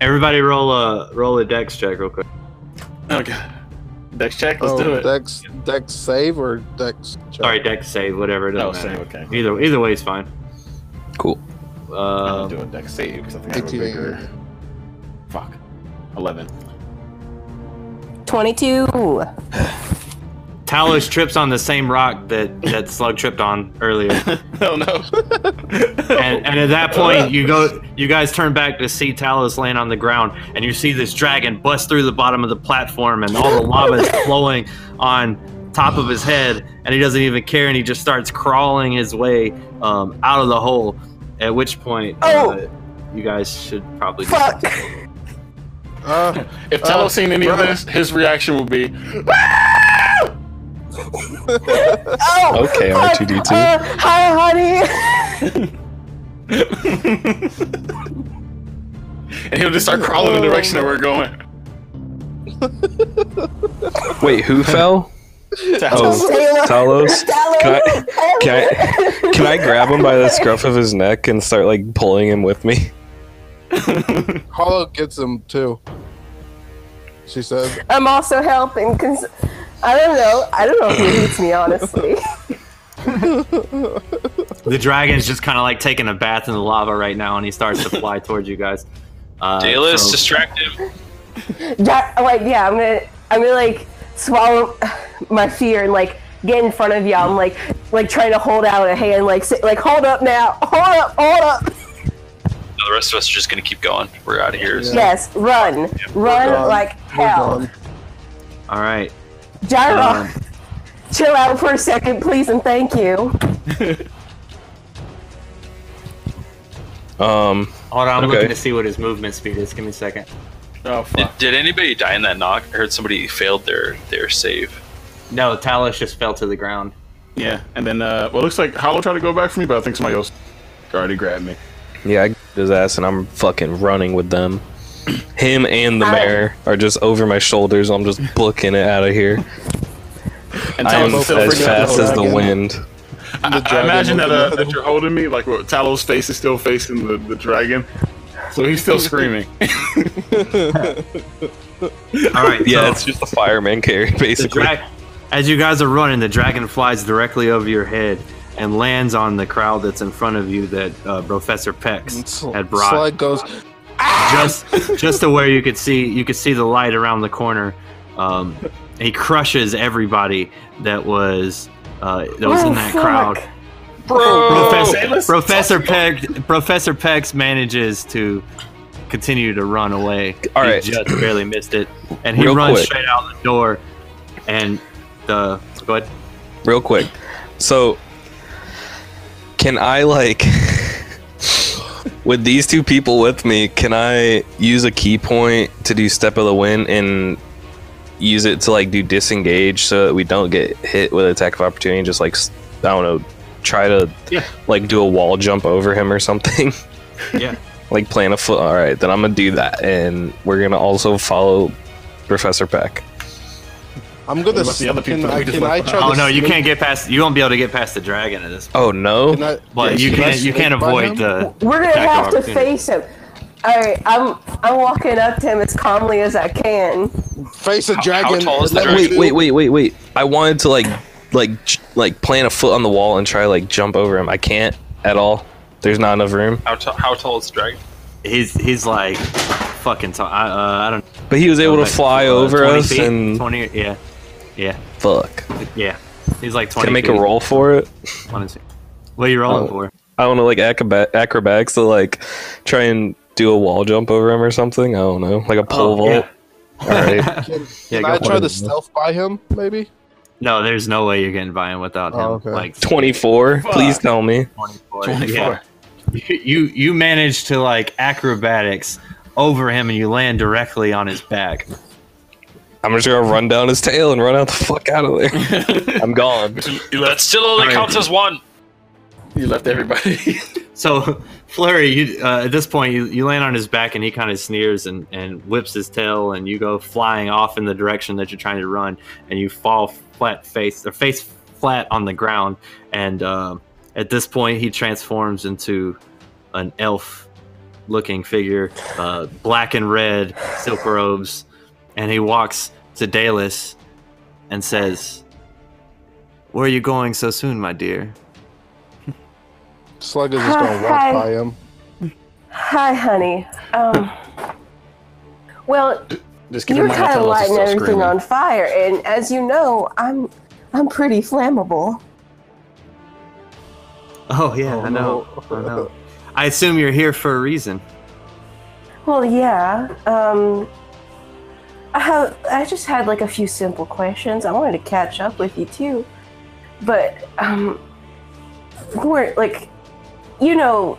Speaker 3: everybody roll a roll a dex check real quick
Speaker 9: okay dex check
Speaker 3: let's do it
Speaker 4: Dex, Dex save or Dex? check?
Speaker 3: sorry dex save whatever it doesn't
Speaker 9: Oh,
Speaker 3: matter.
Speaker 9: save, okay.
Speaker 3: either either way is fine
Speaker 5: cool
Speaker 8: Um,
Speaker 3: uh
Speaker 9: do a dex save because I think I have a
Speaker 4: 18.
Speaker 9: bigger. Fuck. Eleven.
Speaker 2: Twenty-two.
Speaker 3: talos trips on the same rock that that slug tripped on earlier
Speaker 9: Oh no.
Speaker 3: and, and at that point, you go, you guys turn back to see Talos laying on the ground, and you see this dragon bust through the bottom of the platform, and all the lava is flowing on top of his head, and he doesn't even care, and he just starts crawling his way um, out of the hole. At which point, uh, you guys should probably fuck.
Speaker 4: Uh,
Speaker 12: If Talos seen any of this, his reaction will be,
Speaker 2: Oh,
Speaker 12: Okay,
Speaker 2: fuck.
Speaker 12: R2D2.
Speaker 2: Uh, hi, honey.
Speaker 12: and he'll just start crawling in the direction that we're going.
Speaker 5: Wait, who fell? Oh, Talos. Can I, can I can I grab him by the scruff of his neck and start like pulling him with me?
Speaker 4: Hollow gets him too. She said,
Speaker 2: I'm also helping because I don't know. I don't know if he hates me honestly.
Speaker 3: The dragon's just kind of like taking a bath in the lava right now, and he starts to fly towards you guys. Uh,
Speaker 30: Dalis,
Speaker 3: so-
Speaker 30: distract him.
Speaker 2: Yeah, like yeah, I'm gonna I'm gonna like swallow my fear and like get in front of y'all. I'm like like trying to hold out a hand, like say, like hold up now, hold up, hold up.
Speaker 5: So the rest of us are just gonna keep going. We're out of here.
Speaker 2: Yes, run,
Speaker 5: We're
Speaker 2: run
Speaker 5: gone.
Speaker 2: like hell.
Speaker 3: All right.
Speaker 2: Gyro,
Speaker 3: Um,
Speaker 2: chill out for a second, please, and thank you.
Speaker 12: Um.
Speaker 3: Hold on, I'm
Speaker 12: okay.
Speaker 3: looking to see what his movement speed is. Give me a second. Oh
Speaker 5: Did, did anybody die in that knock? I heard somebody failed their their save.
Speaker 3: No, Talos just fell to the ground.
Speaker 8: Yeah, and then uh, well, it looks like Hollow tried to go back for me, but I think somebody else already grabbed me.
Speaker 12: Yeah, I get his ass, and I'm fucking running with them. Him and the
Speaker 8: I-
Speaker 12: mayor are just over my shoulders. I'm just booking it out of here.
Speaker 8: And
Speaker 12: I am
Speaker 8: Talos
Speaker 12: as
Speaker 8: still freaking out
Speaker 12: fast
Speaker 8: the
Speaker 12: as the
Speaker 8: dragon.
Speaker 12: wind.
Speaker 8: I, I
Speaker 12: dragon
Speaker 8: imagine that,
Speaker 12: looking
Speaker 8: uh, that you're holding me, like what, Talos' face is still facing the, the dragon, so he's still screaming.
Speaker 3: All right.
Speaker 12: Yeah,
Speaker 3: so-
Speaker 12: it's just a fireman carry, basically.
Speaker 3: The drag- as you guys are running, the dragon flies directly over your head and lands on the crowd that's in front of you that uh, Professor Pex had brought.
Speaker 4: Slug goes.
Speaker 3: Just, just to where you could see, you could see the light around the corner. Um, he crushes everybody that was uh, that was in
Speaker 9: Oh,
Speaker 3: that
Speaker 9: fuck.
Speaker 3: crowd.
Speaker 12: Oh.
Speaker 3: Professor, Professor Peck, Professor Pex manages to continue to run away. All right, he just barely missed it, and he
Speaker 12: Real
Speaker 3: runs
Speaker 12: quick.
Speaker 3: straight out the door. And the go ahead.
Speaker 12: Real quick. So, can I like, with these two people with me, can I use a key point to do step of the wind and use it to like do disengage so that we don't get hit with attack of opportunity? and Just like s- I don't know, try to
Speaker 3: Yeah.
Speaker 12: like do a wall jump over him or something.
Speaker 3: Yeah.
Speaker 12: like plant a foot. All right, then I'm gonna do that, and we're gonna also follow Professor Peck.
Speaker 4: I'm gonna.
Speaker 3: What's the other
Speaker 4: can
Speaker 3: people
Speaker 4: I,
Speaker 3: we just
Speaker 4: can I
Speaker 3: left
Speaker 4: try
Speaker 3: behind? Oh
Speaker 4: to
Speaker 3: no, you
Speaker 4: sneak-
Speaker 3: can't get past. You won't be able to get past the dragon at this.
Speaker 12: Oh no!
Speaker 4: Can I-
Speaker 3: But
Speaker 4: yeah,
Speaker 3: you
Speaker 4: can I
Speaker 3: can't. You
Speaker 4: sneak
Speaker 3: can't
Speaker 4: by
Speaker 3: avoid
Speaker 4: him?
Speaker 3: the.
Speaker 2: We're gonna
Speaker 3: attack of
Speaker 2: have to
Speaker 3: opportunity.
Speaker 2: face him. All right, I'm I'm walking up to him as calmly as I can.
Speaker 4: Face a dragon.
Speaker 12: Wait, wait, wait, wait, wait. I wanted to like, like, j- like plant a foot on the wall and try to, like jump over him. I can't at all. There's not enough room.
Speaker 5: How, t- how tall is the dragon?
Speaker 3: He's he's like fucking. T- I, uh, I don't.
Speaker 12: But he was able to
Speaker 3: like,
Speaker 12: fly
Speaker 3: uh,
Speaker 12: over
Speaker 3: 20
Speaker 12: us
Speaker 3: feet,
Speaker 12: and
Speaker 3: twenty. Yeah, yeah,
Speaker 12: fuck.
Speaker 3: yeah. He's like twenty.
Speaker 12: Can I make
Speaker 3: feet.
Speaker 12: a roll Oh, for it?
Speaker 3: Honestly. What are you rolling for?
Speaker 12: I don't know, like acrobat- acrobatics to like try and do a wall jump over him or something. I don't know, like a pole
Speaker 3: yeah.
Speaker 12: vault. All right.
Speaker 4: Can,
Speaker 3: Yeah,
Speaker 4: can
Speaker 3: go
Speaker 4: I
Speaker 3: for
Speaker 4: try
Speaker 3: it.
Speaker 4: to stealth by him? Maybe.
Speaker 3: No, there's no way you're getting by him without him.
Speaker 4: Oh, okay.
Speaker 3: Like
Speaker 12: 24. Please tell me.
Speaker 3: 24. Yeah. You you manage to like acrobatics over him and you land directly on his back.
Speaker 12: I'm just gonna run down his tail and run out the fuck out of there. I'm gone.
Speaker 5: That still only counts as one.
Speaker 3: You left everybody. so, Flurry, you, uh, at this point, you, you land on his back and he kind of sneers and, and whips his tail, and you go flying off in the direction that you're trying to run, and you fall flat face or face flat on the ground. And um at this point, he transforms into an elf looking figure, uh, black and red, silk robes, and he walks to Dalus and says, Where are you going so soon, my dear?
Speaker 4: Slug is just gonna walk by him.
Speaker 2: Hi, honey. Um, well,
Speaker 8: Just
Speaker 2: you were kind of lighting everything on fire, and as you know, I'm I'm pretty flammable.
Speaker 3: Oh yeah, I know. I know. I assume you're here for a reason.
Speaker 2: Well, yeah. Um, I have. I just had like a few simple questions. I wanted to catch up with you too, but um, we're like, you know,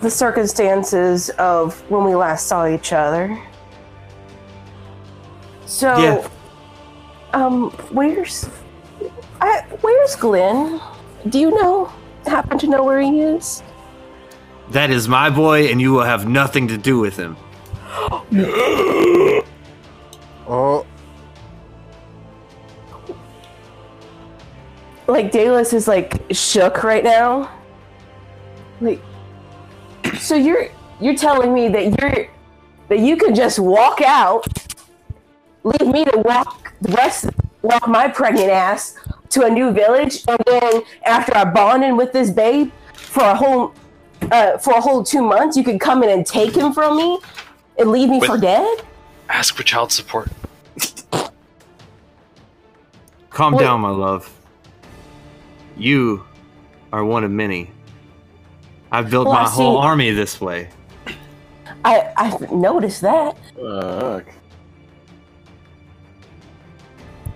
Speaker 2: the circumstances of when we last saw each other. So,
Speaker 31: Yeah.
Speaker 2: um, where's, I where's Glenn? Do you know? Happen to know where he is?
Speaker 3: That is my boy, and you will have nothing to do with him.
Speaker 4: Oh,
Speaker 2: like Daedalus is like shook right now. Like, so you're you're telling me that you're that you can just walk out, leave me to walk the rest, walk my pregnant ass to a new village, and then after I bonded with this babe for a whole uh, for a whole two months, you could come in and take him from me and leave me
Speaker 5: With-
Speaker 2: for dead.
Speaker 5: Ask for child support.
Speaker 3: Calm
Speaker 2: Wait.
Speaker 3: down, my love. You are one of many. I've built
Speaker 2: Well, I
Speaker 3: my whole
Speaker 2: see-
Speaker 3: army this way.
Speaker 2: I I've noticed that.
Speaker 9: Fuck.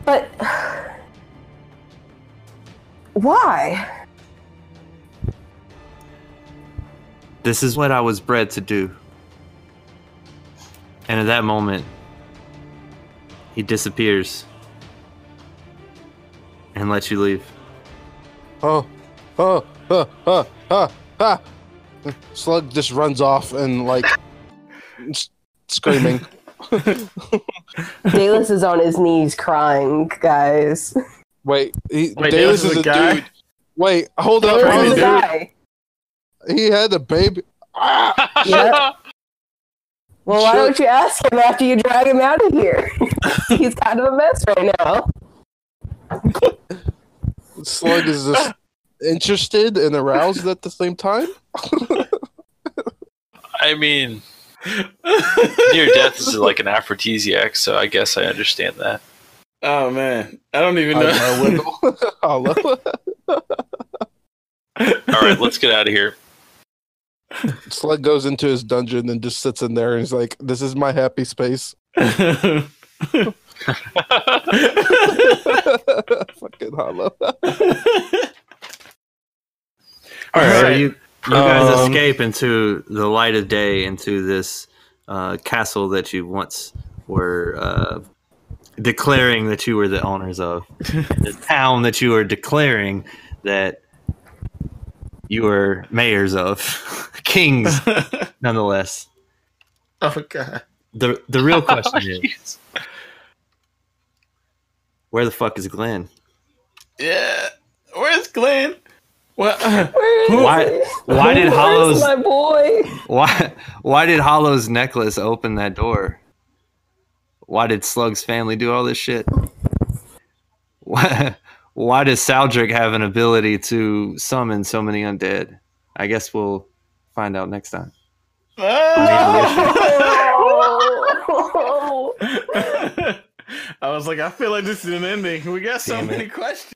Speaker 2: But why?
Speaker 1: This is what I was bred to do. And at that moment, he disappears and lets you leave.
Speaker 4: Oh, oh, oh, oh, oh, ah. Slug just runs off and like s- screaming.
Speaker 2: Dalus is on his knees crying, guys.
Speaker 4: Wait, he,
Speaker 2: Wait,
Speaker 4: Davis, is a, dude. Wait, hold up.
Speaker 2: Dalus
Speaker 4: hold
Speaker 2: is a
Speaker 4: up.
Speaker 2: guy.
Speaker 4: He had a baby. Ah!
Speaker 2: Yep. Well, why don't you ask him after you drag him out of here? He's kind of a mess right now.
Speaker 4: Slug is just interested and aroused at the same time.
Speaker 5: I mean, near death is like an aphrodisiac, so I guess I understand that.
Speaker 9: Oh man, I don't even
Speaker 5: I
Speaker 9: know.
Speaker 5: All right, let's get out of here.
Speaker 4: Slug goes into his dungeon and just sits in there and he's like, "This is my happy space." Fucking hollow.
Speaker 1: All right. So you, you guys
Speaker 3: Um,
Speaker 1: escape into the light of day, into this uh, castle that you once were uh, declaring that you were the owners of, the town that you were declaring that you were mayors of, kings, nonetheless.
Speaker 9: Oh god. Oh,
Speaker 1: The the real question is, where the fuck is Glenn?
Speaker 9: Yeah. Where's Glenn? Well,
Speaker 1: Why why did
Speaker 2: Where's
Speaker 1: Hollows
Speaker 2: my boy?
Speaker 1: Why why did Hollow's necklace open that door? Why did Slug's family do all this shit? Why why does Saldrick have an ability to summon so many undead? I guess we'll find out next time.
Speaker 9: I was like, I feel like this is an ending. We got so
Speaker 1: Damn it.
Speaker 9: many questions.